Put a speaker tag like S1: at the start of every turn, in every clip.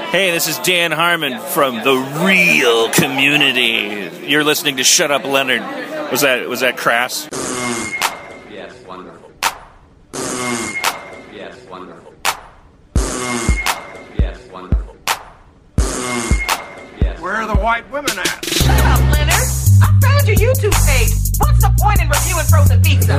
S1: Hey, this is Dan Harmon from the Real Community. You're listening to Shut Up Leonard. Was that was that crass?
S2: Yes, wonderful. Yes, wonderful. Yes, wonderful. Yes.
S3: Where are the white women at?
S4: Shut up, Leonard. I found your YouTube page. What's the point in reviewing frozen pizza?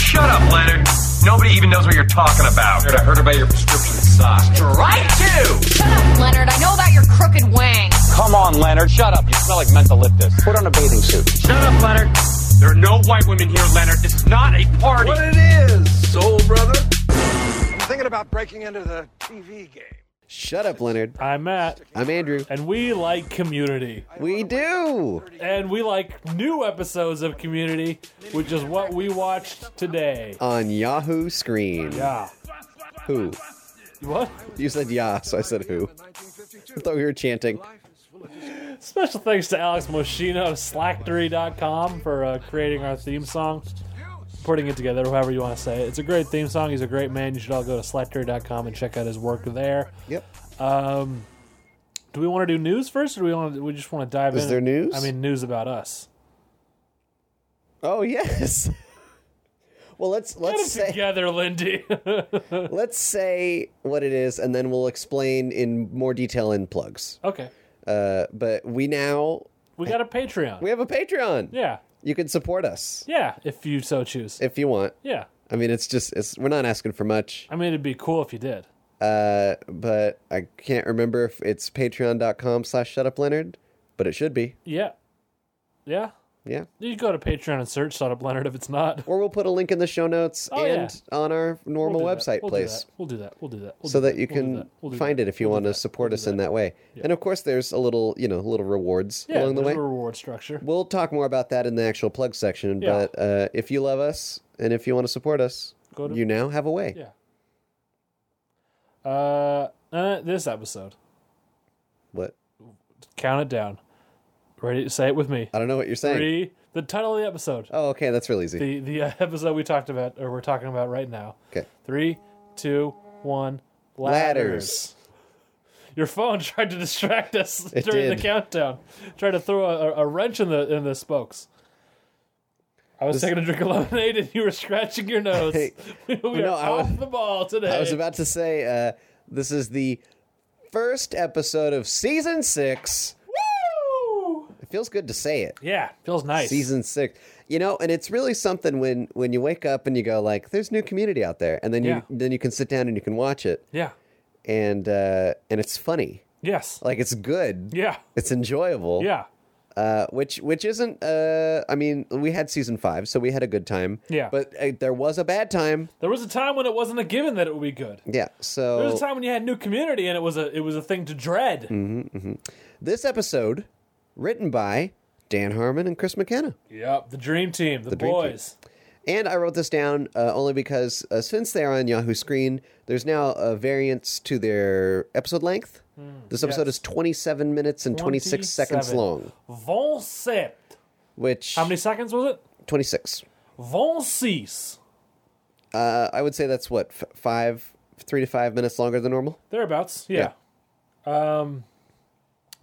S3: Shut up, Leonard. Nobody even knows what you're talking about.
S2: I heard about your prescription socks.
S3: Right to!
S5: Shut up, Leonard. I know about your crooked wang.
S2: Come on, Leonard. Shut up. You smell like mentholyptus. Put on a bathing suit.
S3: Shut up, Leonard.
S6: There are no white women here, Leonard. This is not a party.
S3: What it is, soul brother? I'm thinking about breaking into the TV game.
S7: Shut up, Leonard.
S8: I'm Matt,
S7: I'm Andrew.
S8: and we like community.
S7: We do.
S8: And we like new episodes of community, which is what we watched today.
S7: On Yahoo screen.
S8: Yeah.
S7: Who?
S8: What?
S7: You said yeah, so I said who. I thought we were chanting.
S8: Special thanks to Alex Moschino of Slacktory.com for uh, creating our theme song, putting it together, however you want to say it. It's a great theme song. He's a great man. You should all go to Slacktory.com and check out his work there.
S7: Yep.
S8: Do we want to do news first, or do we want to, we just want to dive in?
S7: Is there news?
S8: I mean, news about us.
S7: Oh yes. Well, let's
S8: Get
S7: let's
S8: it
S7: say
S8: together, Lindy.
S7: let's say what it is, and then we'll explain in more detail in plugs.
S8: okay.
S7: Uh, but we now
S8: We got a Patreon.
S7: we have a Patreon.
S8: yeah.
S7: You can support us
S8: Yeah, if you so choose.
S7: if you want.
S8: yeah.
S7: I mean, it's just it's we're not asking for much.
S8: I mean, it'd be cool if you did.
S7: Uh, but I can't remember if it's patreon.com slash shut up Leonard, but it should be.
S8: Yeah. Yeah.
S7: Yeah.
S8: You go to Patreon and search Shut Up Leonard if it's not.
S7: Or we'll put a link in the show notes
S8: Oh,
S7: and on our normal
S8: We'll do that.
S7: website
S8: We'll do
S7: place.
S8: that. We'll do that. We'll do that. We'll
S7: So
S8: do
S7: that you
S8: We'll do
S7: can
S8: that. We'll do
S7: find
S8: that.
S7: it if you
S8: We'll
S7: want
S8: do
S7: to
S8: that.
S7: support
S8: We'll
S7: us
S8: do
S7: in that way. And of course, there's a little, you know, little rewards
S8: Yeah,
S7: along the way.
S8: there's a reward structure.
S7: We'll talk more about that in the actual plug section.
S8: Yeah.
S7: But uh, if you love us and if you want to support us,
S8: Go to-
S7: you now have a way.
S8: Yeah. Uh, uh, this episode.
S7: What?
S8: Count it down. Ready? Say it with me.
S7: I don't know what you're saying.
S8: Three. The title of the episode.
S7: Oh, okay. That's real easy.
S8: The the uh, episode we talked about, or we're talking about right now.
S7: Okay.
S8: Three, two, one.
S7: Ladders.
S8: Your phone tried to distract us
S7: It
S8: during
S7: did.
S8: the countdown. Tried to throw a, a wrench in the in the spokes. I was taking a drink of lemonade and you were scratching your nose.
S7: Hey,
S8: we are
S7: no, I was-
S8: off the ball today.
S7: I was about to say uh, this is the first episode of season six.
S8: Woo!
S7: It feels good to say it.
S8: Yeah, feels nice.
S7: Season six. You know, and it's really something when when you wake up and you go like, "There's new community out there," and then you
S8: Yeah.
S7: then you can sit down and you can watch it,
S8: Yeah.
S7: and uh, and it's funny,
S8: Yes.
S7: like it's good,
S8: Yeah.
S7: it's enjoyable,
S8: Yeah.
S7: Uh, which which isn't. Uh, I mean, we had season five, so we had a good time.
S8: Yeah.
S7: but uh, there was a bad time.
S8: There was a time when it wasn't a given that it would be good.
S7: Yeah, so
S8: There was a time when you had new community and it was a it was a thing to dread.
S7: Mm. This episode, written by Dan Harmon and Chris McKenna.
S8: Yep, the dream team, the,
S7: dream team.
S8: boys.
S7: And I wrote this down uh, only because uh, since they are on Yahoo Screen, there's now a variance to their episode length. this episode
S8: Hmm, yes.
S7: is 27 minutes and 26 seconds
S8: 27.
S7: long,
S8: Von sept.
S7: which
S8: How many seconds was it?
S7: 26.
S8: Von six.
S7: Uh, I would say that's what f- five, three to five minutes longer than normal.
S8: Thereabouts. Yeah. Um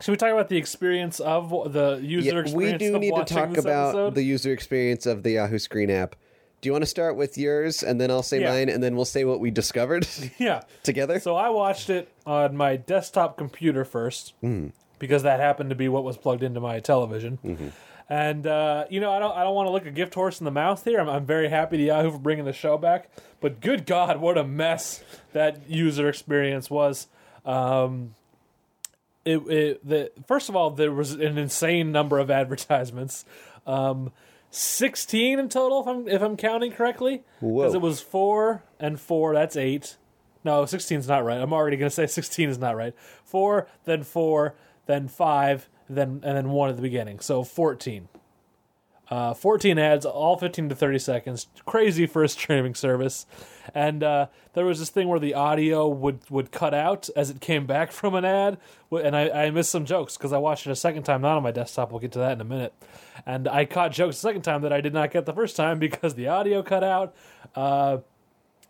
S8: should we talk about the experience of the user
S7: Yeah, we
S8: experience?
S7: do
S8: of
S7: need to
S8: watching
S7: talk
S8: this
S7: about
S8: episode?
S7: the user experience of the Yahoo Screen app. Do you want to start with yours, and then I'll say
S8: Yeah.
S7: mine, and then we'll say what we discovered
S8: yeah.
S7: together?
S8: So I watched it on my desktop computer first
S7: Hmm.
S8: because that happened to be what was plugged into my television.
S7: Mm-hmm.
S8: And uh, you know, I don't, I don't want to look a gift horse in the mouth here. I'm, I'm very happy to Yahoo for bringing the show back, but good God, what a mess that user experience was. Um, it, it the first of all, there was an insane number of advertisements. Um, 16 in total if I'm if I'm counting correctly
S7: Whoa.
S8: because it was 4 and 4 that's 8 no 16 is not right I'm already going to say 16 is not right 4 then 4 then 5 then and then 1 at the beginning so 14 uh, 14 ads, all 15 to 30 seconds. Crazy for a streaming service. And uh, there was this thing where the audio would, would cut out as it came back from an ad. Wh- And I, I missed some jokes because I watched it a second time, not on my desktop. We'll get to that in a minute. And I caught jokes the second time that I did not get the first time because the audio cut out. Uh,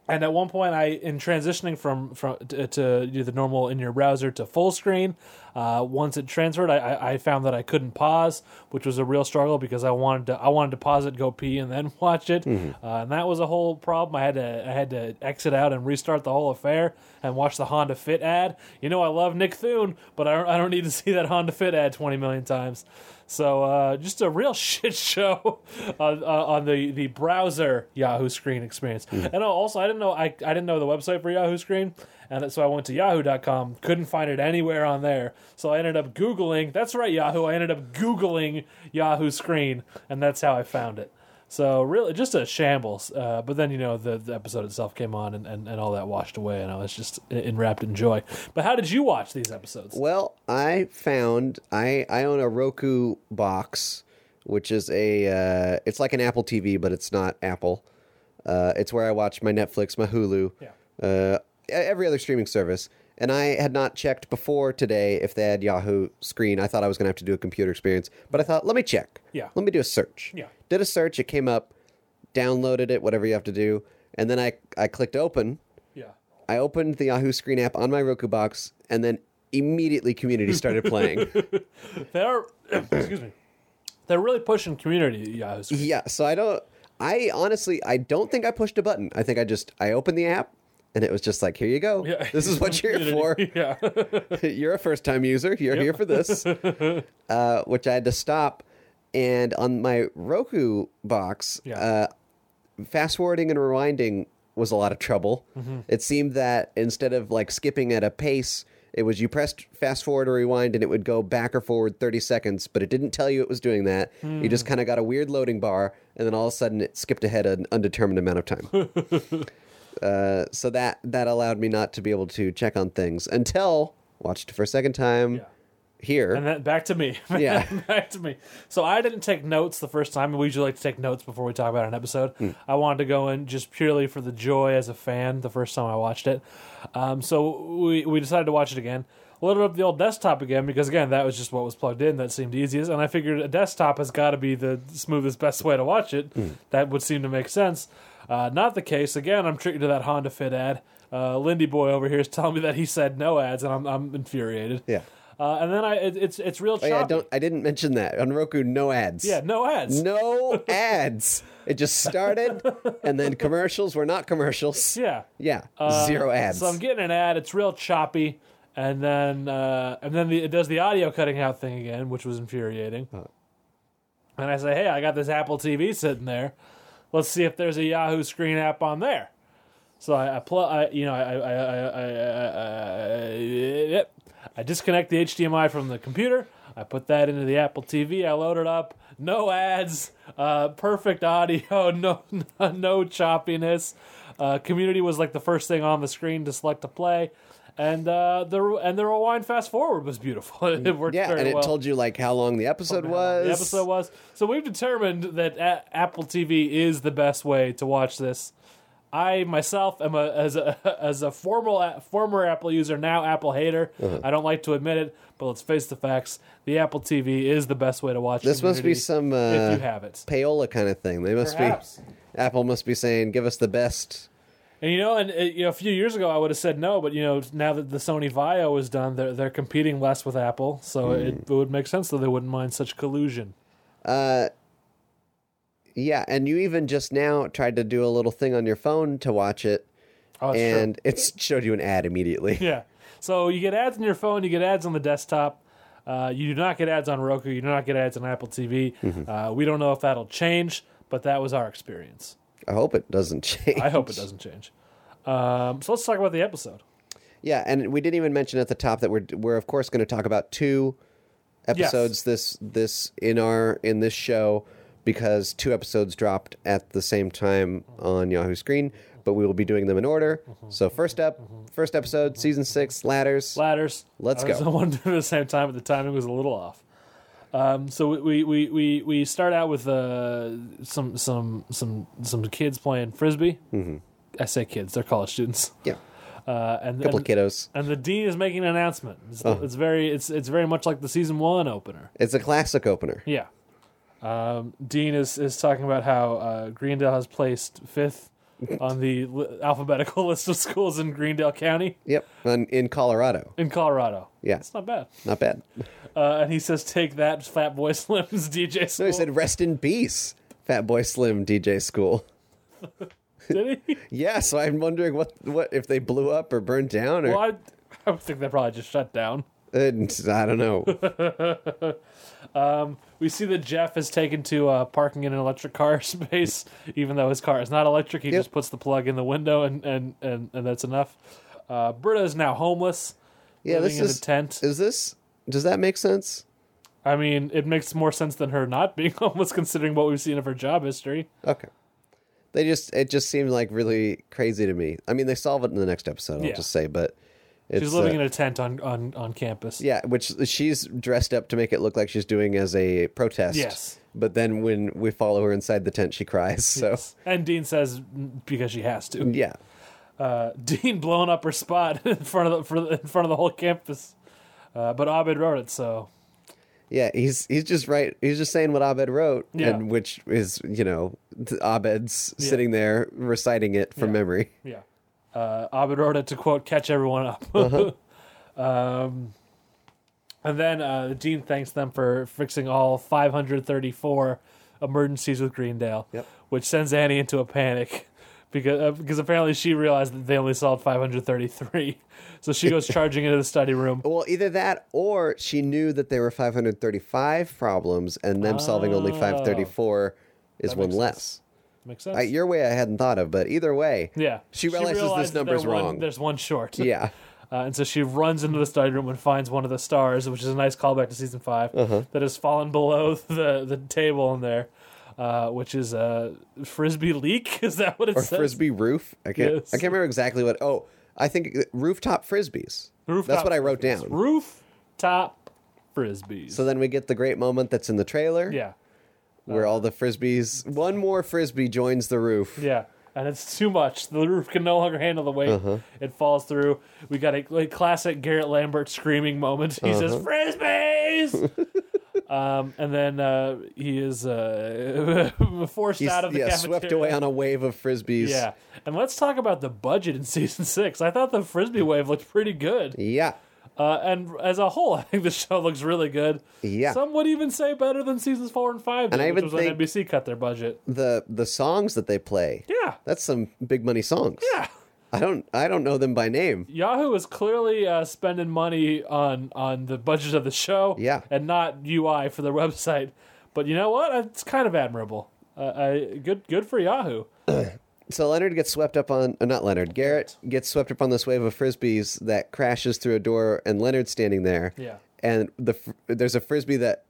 S8: And at one point, I in transitioning from from to, to do the normal in your browser to full screen. Uh, once it transferred, I, I, I found that I couldn't pause, which was a real struggle because I wanted to I wanted to pause it, go pee, and then watch it, uh, and that was a whole problem. I had to I had to exit out and restart the whole affair and watch the Honda Fit ad. You know, I love Nick Thune, but I don't, I don't need to see that Honda Fit ad twenty million times. So uh, just a real shit show on, uh, on the, the browser Yahoo Screen experience. And also, I didn't know I, I didn't know the website for Yahoo Screen, and so I went to Yahoo.com. Couldn't find it anywhere on there, so I ended up googling. That's right, Yahoo. I ended up googling Yahoo Screen, and that's how I found it. So really, just a shambles. Uh, but then you know the, the episode itself came on, and, and, and all that washed away, and I was just enwrapped in joy. But how did you watch these episodes?
S7: Well, I found I I own a Roku box, which is a uh, it's like an Apple TV, but it's not Apple. Uh, it's where I watch my Netflix, my Hulu,
S8: Yeah.
S7: uh, e- every other streaming service. And I had not checked before today if they had Yahoo Screen. I thought I was going to have to do a computer experience, but I thought, let me check.
S8: Yeah.
S7: Let me do a search.
S8: Yeah.
S7: Did a search. It came up, downloaded it, whatever you have to do, and then I I clicked open.
S8: Yeah.
S7: I opened the Yahoo Screen app on my Roku box, and then immediately Community started playing.
S8: They're excuse me. They're really pushing community Yahoo. Screen.
S7: yeah, so I don't. I honestly, I don't think I pushed a button. I think I just I opened the app, and it was just like, here you go.
S8: Yeah.
S7: This is what you're here for.
S8: Yeah.
S7: you're a first time user. You're here for this. uh, which I had to stop. And on my Roku box,
S8: Yeah.
S7: uh, fast forwarding and rewinding was a lot of trouble.
S8: Mm-hmm.
S7: It seemed that instead of like skipping at a pace, it was you pressed fast forward or rewind and it would go back or forward 30 seconds, but it didn't tell you it was doing that. You
S8: Hmm.
S7: just kind of got a weird loading bar, and then all of a sudden it skipped ahead an undetermined amount of time Uh, so that that allowed me not to be able to check on things until watched it for a second time here.
S8: And then back to me.
S7: Yeah.
S8: back to me. So I didn't take notes the first time. We usually like to take notes before we talk about an episode. I wanted to go in just purely for the joy as a fan the first time I watched it. Um, so we, we decided to watch it again. Loaded up the old desktop again because again that was just what was plugged in that seemed easiest, and I figured a desktop has got to be the smoothest, best way to watch it. That would seem to make sense. Uh, not the case. Again, I'm triggered to that Honda Fit ad. Uh, Lindy Boy over here is telling me that he said no ads, and I'm, I'm infuriated.
S7: Yeah.
S8: Uh, and then I, it, it's it's real
S7: Oh,
S8: choppy.
S7: yeah, I don't. I didn't mention that on Roku. No ads.
S8: Yeah, no ads.
S7: No ads. It just started, and then commercials were not commercials.
S8: Yeah. Um,
S7: Yeah. Zero ads.
S8: So I'm getting an ad. It's real choppy, and then uh, and then the, it does the audio cutting out thing again, which was infuriating. And I say, hey, I got this Apple TV sitting there. Let's see if there's a Yahoo Screen app on there. So I, I plug, I, you know, I, I, I, I, I, I, yep. I disconnect the HDMI from the computer. I put that into the Apple TV. I load it up. No ads. Uh, perfect audio. No, no choppiness. Uh, community was like the first thing on the screen to select to play, and uh, the and the rewind fast forward was beautiful. it worked
S7: yeah,
S8: very
S7: and it
S8: well.
S7: told you like how long the episode was.
S8: The episode was. So we've determined that a- Apple TV is the best way to watch this. I myself am a as a as a formal former Apple user now Apple hater.
S7: Uh-huh.
S8: I don't like to admit it, but let's face the facts. The Apple TV is the best way to watch.
S7: This must be
S8: Community
S7: some, uh,
S8: if you have it.
S7: Payola kind of thing. They must
S8: Perhaps.
S7: be. Apple must be saying, "Give us the best."
S8: And you know, and uh, you know, a few years ago I would have said no, but you know, now that the Sony Vio is done, they're they're competing less with Apple, so
S7: Hmm.
S8: it, it would make sense that they wouldn't mind such collusion.
S7: Yeah, and you even just now tried to do a little thing on your phone to watch it,
S8: Oh, that's true.
S7: and it showed you an ad immediately.
S8: Yeah. So you get ads on your phone, you get ads on the desktop. Uh, you do not get ads on Roku. You do not get ads on Apple TV.
S7: Mm-hmm.
S8: Uh, we don't know if that'll change, but that was our experience.
S7: I hope it doesn't change.
S8: I hope it doesn't change. Um, so let's talk about the episode.
S7: Yeah, and we didn't even mention at the top that we're we're of course going to talk about two episodes this this in our in this show because two episodes dropped at the same time on Yahoo Screen, but we will be doing them in order. So first up, first episode, season six, ladders.
S8: Ladders.
S7: Let's
S8: I was
S7: go.
S8: I wanted to do it at the same time, but the timing was a little off. Um, so we, we, we, we start out with uh, some some some some kids playing frisbee. Mm-hmm. I say kids; they're college students.
S7: yeah,
S8: Uh, and
S7: couple
S8: and-
S7: of kiddos. Oh.
S8: and the dean is making an announcement. It's, it's very it's it's very much like the season one opener.
S7: It's a classic opener.
S8: Yeah, um, Dean is is talking about how uh, Greendale has placed fifth on the li- alphabetical list of schools in Greendale County
S7: Yep. In, in Colorado.
S8: in Colorado.
S7: Yeah.
S8: It's not bad.
S7: Not bad.
S8: Uh, and he says, "Take that, Fat Boy Slim's DJ
S7: No,
S8: school."
S7: he said, rest in peace, Fat Boy Slim DJ School.
S8: Did he?
S7: Yeah, so I'm wondering what, what if they blew up or burned down or.
S8: Well, I, I would think they probably just shut down.
S7: and I don't know.
S8: We see that Jeff is taken to uh, parking in an electric car space, even though his car is not electric. He
S7: Yep.
S8: just puts the plug in the window, and and and, and that's enough. Uh, Britta is now homeless.
S7: Yeah,
S8: living
S7: this
S8: in
S7: is
S8: a tent.
S7: Is this? Does that make sense?
S8: I mean, it makes more sense than her not being homeless, considering what we've seen of her job history.
S7: Okay. They just it just seemed like really crazy to me. I mean, they solve it in the next episode. I'll
S8: Yeah.
S7: just say, but it's,
S8: She's living
S7: uh,
S8: in a tent on on on campus.
S7: yeah, which she's dressed up to make it look like she's doing as a protest.
S8: Yes.
S7: But then when we follow her inside the tent, she cries. So
S8: And Dean says mm, because she has to.
S7: yeah,
S8: Dean blowing up her spot in front of the, for the, in front of the whole campus. Uh, but Abed wrote it, so
S7: yeah, he's he's just right. He's just saying what Abed wrote,
S8: Yeah.
S7: and which is you know th- Abed's sitting there reciting it from memory.
S8: yeah. Uh, Abed wrote it to quote catch everyone up.
S7: Uh-huh.
S8: um, and then uh, Dean thanks them for fixing all 534 emergencies with Greendale,
S7: Yep.
S8: which sends Annie into a panic. Because, uh, because apparently she realized that they only solved 533. So she goes charging into the study room.
S7: Well, either that or she knew that there were 535 problems and them solving only 534 is one
S8: Oh. makes
S7: less.
S8: Makes sense?
S7: I, your way I hadn't thought of, but either way.
S8: yeah.
S7: She realizes
S8: realized
S7: this
S8: that
S7: number's
S8: there one-
S7: wrong.
S8: There's one short.
S7: Yeah.
S8: Uh, and so she runs into the study room and finds one of the stars, which is a nice callback to season 5
S7: Uh-huh.
S8: that has fallen below the, the table in there, uh, which is a frisbee leak. Is that what it
S7: Or
S8: says?
S7: frisbee roof. I can't
S8: Yes.
S7: I can't remember exactly what Oh, I think rooftop frisbees.
S8: Rooftop
S7: That's what I wrote
S8: frisbees.
S7: down.
S8: Rooftop frisbees.
S7: So then we get the great moment that's in the trailer
S8: yeah,
S7: where all the frisbees one more frisbee joins the roof.
S8: yeah. And it's too much. The roof can no longer handle the weight.
S7: Uh-huh.
S8: It falls through. We got a like, classic Garrett Lambert screaming moment. He
S7: Uh-huh.
S8: says, Frisbees! um, and then uh, he is uh, forced
S7: He's
S8: out of the
S7: yeah,
S8: cafeteria.
S7: swept away on a wave of frisbees.
S8: Yeah, and let's talk about the budget in season six. I thought the frisbee wave looked pretty good,
S7: Yeah.
S8: uh, and as a whole, I think the show looks really good.
S7: Yeah.
S8: some would even say better than seasons four and five,
S7: And I
S8: did, which
S7: even
S8: was
S7: think-
S8: when NBC cut their budget.
S7: The the songs that they play.
S8: Yeah,
S7: That's some big money songs.
S8: yeah.
S7: I don't I don't know them by name.
S8: Yahoo is clearly uh, spending money on on the budget of the show,
S7: Yeah.
S8: and not UI for their website. But you know what? It's kind of admirable. Uh, I, good, good for Yahoo.
S7: So Leonard gets swept up on uh, not Leonard. Garrett gets swept up on this wave of frisbees that crashes through a door and Leonard's standing there.
S8: Yeah.
S7: And the fr- there's a frisbee that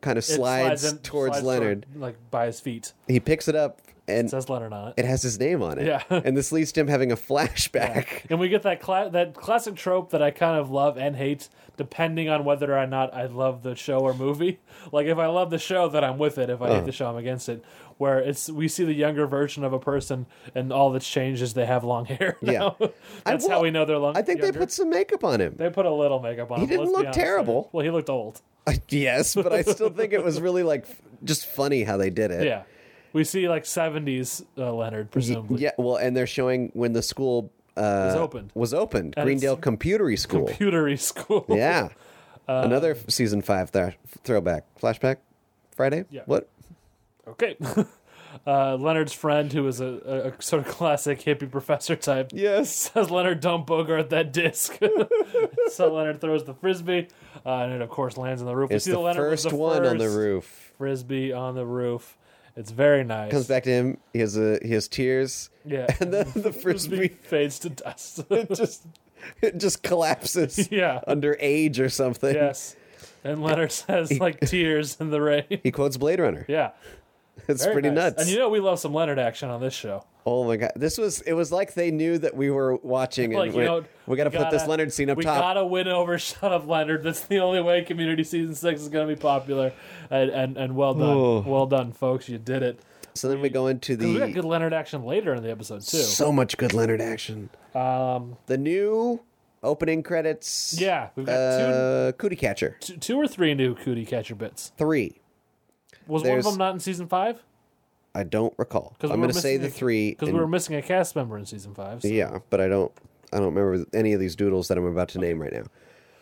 S7: kind of
S8: It
S7: slides,
S8: in-
S7: towards
S8: slides toward-
S7: Leonard.
S8: like by his feet.
S7: He picks it up and
S8: It says Leonard on it.
S7: it has his name on it.
S8: Yeah.
S7: and this leads to him having a flashback.
S8: and we get that cla- that classic trope that I kind of love and hate, depending on whether or not I love the show or movie. Like if I love the show, then I'm with it. If I
S7: Oh.
S8: hate the show, I'm against it. Where it's we see the younger version of a person, and all that's changed is they have long hair. now.
S7: Yeah. I
S8: that's
S7: will-
S8: how we know they're long.
S7: I think
S8: younger.
S7: they put some makeup on him.
S8: They put a little makeup on.
S7: He
S8: him,
S7: didn't
S8: let's be
S7: look
S8: honest there.
S7: terrible.
S8: Well, he looked old.
S7: yes, but I still think it was really like f- just funny how they did it.
S8: Yeah, we see like 70s uh, Leonard presumably.
S7: Yeah, well, and they're showing when the school uh,
S8: Was opened.
S7: Was opened.
S8: And it's-
S7: Greendale Computery School.
S8: Computery school.
S7: yeah, another
S8: Um,
S7: f- season five thra- throwback flashback. Friday.
S8: Yeah.
S7: What?
S8: Okay. Uh, Leonard's friend, who is a, a, a sort of classic hippie professor type,
S7: Yes.
S8: says Leonard dump Bogart that disc. so Leonard throws the frisbee, uh, and it of course lands on the roof. We
S7: It's
S8: see
S7: the
S8: that Leonard was
S7: first one on the
S8: first
S7: roof.
S8: Frisbee on the roof. It's very nice.
S7: Comes back to him. He has a he has tears.
S8: Yeah.
S7: And then the
S8: Frisbee
S7: frisbee
S8: fades to dust.
S7: just it just collapses.
S8: Yeah.
S7: Under age or something.
S8: yes. And Leonard says like tears in the rain.
S7: He quotes Blade Runner.
S8: Yeah.
S7: It's
S8: Very
S7: pretty
S8: nice.
S7: nuts.
S8: And you know we love some Leonard action on this show.
S7: oh my god, this was it was like they knew that we were watching and
S8: Like you
S7: went,
S8: know,
S7: we got to put this Leonard scene up
S8: we
S7: top.
S8: gotta win over Shut Up Leonard. That's the only way Community season six is gonna be popular. And and, and well done,
S7: Oh.
S8: well done, folks. You did it.
S7: So then we go into
S8: We got
S7: the
S8: good Leonard action later in the episode too.
S7: so much good Leonard action. Um, the new opening credits.
S8: yeah, we've got
S7: uh, Cootie Catcher
S8: two, two or three new cootie catcher bits.
S7: three.
S8: Was one of
S7: there's-
S8: them not in season five?
S7: I don't recall. I'm
S8: we were
S7: going to say
S8: missing
S7: the
S8: a-
S7: three.
S8: because we
S7: and-
S8: were missing a cast member in season five. so-
S7: Yeah, but I don't. I don't remember any of these doodles that I'm about to name right now.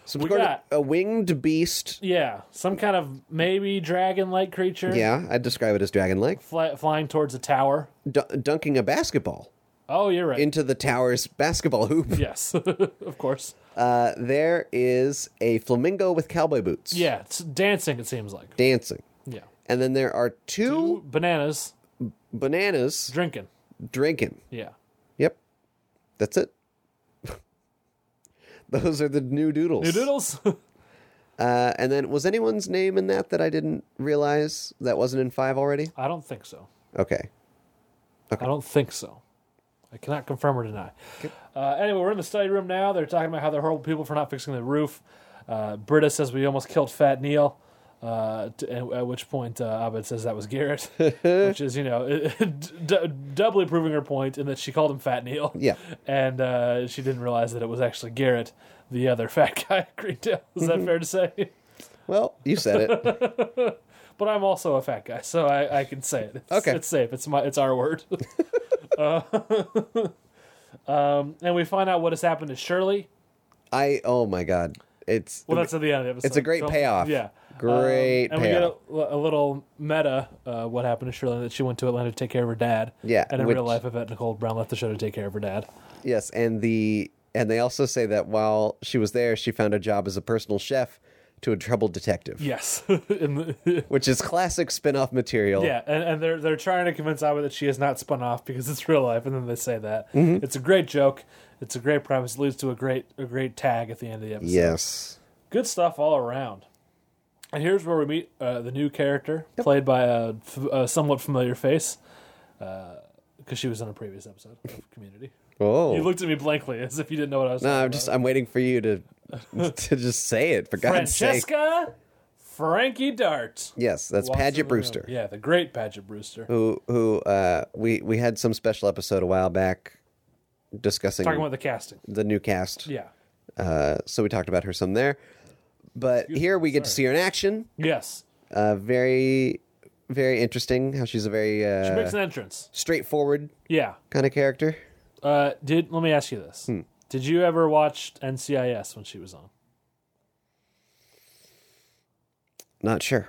S7: So we
S8: got-
S7: a winged beast.
S8: Yeah, some kind of maybe dragon-like creature.
S7: Yeah, I'd describe it as dragon-like,
S8: fly, flying towards a tower.
S7: d- dunking a basketball
S8: Oh, you're right.
S7: into the tower's basketball hoop.
S8: yes, of course.
S7: Uh, there is a flamingo with cowboy boots.
S8: Yeah, it's dancing. It seems like.
S7: dancing,
S8: Yeah,
S7: and then there are two
S8: bananas
S7: bananas
S8: drinking.
S7: drinking.
S8: Yeah,
S7: Yep, that's it. Those are the new doodles.
S8: new doodles.
S7: Uh, and then was anyone's name in that that I didn't realize that wasn't in five already?
S8: I don't think so.
S7: Okay.
S8: I don't think so. I cannot confirm or deny. Uh, anyway, we're in the study room now. They're talking about how they're horrible people for not fixing the roof. Uh, Britta says we almost killed Fat Neil. Uh, t- and- at which point, uh, Abed says that was Garrett, which is you know d- doubly proving her point in that she called him Fat Neil.
S7: Yeah.
S8: and uh, she didn't realize that it was actually Garrett, the other fat guy at Greendale. Is that fair to say?
S7: Well, you said it.
S8: but I'm also a fat guy, so I, I can say it. It's,
S7: Okay.
S8: it's safe. It's my it's our word. Uh, um, and we find out what has happened to Shirley.
S7: I oh my god, it's
S8: Well, that's at the end of the episode.
S7: It's a great
S8: Don't-
S7: payoff.
S8: Yeah,
S7: Great
S8: Um, and we get
S7: payoff.
S8: a, a little meta. Uh, what happened to Shirley? That she went to Atlanta to take care of her dad.
S7: Yeah,
S8: and in
S7: which-
S8: real life, Yvette Nicole Brown left the show to take care of her dad.
S7: yes, and the and they also say that while she was there, she found a job as a personal chef to a troubled detective,
S8: Yes, in the,
S7: which is classic spin-off material.
S8: yeah, and, and they're they're trying to convince Ava that she is not spun off because it's real life, and then they say that
S7: Mm-hmm.
S8: it's a great joke. It's a great premise. It leads to a great a great tag at the end of the episode.
S7: Yes.
S8: good stuff all around. And here's where we meet uh, the new character, played by a, f- a somewhat familiar face, because she was in a previous episode of Community.
S7: Oh.
S8: You looked at me blankly as if you didn't know what I was.
S7: no,
S8: talking
S7: I'm just I'm waiting for you to to just say it for
S8: about.
S7: God's sake.
S8: Francesca Frankie Dart.
S7: Yes, that's
S8: Walks in the
S7: Paget
S8: room.
S7: Brewster.
S8: Yeah, the great Paget Brewster.
S7: Who who uh we we had some special episode a while back discussing
S8: Talking about the casting.
S7: the new cast.
S8: Yeah.
S7: Uh so we talked about her some there. But here we get to see her in action.
S8: Yes.
S7: uh, very very interesting how she's a very
S8: She
S7: uh,
S8: makes an entrance.
S7: straightforward
S8: Yeah.
S7: kind of character
S8: Uh, did let me ask you this? Did you ever watch NCIS when she was on?
S7: not sure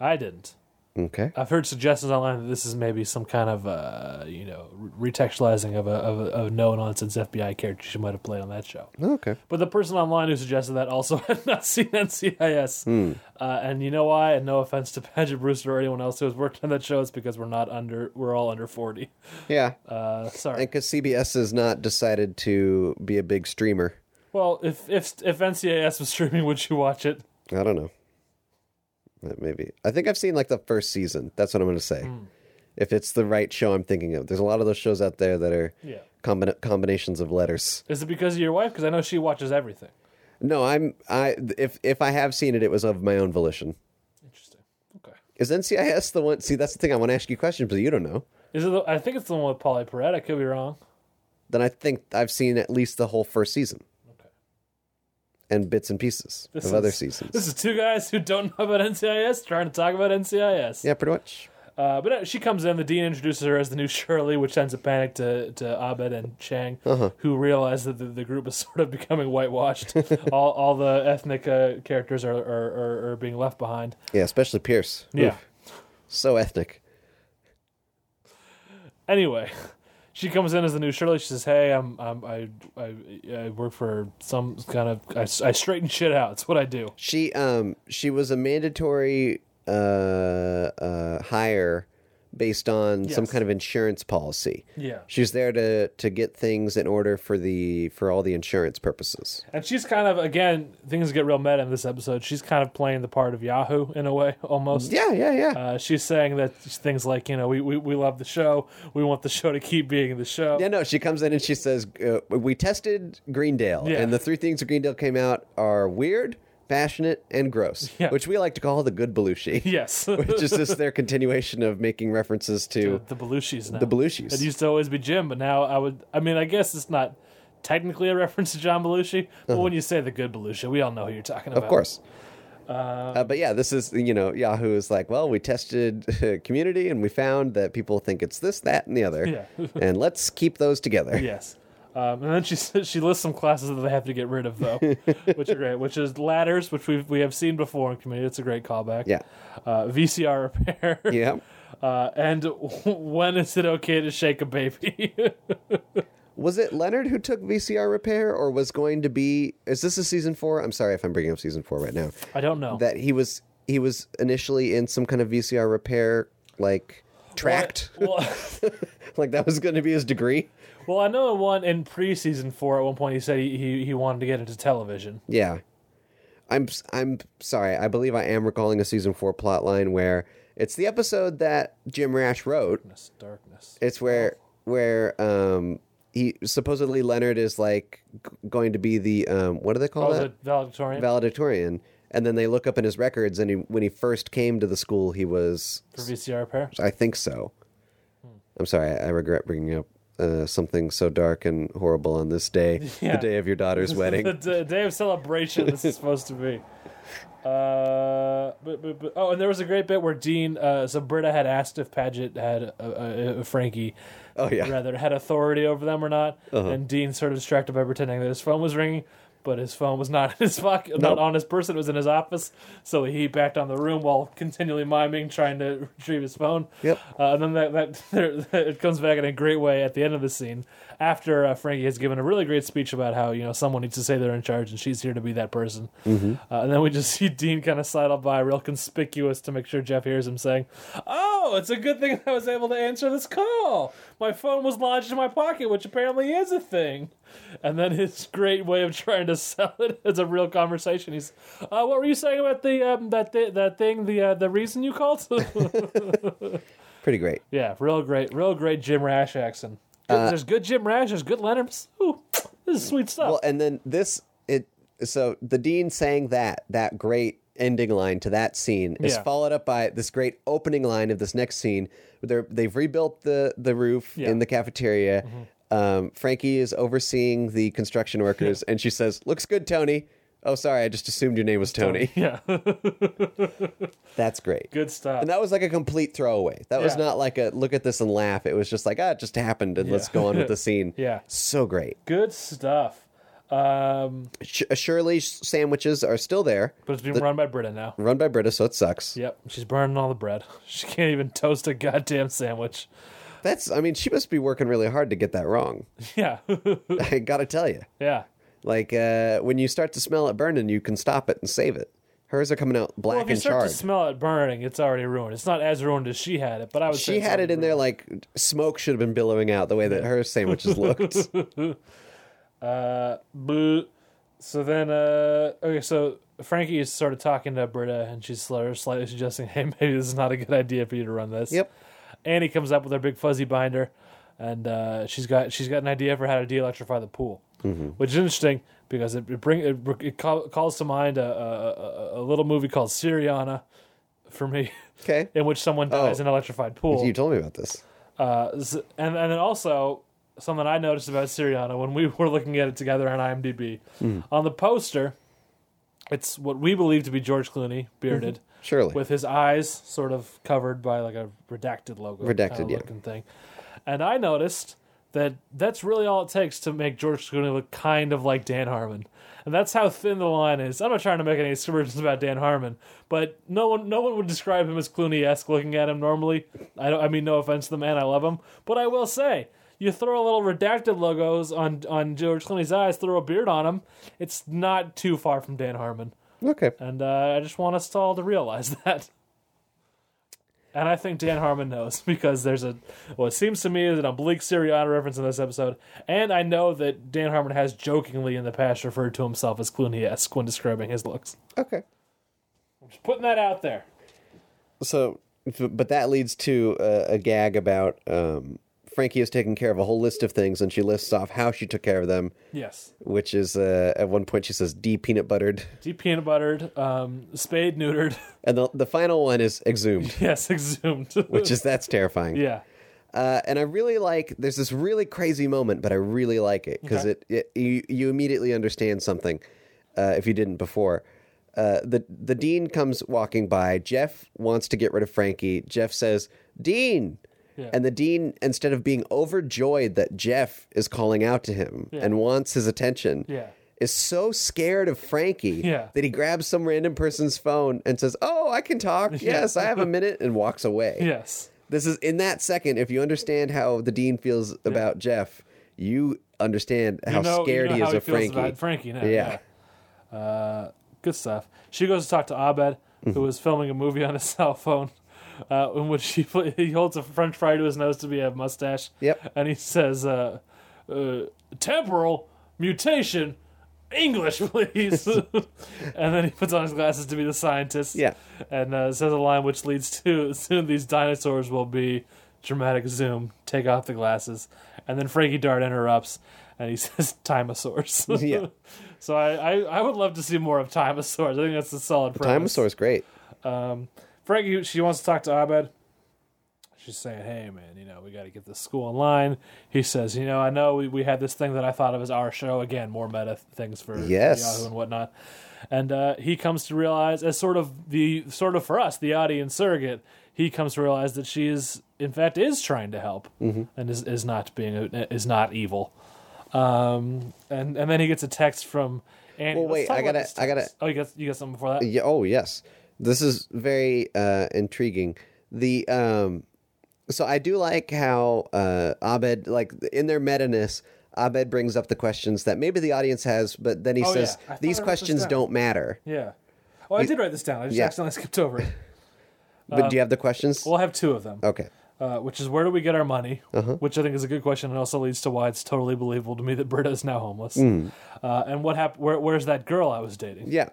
S8: I didn't.
S7: okay
S8: I've heard suggestions online that this is maybe some kind of uh, you know re- retextualizing of a of a, of no nonsense FBI character she might have played on that show.
S7: okay
S8: But the person online who suggested that also had not seen NCIS, uh, and you know why? And no offense to Paget Brewster or anyone else who has worked on that show, it's because we're not under we're all under forty.
S7: yeah
S8: Uh, sorry.
S7: because cbs has not decided to be a big streamer
S8: Well, if if if NCIS was streaming, would you watch it?
S7: i don't know That maybe i think i've seen like the first season that's what i'm gonna say
S8: Hmm.
S7: if it's the right show i'm thinking of there's a lot of those shows out there that are
S8: Yeah.
S7: combina- combinations of letters
S8: Is it because of your wife? Because I know she watches everything.
S7: no i'm i if if i have seen it it was of my own volition
S8: Interesting. Okay.
S7: is ncis the one see that's the thing i want to ask you questions but you don't know
S8: Is it? The, I think it's the one with Polly Perrette. I could be wrong.
S7: then I think I've seen at least the whole first season.
S8: Okay.
S7: And bits and pieces
S8: This
S7: of other
S8: is-
S7: seasons.
S8: This is two guys who don't know about NCIS trying to talk about NCIS.
S7: yeah, pretty much.
S8: Uh, but uh, she comes in. The dean introduces her as the new Shirley, which sends a panic to, to Abed and Chang,
S7: Uh-huh.
S8: who realize that the, the group is sort of becoming whitewashed. all, all the ethnic uh, characters are, are, are, are being left behind.
S7: Yeah, especially Pierce.
S8: Yeah.
S7: Oof, so ethnic.
S8: anyway, she comes in as the new Shirley. She says, "Hey, I'm, I'm I, I I work for some kind of I, I straighten shit out. It's what I do."
S7: She um she was a mandatory uh uh hire based on some
S8: Yes.
S7: kind of insurance policy.
S8: Yeah.
S7: She's there to to get things in order for the for all the insurance purposes.
S8: And she's kind of again things get real meta in this episode. She's kind of playing the part of Yahoo in a way almost.
S7: Yeah, yeah, yeah.
S8: Uh, she's saying that things like you know we, we, we love the show. We want the show to keep being the show.
S7: Yeah, no, she comes in and she says, uh, We tested Greendale,
S8: Yeah.
S7: and the three things that Greendale came out are weird, passionate, and gross,
S8: Yeah.
S7: which we like to call the good Belushi.
S8: Yes.
S7: which is just their continuation of making references to.
S8: the Belushis now.
S7: The Belushis.
S8: It used to always be Jim, but now I would. I mean, I guess it's not technically a reference to John Belushi, but when you say the good Belushi, we all know who you're talking about.
S7: Of Uh-huh. course.
S8: um,
S7: Uh, but yeah, this is you know Yahoo is like, well, we tested community and we found that people think it's this, that, and the other,
S8: Yeah.
S7: and let's keep those together.
S8: Yes. Um, and then she says she lists some classes that they have to get rid of though, which are great. Which is ladders, which we we have seen before in community. It's a great callback.
S7: Yeah.
S8: Uh, VCR repair.
S7: Yeah.
S8: Uh, and when is it okay to shake a baby?
S7: Was it Leonard who took VCR repair, or was going to be? Is this a season four? I'm sorry if I'm bringing up season four right now.
S8: I don't know.
S7: That he was he was initially in some kind of VCR repair like tract,
S8: well,
S7: like that was going to be his degree.
S8: well, I know in one in preseason four at one point he said he, he he wanted to get into television.
S7: Yeah. I'm I'm sorry. I believe I am recalling a season 4 plot line where it's the episode that Jim Rash wrote.
S8: Darkness, darkness.
S7: It's where where um he supposedly Leonard is like g- going to be the um what do they call
S8: Oh,
S7: that?
S8: the valedictorian.
S7: valedictorian. And then they look up in his records and he, when he first came to the school he was
S8: for VCR repair.
S7: I think so.
S8: Hmm.
S7: I'm sorry. I I regret bringing up uh, something so dark and horrible on this day,
S8: Yeah.
S7: the day of your daughter's wedding.
S8: the d- day of celebration this is supposed to be. Uh, but, but, but, oh, and there was a great bit where Dean, uh, so Britta had asked if Paget had uh, uh, Frankie,
S7: Oh yeah. Uh-huh.
S8: rather had authority over them or not, and Dean sort of distracted by pretending that his phone was ringing, but his phone was not in his pocket, not
S7: Nope.
S8: on his person, it was in his office, so he backed on the room while continually miming, trying to retrieve his phone.
S7: Yep.
S8: Uh, and then that, that there, it comes back in a great way at the end of the scene after uh, Frankie has given a really great speech about how you know someone needs to say they're in charge and she's here to be that person. Uh, and then we just see Dean kind of sidle by, real conspicuous, to make sure Jeff hears him saying, "Oh, it's a good thing I was able to answer this call. My phone was lodged in my pocket, which apparently is a thing." And then his great way of trying to sell it as a real conversation. He's, uh, "What were you saying about the um, that th- that thing? The uh, the reason you called?"
S7: Pretty great.
S8: Yeah, real great, real great Jim Rash accent. Good-
S7: Uh,
S8: there's good Jim Rash. There's good Leonard. Ooh, this is sweet stuff.
S7: Well, and then this it so the dean saying that that great ending line to that scene is
S8: Yeah.
S7: followed up by this great opening line of this next scene. They're, they've rebuilt the the roof
S8: Yeah. Mm-hmm.
S7: in the cafeteria. Um, Frankie is overseeing the construction workers, and she says, "Looks good, Tony." Oh, sorry, I just assumed your name was Tony.
S8: yeah,
S7: That's great.
S8: good stuff.
S7: And that was like a complete throwaway. That was
S8: Yeah.
S7: not like a look at this and laugh. It was just like, ah, it just happened and let's go on with the scene.
S8: Yeah.
S7: So great.
S8: good stuff. Um,
S7: Sh- Shirley's sandwiches are still there.
S8: but it's being run by Britta now.
S7: run by Britta, so it sucks.
S8: Yep, she's burning all the bread. She can't even toast a goddamn sandwich.
S7: That's, I mean, she must be working really hard to get that wrong.
S8: Yeah,
S7: I gotta tell you,
S8: yeah.
S7: like uh, when you start to smell it burning, you can stop it and save it. Hers are coming out black
S8: Well, if you
S7: and
S8: start
S7: charred.
S8: to smell it burning, it's already ruined. It's not as ruined as she had it, but I would. say
S7: she
S8: it's
S7: had it
S8: already
S7: in there like smoke should have been billowing out the way that her sandwiches looked.
S8: Boo. So then, uh, okay, so Frankie is sort of talking to Britta, and she's sl- slightly suggesting, hey, maybe this is not a good idea for you to run this.
S7: Yep.
S8: Annie comes up with her big fuzzy binder, and uh, she's got she's got an idea for how to de-electrify the pool,
S7: Mm-hmm.
S8: which is interesting because it, it bring it, it call, calls to mind a, a, a- a little movie called Syriana, for me,
S7: Okay.
S8: in which someone dies
S7: Oh.
S8: in an electrified pool.
S7: You told me about this.
S8: Uh, z- and and then also something I noticed about Siriana when we were looking at it together on IMDb on the poster, it's what we believe to be George Clooney, bearded,
S7: Surely.
S8: with his eyes sort of covered by like a redacted logo,
S7: Redacted,
S8: kinda
S7: yeah.
S8: looking thing. And I noticed that that's really all it takes to make George Clooney look kind of like Dan Harmon. And that's how thin the line is. I'm not trying to make any aspersions about Dan Harmon, but no one no one would describe him as Clooney-esque looking at him normally. I don't I mean no offense to the man, I love him, but I will say you throw a little redacted logos on on George Clooney's eyes, throw a beard on him, it's not too far from Dan Harmon.
S7: Okay.
S8: And uh, I just want us all to realize that. And I think Dan Harmon knows because there's a well, it seems to me is an oblique Siriana reference in this episode, and I know that Dan Harmon has jokingly in the past referred to himself as Clooney-esque when describing his looks.
S7: Okay.
S8: Just putting that out there.
S7: So, but that leads to a, a gag about um, Frankie is taking care of a whole list of things, and she lists off how she took care of them,
S8: Yes,
S7: which is uh, at one point she says D peanut buttered,
S8: deep peanut buttered, um, spade neutered.
S7: and the the final one is exhumed,
S8: yes, exhumed.
S7: which is that's terrifying.
S8: yeah,
S7: Uh, and I really like there's this really crazy moment, but I really like it because
S8: Okay.
S7: it, it you you immediately understand something uh, if you didn't before. Uh, the the dean comes walking by. Jeff wants to get rid of Frankie. Jeff says, "Dean." And the dean, instead of being overjoyed that Jeff is calling out to him and wants his attention,
S8: Yeah.
S7: is so scared of Frankie
S8: Yeah.
S7: that he grabs some random person's phone and says, "Oh, I can talk. Yes, I have a minute," and walks away.
S8: Yes.
S7: This is in that second. If you understand how the dean feels about Jeff, you understand how
S8: know- you
S7: scared
S8: know
S7: he is
S8: how
S7: of
S8: feels
S7: Frankie.
S8: about Frankie now.
S7: Yeah.
S8: Yeah. Uh, good stuff. She goes to talk to Abed,
S7: Mm-hmm.
S8: who was filming a movie on his cell phone, uh, in which he pl- he holds a French fry to his nose to be a mustache.
S7: Yep.
S8: And he says, uh, uh, "Temporal mutation." English, please. and then he puts on his glasses to be the scientist.
S7: Yeah.
S8: And uh, says a line which leads to soon these dinosaurs will be dramatic zoom, take off the glasses. And then Frankie Dart interrupts and he says, Timosaurs.
S7: Yeah.
S8: so I, I, I would love to see more of Timosaurs. I think that's a solid premise.
S7: Timosaur's great.
S8: Frankie, she wants to talk to Abed. She's saying, "Hey, man, you know we got to get this school in line." He says, "You know, I know we, we had this thing that I thought of as our show again, more meta things for
S7: Yes.
S8: Yahoo and whatnot." And uh, he comes to realize, as sort of the sort of for us, the audience surrogate, he comes to realize that she is, in fact, is trying to help
S7: Mm-hmm.
S8: and is, is not being a, is not evil. Um, and and then he gets a text from. Andy.
S7: Well,
S8: Let's
S7: wait,
S8: talk
S7: I
S8: about
S7: gotta-
S8: this
S7: I gotta-
S8: text. Oh, you got you got something before that?
S7: Yeah, oh yes, this is very uh, intriguing. The um, so I do like how uh, Abed, like in their meta ness, Abed brings up the questions that maybe the audience has, but then he
S8: Oh,
S7: says
S8: yeah. I thought I wrote
S7: these
S8: this
S7: questions
S8: down."
S7: don't matter.
S8: Yeah. Oh, I did write this down. I just
S7: Yeah.
S8: accidentally skipped over it.
S7: But do you have the questions?
S8: Uh, We'll have two of them,
S7: okay. Uh-huh.
S8: uh, which is where do we get our money, which I think is a good question, and also leads to why it's totally believable to me that Britta is now homeless. Uh, and what happened? Where, where's that girl I was dating?
S7: Mm. Yeah,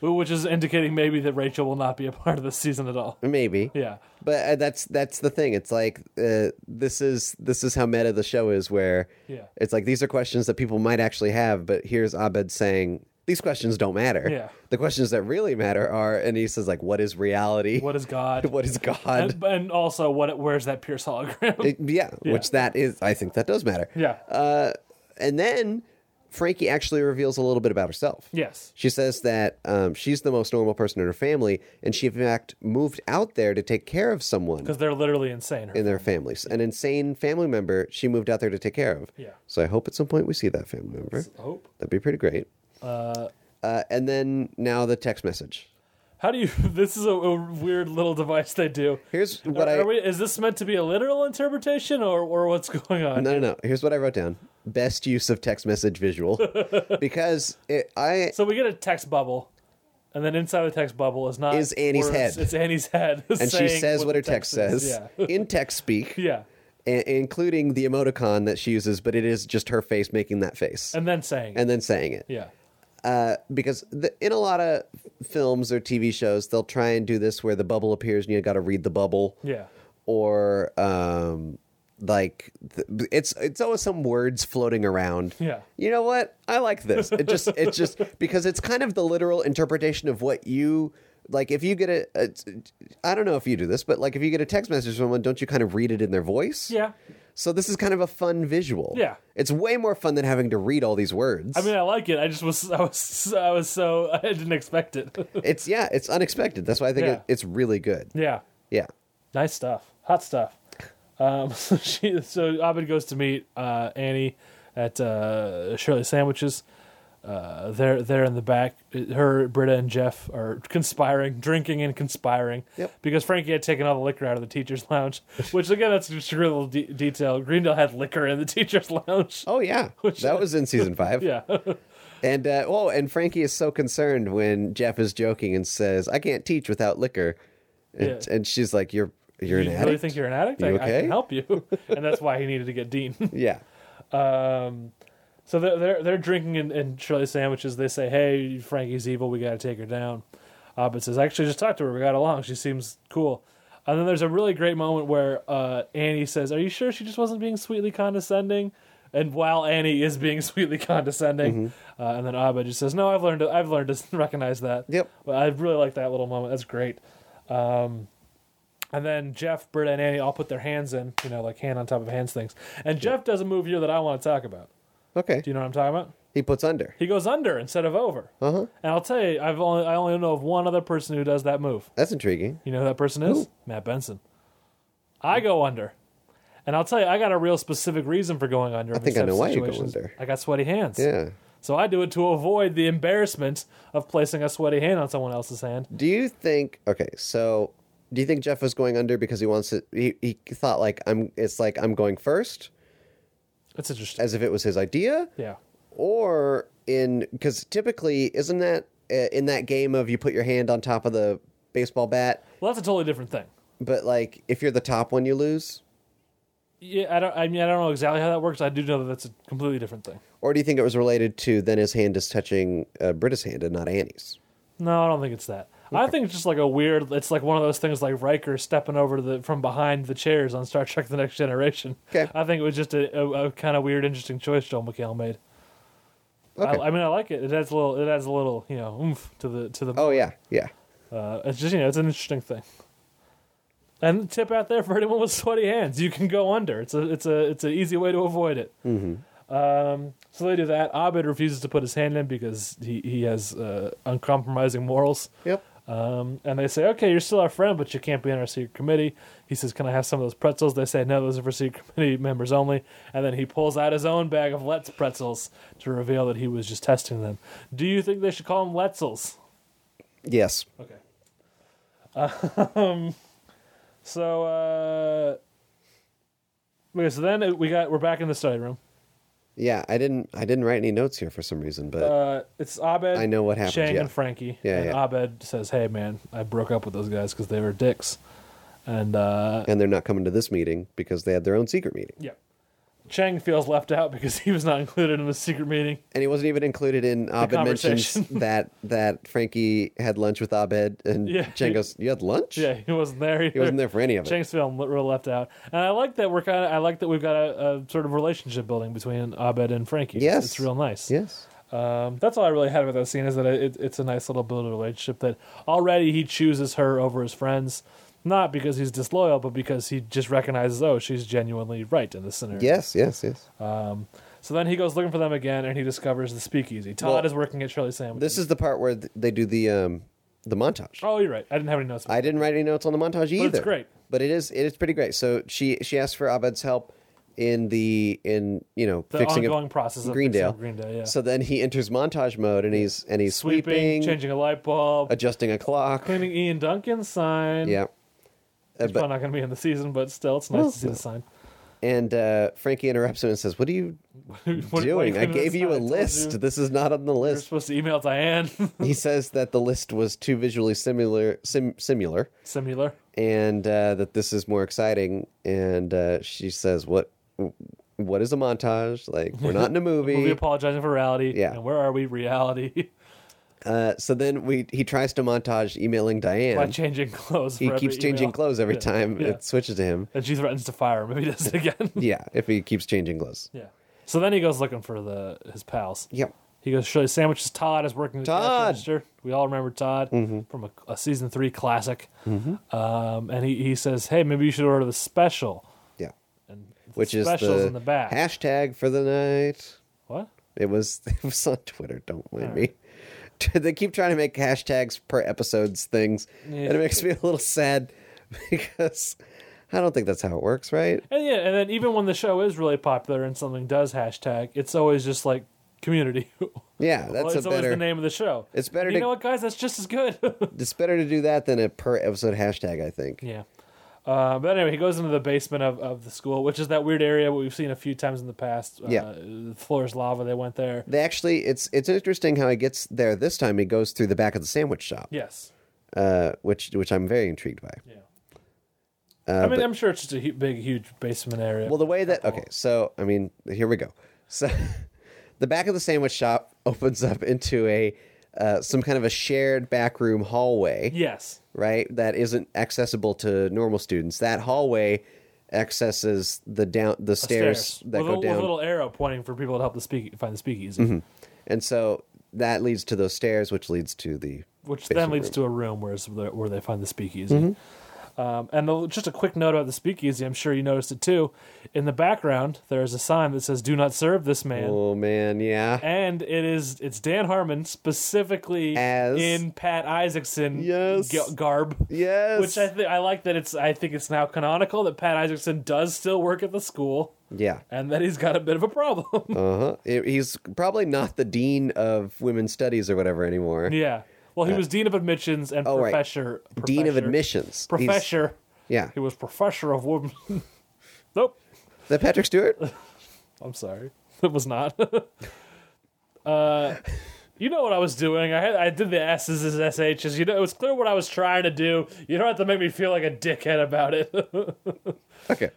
S8: Which is indicating maybe that Rachel will not be a part of this season at all.
S7: maybe.
S8: Yeah.
S7: But uh, that's that's the thing. It's like uh, this is this is how meta the show is, where
S8: Yeah.
S7: it's like these are questions that people might actually have, but here's Abed saying these questions don't matter.
S8: Yeah.
S7: the questions that really matter are, and he says like, what is reality?
S8: What is God?
S7: what is God?
S8: and, and also, what? Where's that Pierce hologram?
S7: It- yeah,
S8: Yeah.
S7: which that is. I think that does matter.
S8: yeah.
S7: Uh, and then Frankie actually reveals a little bit about herself.
S8: yes.
S7: She says that um, she's the most normal person in her family, and she in fact moved out there to take care of someone
S8: Because they're literally insane.
S7: in their families. An insane family member she moved out there to take care of.
S8: Yeah.
S7: So I hope at some point we see that family member.
S8: hope.
S7: That'd be pretty great. Uh, and then now the text message.
S8: How do you? This is a, a weird little device they do.
S7: Here's what
S8: are,
S7: I
S8: are we, is this meant to be a literal interpretation or, or what's going on?
S7: no no no. Here's what I wrote down. Best use of text message visual because it, I
S8: So we get a text bubble, and then inside the text bubble is not
S7: Is Annie's
S8: words,
S7: head.
S8: It's Annie's head,
S7: and she says what her text, says
S8: Yeah,
S7: in text speak,
S8: yeah,
S7: a- including the emoticon that she uses, but it is just her face making that face
S8: and then saying,
S7: and then saying it.
S8: yeah,
S7: because the, in a lot of films or TV shows, they'll try and do this where the bubble appears and you got to read the bubble.
S8: yeah,
S7: Or um, like th- it's it's always some words floating around.
S8: Yeah.
S7: You know what? I like this. It just it's just because it's kind of the literal interpretation of what you like. If you get a, a, I don't know if you do this, but like if you get a text message from someone, don't you kind of read it in their voice?
S8: yeah.
S7: So this is kind of a fun visual.
S8: Yeah.
S7: It's way more fun than having to read all these words.
S8: I mean, I like it. I just was, I was, I was so I didn't expect it.
S7: It's yeah, it's unexpected. That's why I think
S8: Yeah.
S7: it, it's really good.
S8: yeah,
S7: Yeah.
S8: nice stuff, hot stuff. Um, so she, so Abed goes to meet uh, Annie at uh, Shirley Sandwiches. Uh, they're they're in the back. Her, Britta, and Jeff are conspiring, drinking and conspiring.
S7: Yep.
S8: Because Frankie had taken all the liquor out of the teachers' lounge, which again, that's just a great little de- detail. Greendale had liquor in the teachers' lounge.
S7: Oh yeah, that was in season five.
S8: Yeah,
S7: And uh, oh, and Frankie is so concerned when Jeff is joking and says, "I can't teach without liquor," and,
S8: Yeah.
S7: and she's like, "You're you're
S8: you
S7: an
S8: really
S7: addict."
S8: think you're an addict?
S7: You
S8: I, I
S7: okay?
S8: can help you, and that's why he needed to get Dean.
S7: yeah.
S8: So they're they're, they're drinking and, and Shirley sandwiches. They say, "Hey, Frankie's evil. We got to take her down." Abed says, "I "Actually, just talked to her. We got along. She seems cool." And then there's a really great moment where uh, Annie says, "Are you sure she just wasn't being sweetly condescending?" And while Annie is being sweetly condescending, uh, and then Abed just says, "No, I've learned. To, I've learned to recognize that."
S7: Yep.
S8: But I really like that little moment. That's great. Um, And then Jeff, Britta, and Annie all put their hands in, you know, like hand on top of hands things. And Jeff does a move here that I want to talk about.
S7: Okay.
S8: Do you know what I'm talking about?
S7: He puts under.
S8: He goes under instead of over. Uh-huh. And I'll tell you, I've only I only know of one other person who does that move.
S7: That's intriguing.
S8: You know who that person is? Matt Benson. I go under. And I'll tell you, I got a real specific reason for going under. I
S7: think I know why you go under.
S8: I got sweaty hands.
S7: Yeah.
S8: So I do it to avoid the embarrassment of placing a sweaty hand on someone else's hand.
S7: Do you think? Okay, so do you think Jeff was going under because he wants to? He, he thought like I'm. It's like I'm going first,
S8: That's interesting.
S7: as if it was his idea,
S8: yeah.
S7: or in because typically isn't that uh, in that game of you put your hand on top of the baseball bat,
S8: Well, that's a totally different thing.
S7: but like if you're the top one, you lose.
S8: Yeah, I don't. I mean, I don't know exactly how that works. I do know that that's a completely different thing.
S7: Or do you think it was related to then his hand is touching uh, Britta's hand and not Annie's?
S8: No, I don't think it's that. I think it's just like a weird. It's like one of those things, like Riker stepping over the from behind the chairs on Star Trek: The Next Generation.
S7: Okay.
S8: I think it was just a, a, a kind of weird, interesting choice Joel McHale made.
S7: Okay.
S8: I, I mean, I like it. It adds a little. It adds a little, you know, oomph to the to the.
S7: Oh yeah, yeah.
S8: Uh, it's just you know, it's an interesting thing. And tip out there for anyone with sweaty hands, you can go under. It's a it's a it's an easy way to avoid it. Mm-hmm. Um, so they do that. Abed refuses to put his hand in because he he has uh, uncompromising morals.
S7: Yep.
S8: Um, and they say, okay, you're still our friend, but you can't be on our secret committee. He says, can I have some of those pretzels? They say, no, those are for secret committee members only. And then he pulls out his own bag of Let's pretzels to reveal that he was just testing them. Do you think they should call them Letzels?
S7: Yes.
S8: Okay. Um, so, uh, okay, so then we got, we're back in the study room.
S7: Yeah, I didn't. I didn't write any notes here for some reason, but
S8: Uh, it's Abed,
S7: I know what happened,
S8: Shang
S7: yeah.
S8: and Frankie.
S7: Yeah,
S8: and
S7: yeah.
S8: Abed says, hey, man, I broke up with those guys because they were dicks. And, uh,
S7: and they're not coming to this meeting because they had their own secret meeting,
S8: Yeah. Chang feels left out because he was not included in the secret meeting.
S7: and he wasn't even included in Abed mentions
S8: conversation.
S7: that that Frankie had lunch with Abed, and
S8: Yeah.
S7: Jen goes, "You had lunch?
S8: Yeah, he wasn't there. Either.
S7: He wasn't there for any of it."
S8: Chang's feeling real left out, and I like that we're kind of. I like that we've got a, a sort of relationship building between Abed and Frankie. It's-
S7: Yes.
S8: it's real nice.
S7: Yes.
S8: Um, that's all I really had about that scene is that it, it's a nice little build of relationship that already he chooses her over his friends, not because he's disloyal, but because he just recognizes oh she's genuinely right in this scenario.
S7: Yes. Yes. Yes.
S8: So then he goes looking for them again, and he discovers the speakeasy. Todd
S7: Well,
S8: is working at Shirley Sandwich.
S7: this is the part where th- they do the um the montage.
S8: oh, you're right. I didn't have any notes.
S7: I didn't write any notes on the montage either.
S8: great.
S7: But it is it is pretty great. So she she asked for Abed's help in the in you know
S8: The
S7: fixing a-
S8: ongoing process of
S7: Greendale.
S8: fixing Greendale, yeah.
S7: So then he enters montage mode and he's and he's
S8: sweeping,
S7: sweeping,
S8: changing a light bulb,
S7: adjusting a clock.
S8: cleaning Ian Duncan's sign.
S7: Yeah. Uh,
S8: It's
S7: but-
S8: probably not going to be in the season, but still, it's nice
S7: Well,
S8: to see the sign.
S7: and uh, Frankie interrupts him and says, "What are you
S8: What- what are you
S7: doing? I
S8: gonna
S7: gave you a
S8: decide? I told
S7: list.
S8: You,
S7: This is not on the
S8: you're
S7: list."
S8: supposed to email Diane.
S7: He says that the list was too visually similar, sim- similar,
S8: Similar.
S7: and uh, that this is more exciting. And uh, she says, "What? What is a montage? Like we're not in a
S8: We'll be
S7: movie."
S8: apologizing for reality.
S7: Yeah.
S8: And where are we? Reality.
S7: uh, so then we he tries to montage emailing
S8: By
S7: Diane.
S8: changing clothes.
S7: He
S8: for every
S7: keeps changing
S8: email.
S7: clothes every
S8: Yeah.
S7: time
S8: Yeah.
S7: it switches to him.
S8: And she threatens to fire him if he does it again.
S7: Yeah, if he keeps changing clothes.
S8: yeah. So then he goes looking for the his pals.
S7: Yep.
S8: He goes, Shirley Sandwiches. Todd is working the cash
S7: Todd! Mm-hmm.
S8: register. We all remember Todd from a, a season three classic. Um, and he, he says, hey, maybe you should order the special.
S7: Yeah.
S8: And the
S7: Which is
S8: specials
S7: the,
S8: in the back.
S7: hashtag for the night.
S8: what?
S7: It was it was on Twitter. Don't mind me. they keep trying to make hashtags per episodes things, and it makes me a little sad because I don't think that's how it works, right?
S8: And yeah, and then even when the show is really popular and something does hashtag, it's always just like community.
S7: Yeah, that's
S8: well, it's
S7: a
S8: always
S7: better.
S8: the name of the show.
S7: It's better
S8: You
S7: to-
S8: know what, guys? That's just as good.
S7: It's better to do that than a per episode hashtag. I think.
S8: yeah. Uh, but anyway, he goes into the basement of, of the school, which is that weird area we've seen a few times in the past.
S7: Yeah.
S8: Uh, the floor is lava. They went there.
S7: They actually, it's it's interesting how he gets there this time. He goes through the back of the sandwich shop,
S8: Yes.
S7: uh, which which I'm very intrigued by.
S8: I mean, I'm sure it's just a hu- big, huge basement area.
S7: Uh, Well, the way that okay, so I mean, here we go. So, the back of the sandwich shop opens up into a uh, some kind of a shared back room hallway,
S8: yes.
S7: right? That isn't accessible to normal students. That hallway accesses the down the stairs, that
S8: with, a,
S7: go
S8: with
S7: down, Mm-hmm.
S8: a little arrow pointing for people to help the speak find the speakeasy,
S7: and so that leads to those stairs, which leds to the
S8: which then leads to a room where, where they find the speakeasy.
S7: Mm-hmm.
S8: Um, and the, just a quick note about the speakeasy, I'm sure you noticed it too. In the background, there is a sign that says "Do not serve this man."
S7: Oh man, yeah.
S8: and it is it's Dan Harmon specifically
S7: As-
S8: in Pat Isaacson
S7: Yes.
S8: ga- garb.
S7: Yes.
S8: Which I think I like that it's I think it's now canonical that Pat Isaacson does still work at the school
S7: Yeah.
S8: and that he's got a bit of a problem.
S7: Uh-huh. He- He's probably not the dean of women's studies or whatever anymore.
S8: yeah. Well, he was dean of admissions and
S7: Oh, right.
S8: professor,
S7: Dean of
S8: professor-
S7: admissions. He's-
S8: Professor.
S7: yeah.
S8: He was professor of women. nope.
S7: Is that Patrick Stewart?
S8: I'm sorry. It was not. uh, you know what I was doing. I had, I did the S's as SHs. You know, it was clear what I was trying to do. You don't have to make me feel like a dickhead about it.
S7: Okay.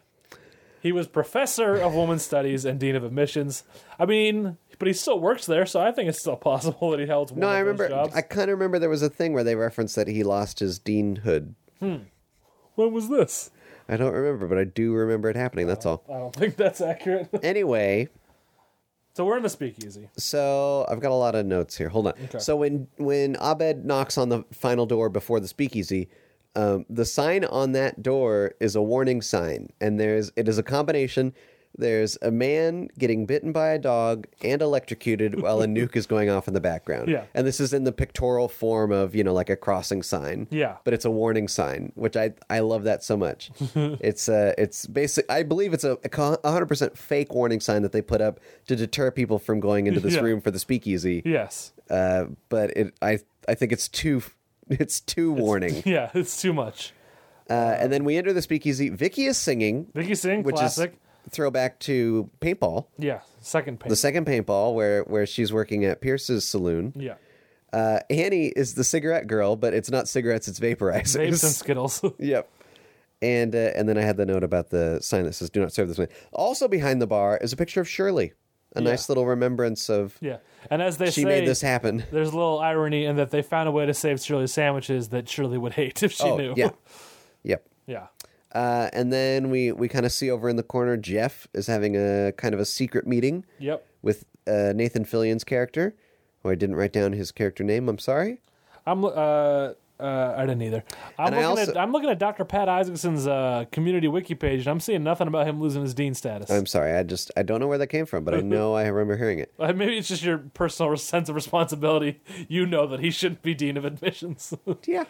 S8: he was professor of women's studies and dean of admissions. I mean, but he still works there, so I think it's still possible that he held one
S7: No,
S8: of
S7: I remember.
S8: those jobs.
S7: I kind of remember there was a thing where they referenced that he lost his deanhood.
S8: When was this?
S7: I don't remember, but I do remember it happening. That's all.
S8: I don't think that's accurate.
S7: Anyway,
S8: so we're in the speakeasy.
S7: so I've got a lot of notes here. Hold on. So when when Abed knocks on the final door before the speakeasy, um, the sign on that door is a warning sign, and there's it is a combination. There's a man getting bitten by a dog and electrocuted while a nuke is going off in the background.
S8: Yeah.
S7: And this is in the pictorial form of, you know, like a crossing sign.
S8: Yeah.
S7: But it's a warning sign, which I I love that so much. it's uh it's basic I believe it's a a co- 100% fake warning sign that they put up to deter people from going into this
S8: Yeah.
S7: room for the speakeasy.
S8: Yes.
S7: Uh but it I I think it's too it's too warning.
S8: Yeah, it's too much.
S7: Uh, and then we enter the speakeasy. Vicky is singing,
S8: Vicky Singh,
S7: which
S8: classic.
S7: is throwback to paintball,
S8: yeah, second page.
S7: the second paintball where where she's working at Pierce's saloon.
S8: yeah.
S7: Uh, Annie is the cigarette girl, but it's not cigarettes; it's vaporizers.
S8: Vapes and Skittles.
S7: Yep. And uh, and then I had the note about the sign that says "Do not serve this man." Also behind the bar is a picture of Shirley, a nice little remembrance of
S8: Yeah, and as they
S7: she
S8: say,
S7: made this happen.
S8: There's a little irony in that they found a way to save Shirley sandwiches that Shirley would hate if she
S7: oh
S8: knew.
S7: yeah, yep.
S8: yeah,
S7: Uh, and then we we kind of see over in the corner Jeff is having a kind of a secret meeting.
S8: Yep.
S7: With uh, Nathan Fillion's character, who I didn't write down his character name. I'm sorry.
S8: I'm. Uh, uh, I didn't either. I'm
S7: And I
S8: looking,
S7: also-
S8: at, I'm looking at Dr. Pat Isaacson's uh, community wiki page, and I'm seeing nothing about him losing his dean status.
S7: I'm sorry. I just I don't know where that came from, but I know I remember hearing it.
S8: Uh, Maybe it's just your personal sense of responsibility. You know that he shouldn't be dean of admissions.
S7: Yeah.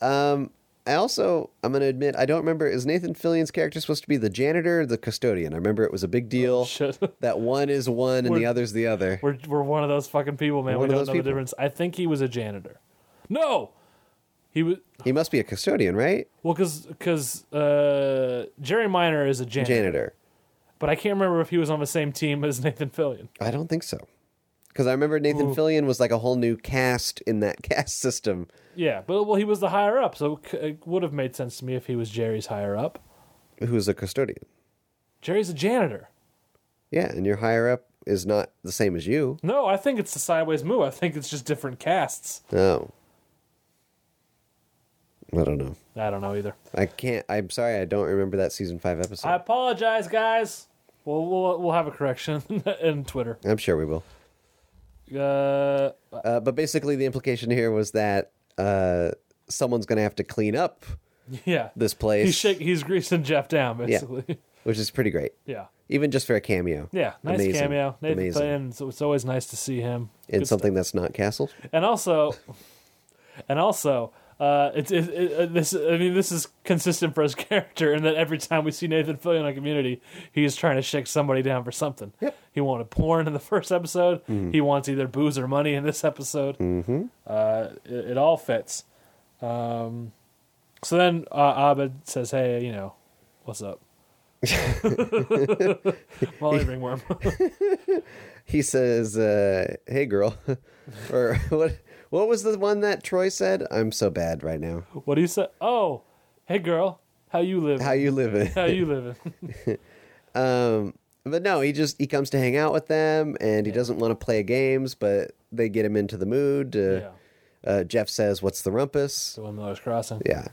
S7: Um, I also, I'm going to admit, I don't remember. Is Nathan Fillion's character supposed to be the janitor or the custodian? I remember it was a big deal
S8: Oh, shit.
S7: that one is one and the
S8: We're-
S7: other's the other.
S8: we're we're one of those fucking people, man.
S7: One
S8: we
S7: of
S8: don't
S7: those
S8: know the
S7: people.
S8: difference. I think he was a janitor. No, he was.
S7: He must be a custodian, right?
S8: Well, because uh, Jerry Minor is a janitor,
S7: Janitor.
S8: but I can't remember if he was on the same team as Nathan Fillion.
S7: I don't think so. Because I remember Nathan
S8: Oh.
S7: Fillion was like a whole new cast in that cast system.
S8: Yeah, but well, he was the higher up, so it c- it would have made sense to me if he was Jerry's higher up.
S7: Who's a custodian?
S8: Jerry's a janitor.
S7: Yeah, and your higher up is not the same as you.
S8: No, I think it's the sideways move. I think it's just different casts.
S7: No. Oh. I don't know.
S8: I don't know either.
S7: I can't. I'm sorry. I don't remember that season five episode.
S8: I apologize, guys. We'll we'll, we'll have a correction in Twitter.
S7: I'm sure we will.
S8: Uh,
S7: Uh, but basically, the implication here was that uh, someone's going to have to clean up
S8: yeah,
S7: this place,
S8: he's shak- he's greasing Jeff down basically.
S7: which is pretty great,
S8: yeah.
S7: even just for a cameo.
S8: Yeah, nice
S7: Amazing.
S8: cameo. Nathan
S7: Amazing.
S8: Fillion, so it's always nice to see him.
S7: In
S8: Good
S7: something that's not Castle.
S8: and also, and also, uh, it's it, it, uh, this. I mean, this is consistent for his character, in that every time we see Nathan Fillion on Community, he's trying to shake somebody down for something.
S7: Yep. Mm-hmm.
S8: He wanted porn in the first episode. He wants either booze or money in this episode. Mm-hmm. Uh, it, it all fits. Um, so then uh, Abed says, "Hey, you know, what's up?" Molly ringworm.
S7: He says, uh, "Hey, girl," or what? What was the one that Troy said? I'm so bad right now.
S8: What do you say? Oh, hey girl, how you living?
S7: How you living?
S8: How you living?
S7: Um, but no, he just he comes to hang out with them, and he doesn't want to play games, but they get him into the mood. Uh,
S8: yeah,
S7: uh, Jeff says, "What's the rumpus?"
S8: the one Miller's crossing.
S7: Yeah.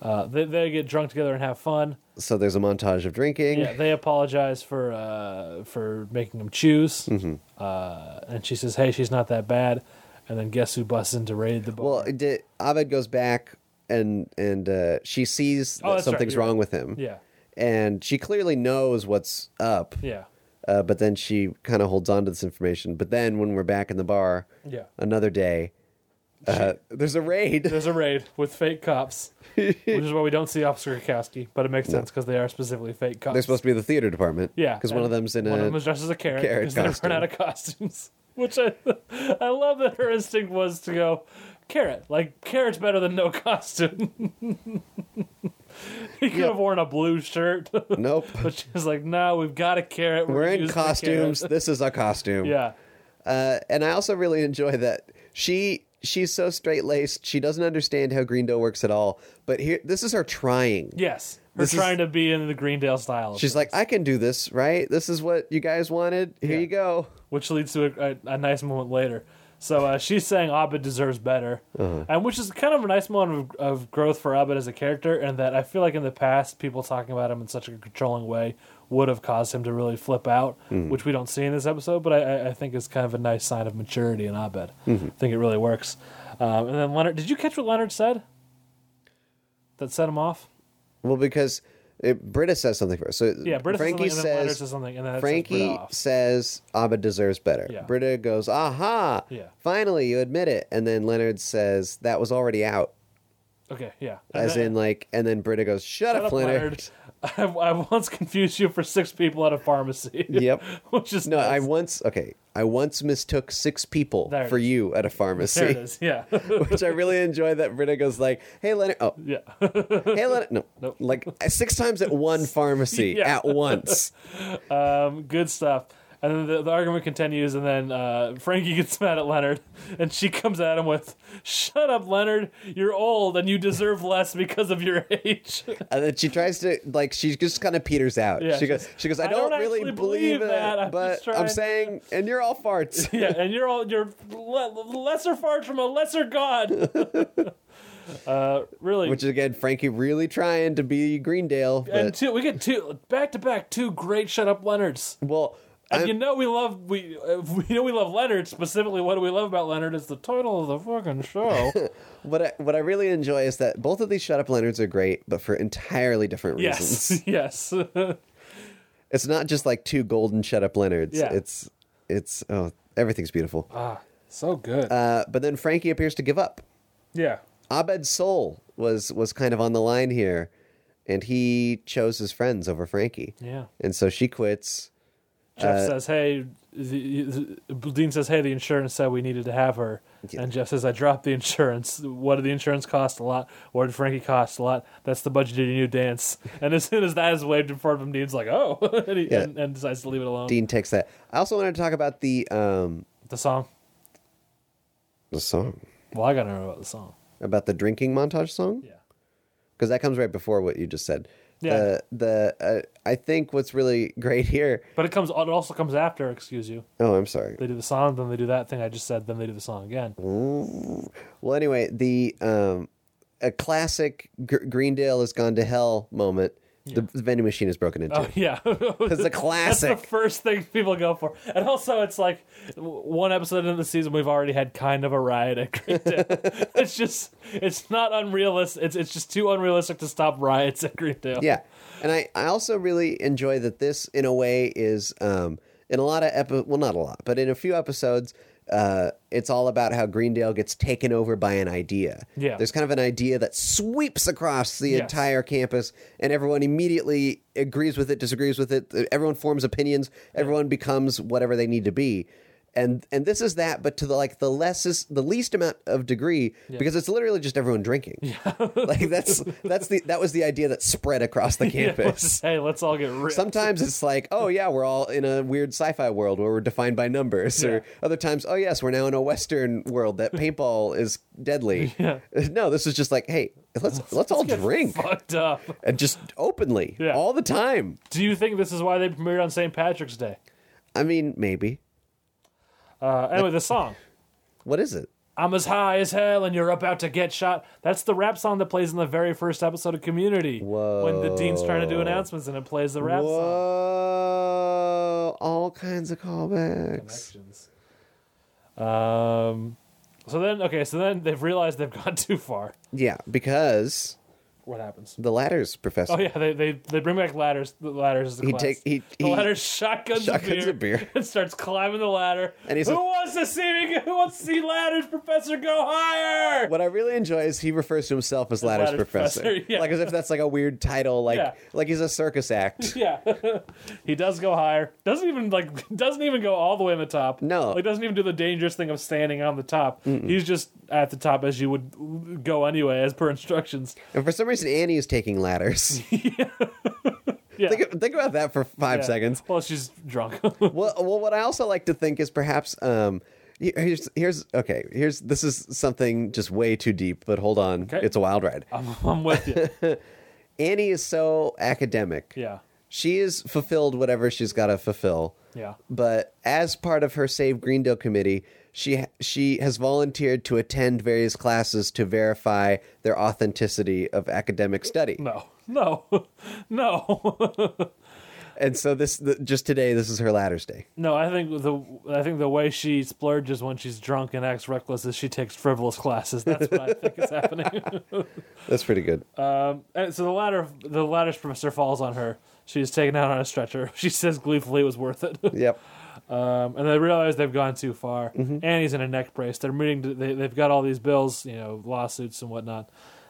S8: Uh, they they get drunk together and have fun.
S7: So there's a montage of drinking.
S8: Yeah, they apologize for uh, for making him choose.
S7: Mm-hmm.
S8: Uh, and she says, "Hey, she's not that bad." And then guess who busts in to raid the bar?
S7: Well, it did, Abed goes back and and uh, she sees
S8: Oh,
S7: that
S8: that's right,
S7: something's
S8: you're
S7: wrong
S8: right.
S7: with him.
S8: Yeah.
S7: and she clearly knows what's up.
S8: Yeah.
S7: Uh, but then she kind of holds on to this information. But then when we're back in the bar,
S8: Yeah.
S7: another day, uh, there's a raid.
S8: There's a raid with fake cops, which is why we don't see Officer Kukowski, but it makes sense because they are specifically fake cops.
S7: They're supposed to be the theater department.
S8: Yeah,
S7: because one
S8: and
S7: of them's in
S8: one
S7: a
S8: of them is dressed as a carrot
S7: carrot
S8: because they
S7: costume.
S8: run out of costumes. Which I, I love that her instinct was to go carrot, like carrot's better than no costume. he could
S7: Yeah.
S8: have worn a blue shirt, but
S7: nope.
S8: she's like, no, we've got a carrot.
S7: We're
S8: gonna
S7: in
S8: use the carrot."
S7: costumes. This is a costume.
S8: Yeah,
S7: Uh, and I also really enjoy that she she's so straight laced. She doesn't understand how Greendale works at all. But here, this is her trying.
S8: yes, her
S7: This is-
S8: trying to be in the Greendale style. of
S7: She's like, I can do this, right? This is what you guys wanted. Here
S8: Yeah.
S7: you go.
S8: which leads to a, a, a nice moment later. So uh, she's saying Abed deserves better,
S7: Uh-huh.
S8: and which is kind of a nice moment of, of growth for Abed as a character, and that I feel like in the past people talking about him in such a controlling way would have caused him to really flip out,
S7: Mm-hmm.
S8: which we don't see in this episode, but I, I- I think is kind of a nice sign of maturity in Abed.
S7: Mm-hmm.
S8: I think it really works. Um, and then Leonard, did you catch what Leonard said? That set him off.
S7: Well, because it, Britta says something first. So
S8: Yeah, Britta says
S7: Frankie
S8: something, and then Leonard
S7: says,
S8: says something, and then it sets Britta
S7: Frankie
S8: off.
S7: says Abba deserves better.
S8: Yeah.
S7: Britta goes, aha!
S8: Yeah.
S7: Finally, you admit it. And then Leonard says that was already out,
S8: Okay, yeah. And
S7: as
S8: then-
S7: in like, and then Britta goes, shut,
S8: Shut up, Leonard. I, I once confused you for six people at a pharmacy.
S7: Yep.
S8: Which is
S7: No, I
S8: nuts.
S7: once okay. I once mistook six people
S8: There it
S7: for
S8: is.
S7: you at a
S8: There it
S7: pharmacy,
S8: is. Yeah.
S7: which I really enjoy. That Britta goes like, "Hey Leonard, oh
S8: yeah.
S7: hey Leonard, no,
S8: Nope.
S7: like uh, six times at one pharmacy
S8: Yeah.
S7: at once."
S8: Um, good stuff. And then the, the argument continues, and then uh, Frankie gets mad at Leonard, and she comes at him with, "Shut up, Leonard! You're old, and you deserve less because of your age."
S7: And then she tries to like she just kind of peters out.
S8: Yeah,
S7: she
S8: she
S7: goes,
S8: goes,
S7: she goes, I,
S8: "I
S7: don't,
S8: don't
S7: really
S8: actually
S7: believe
S8: believe that.
S7: it,
S8: I'm
S7: but
S8: just
S7: I'm
S8: trying
S7: saying, and you're all farts.
S8: yeah, and you're all you're le- lesser far from a lesser god. uh, really,
S7: Which again, Frankie really trying to be Greendale,
S8: and
S7: but
S8: two, we get two back to back two great shut up Leonards.
S7: well,
S8: And
S7: I'm-
S8: you know we love we uh, we know we love Leonard specifically. What do we love about Leonard? It's the title of the fucking show.
S7: what I, what I really enjoy is that both of these shut up Leonards are great, but for entirely different reasons.
S8: yes, yes.
S7: It's not just like two golden shut up Leonards.
S8: Yeah. Uh.
S7: It's it's oh everything's beautiful.
S8: so good.
S7: Uh, but then Frankie appears to give up.
S8: yeah,
S7: Abed's soul was was kind of on the line here, and he chose his friends over Frankie.
S8: Yeah.
S7: And so she quits.
S8: Jeff
S7: uh,
S8: says, "Hey." The, the- Dean says, "Hey, the insurance said we needed to have her." And Jeff says, "I dropped the insurance. What did the insurance cost? A lot. What did Frankie cost? A lot. That's the budget of your new dance." And as soon as that is waved in front of him, Dean's like, "Oh," and, he,
S7: Yeah.
S8: and, and decides to leave it alone.
S7: Dean takes that. I also wanted to talk about the um
S8: The song.
S7: the song
S8: Well, I gotta know about the song.
S7: about the drinking montage song
S8: Yeah.
S7: because that comes right before what you just said.
S8: Yeah.
S7: Uh, the uh, I think what's really great here.
S8: But it comes. It also comes after. Excuse you.
S7: Oh, I'm sorry.
S8: They do the song, then they do that thing I just said, then they do the song again.
S7: Well, anyway, the um, a classic Gr- Greendale has gone to hell moment. The, the vending machine is broken into.
S8: Oh yeah, it's
S7: a
S8: That's
S7: classic.
S8: the first thing people go for, and also it's like w- one episode into the season we've already had kind of a riot at Greendale. it's just it's not unrealistic. It's it's just too unrealistic to stop riots at Greendale.
S7: Yeah, and I, I also really enjoy that this, in a way, is um, in a lot of epi- well, not a lot, but in a few episodes, uh, it's all about how Greendale gets taken over by an idea.
S8: Yeah.
S7: there's kind of an idea that sweeps across the
S8: Yes.
S7: entire campus, and everyone immediately agrees with it, disagrees with it. Everyone forms opinions. Everyone becomes whatever they need to be. And, and this is that, but to the like the lessest, the least amount of degree, because it's literally just everyone drinking. like that's that's the that was the idea that spread across the
S8: Yeah, let's
S7: campus.
S8: just- hey, let's all get ripped.
S7: Sometimes it's like, oh yeah, we're all in a weird sci-fi world where we're defined by numbers, or other times, oh yes, we're now in a Western world that paintball is deadly. No, this is just like, hey, let's let's, all drink
S8: Fucked up.
S7: and just openly
S8: Yeah.
S7: all the time.
S8: Do you think this is why they premiered on St. Patrick's Day?
S7: I mean, maybe
S8: Uh, anyway, the song.
S7: what is it?
S8: I'm as high as hell and you're about to get shot. That's the rap song that plays in the very first episode of Community. Whoa. When the dean's trying to do announcements and it plays the rap song.
S7: Whoa! All kinds of callbacks.
S8: Connections. Um, So then, okay, so then they've realized they've gone too far.
S7: Yeah, because
S8: What happens?
S7: the ladders, Professor.
S8: Oh yeah, they they, they bring back ladders. The ladders is the
S7: He
S8: class.
S7: take- he-
S8: the
S7: he-
S8: ladders shotguns,
S7: shotguns
S8: a
S7: a
S8: beer,
S7: beer.
S8: and starts climbing the ladder.
S7: And he's
S8: who
S7: like-
S8: wants to see me? Who wants to see ladders, Professor? Go higher!
S7: What I really enjoy is he refers to himself as Ladders,
S8: Ladders
S7: Professor,
S8: Professor, yeah.
S7: like as if that's like a weird title, like
S8: Yeah.
S7: like he's a circus act.
S8: Yeah, he does go higher. Doesn't even like doesn't even go all the way on the top.
S7: No.
S8: like doesn't even do the dangerous thing of standing on the top. He's just at the top as you would go anyway, as per instructions.
S7: And for some reason, Annie is taking ladders.
S8: Yeah.
S7: think, think about that for five
S8: Yeah.
S7: seconds.
S8: Well, she's drunk.
S7: Well, well, what I also like to think is perhaps um, here's here's okay. Here's this is something just way too deep, but hold on,
S8: Okay. Uh.
S7: it's a wild ride.
S8: I'm with you.
S7: Annie is so academic.
S8: Yeah,
S7: She is fulfilled whatever she's got to fulfill.
S8: yeah.
S7: But as part of her Save Greendale committee, she she has volunteered to attend various classes to verify their authenticity of academic study.
S8: No, no, no,
S7: And so this the, just today this is her Ladders Day.
S8: no. I think the I think the way she splurges when she's drunk and acts reckless is she takes frivolous classes. That's what I think is happening.
S7: That's pretty good.
S8: Uh, And so the ladder, the ladder's professor falls on her. She's taken out on a stretcher. She says gleefully it was worth it.
S7: yep.
S8: um, and they realize they've gone too far. Annie's in a neck brace. They're meeting. To, they, they've got all these bills, you know, lawsuits and whatnot.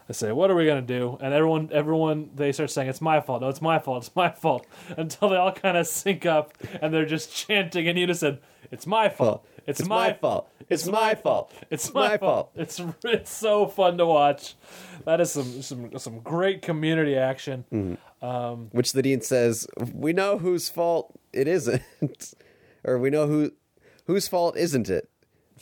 S8: They say, "What are we gonna do?" And everyone, everyone, they start saying, "It's my fault. No, it's my fault. It's my fault." Until they all kind of sync up and they're just chanting in unison, "It's my fault. It's, my,
S7: fault. It's my fault.
S8: It's my, fault. It's it's so fun to watch. That is some some some great community action.
S7: Mm. Which the dean says, "We know whose fault it isn't, or we know who whose fault isn't it."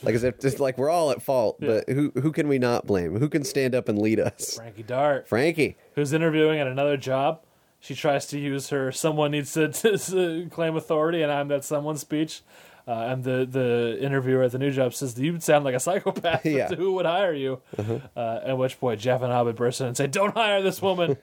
S7: Like as if just like we're all at fault, but who who can we not blame? Who can stand up and lead us?
S8: Frankie Dart,
S7: Frankie.
S8: who's interviewing at another job, she tries to use her "someone needs to, to, to claim authority" and "I'm that someone" speech. Uh, and the, the interviewer at the new job says, "You sound like a psychopath.
S7: Yeah. Uh-huh.
S8: Who would hire you?" Uh, at which point, Jeff and Hobbit burst in and say, "Don't hire this woman.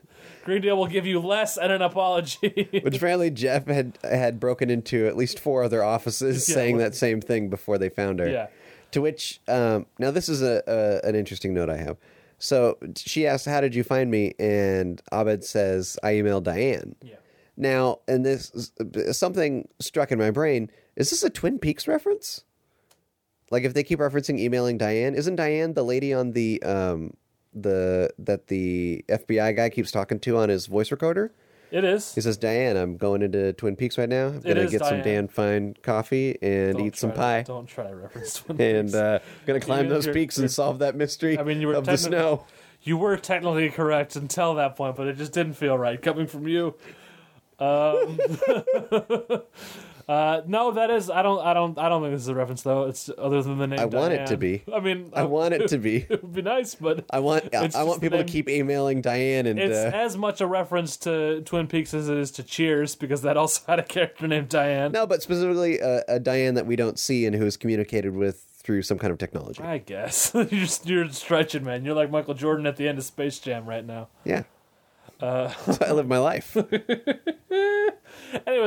S8: Green Deal will give you less and an apology."
S7: Which apparently Jeff had had broken into at least four other offices
S8: Yeah,
S7: saying
S8: well-
S7: that same thing before they found her.
S8: Yeah.
S7: To which, um, now this is a, a an interesting note I have. So she asks, "How did you find me?" And Abed says, "I emailed Diane."
S8: Yeah.
S7: Now, and this something struck in my brain. Is this a Twin Peaks reference? Like, if they keep referencing emailing Diane, isn't Diane the lady on the um the that the FBI guy keeps talking to on his voice recorder?
S8: it is.
S7: He says, Diane, I'm going into Twin Peaks right now. I'm going to
S8: is
S7: get some
S8: Diane.
S7: damn fine coffee and
S8: Don't
S7: eat some
S8: try
S7: pie.
S8: to- don't try to reference Twin
S7: and
S8: Peaks.
S7: uh, going to climb
S8: You're-
S7: those
S8: you're-
S7: peaks
S8: you're-
S7: and solve that mystery
S8: I mean, you were
S7: of the
S8: technically-
S7: snow.
S8: You were technically correct until that point, but it just didn't feel right coming from you. Um, uh, no, that is. I don't. I don't. I don't think this is a reference though. It's other than the name.
S7: I want it to
S8: Diane.
S7: be.
S8: I mean,
S7: I want it to be.
S8: It would be nice, but
S7: I want I,
S8: It's
S7: I
S8: just
S7: want people
S8: them-
S7: to keep emailing Diane and
S8: it's
S7: uh,
S8: as much a reference to Twin Peaks as it is to Cheers, because that also had a character named Diane.
S7: no, but specifically uh, a Diane that we don't see and who is communicated with through some kind of technology.
S8: I guess you're just, you're stretching, man. You're like Michael Jordan at the end of Space Jam right now.
S7: Yeah, uh, I live my life.
S8: anyway,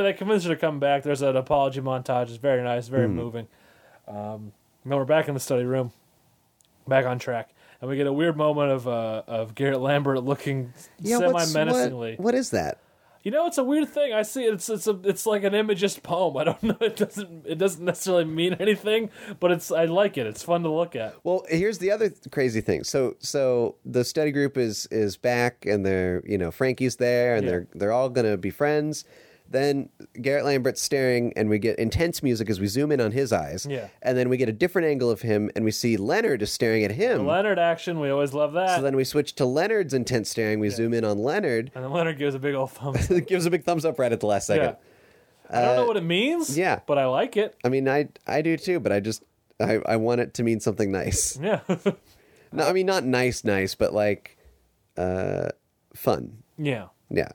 S8: they convince her to come back. There's an apology montage. It's very nice, very
S7: Hmm.
S8: moving. Um, then we're back in the study room, back on track, and we get a weird moment of uh, of Garrett Lambert looking
S7: Yeah,
S8: semi
S7: what's- what-
S8: menacingly.
S7: what is that?
S8: You know, it's a weird thing. I see it. it's it's a it's like an imagist poem. I don't know. It doesn't it doesn't necessarily mean anything, but it's I like it. It's fun to look at.
S7: Well, here's the other th- crazy thing. So, so the study group is is back, and they're you know Frankie's there, and
S8: Yeah.
S7: they're they're all gonna be friends. Then Garrett Lambert's staring, and we get intense music as we zoom in on his eyes.
S8: Yeah.
S7: and then we get a different angle of him, and we see Leonard is staring at him.
S8: Leonard action. We always love that.
S7: Hmm. so then we switch to Leonard's intense staring. We zoom in on Leonard.
S8: and then Leonard gives a big old thumbs.
S7: It gives a big thumbs up right at the last second.
S8: yeah. I don't know what it means.
S7: Uh, yeah.
S8: But I like it.
S7: I mean, I I do too, but I just I, I want it to mean something nice.
S8: Yeah.
S7: No, I mean not nice, nice, but like uh, fun.
S8: yeah.
S7: Yeah.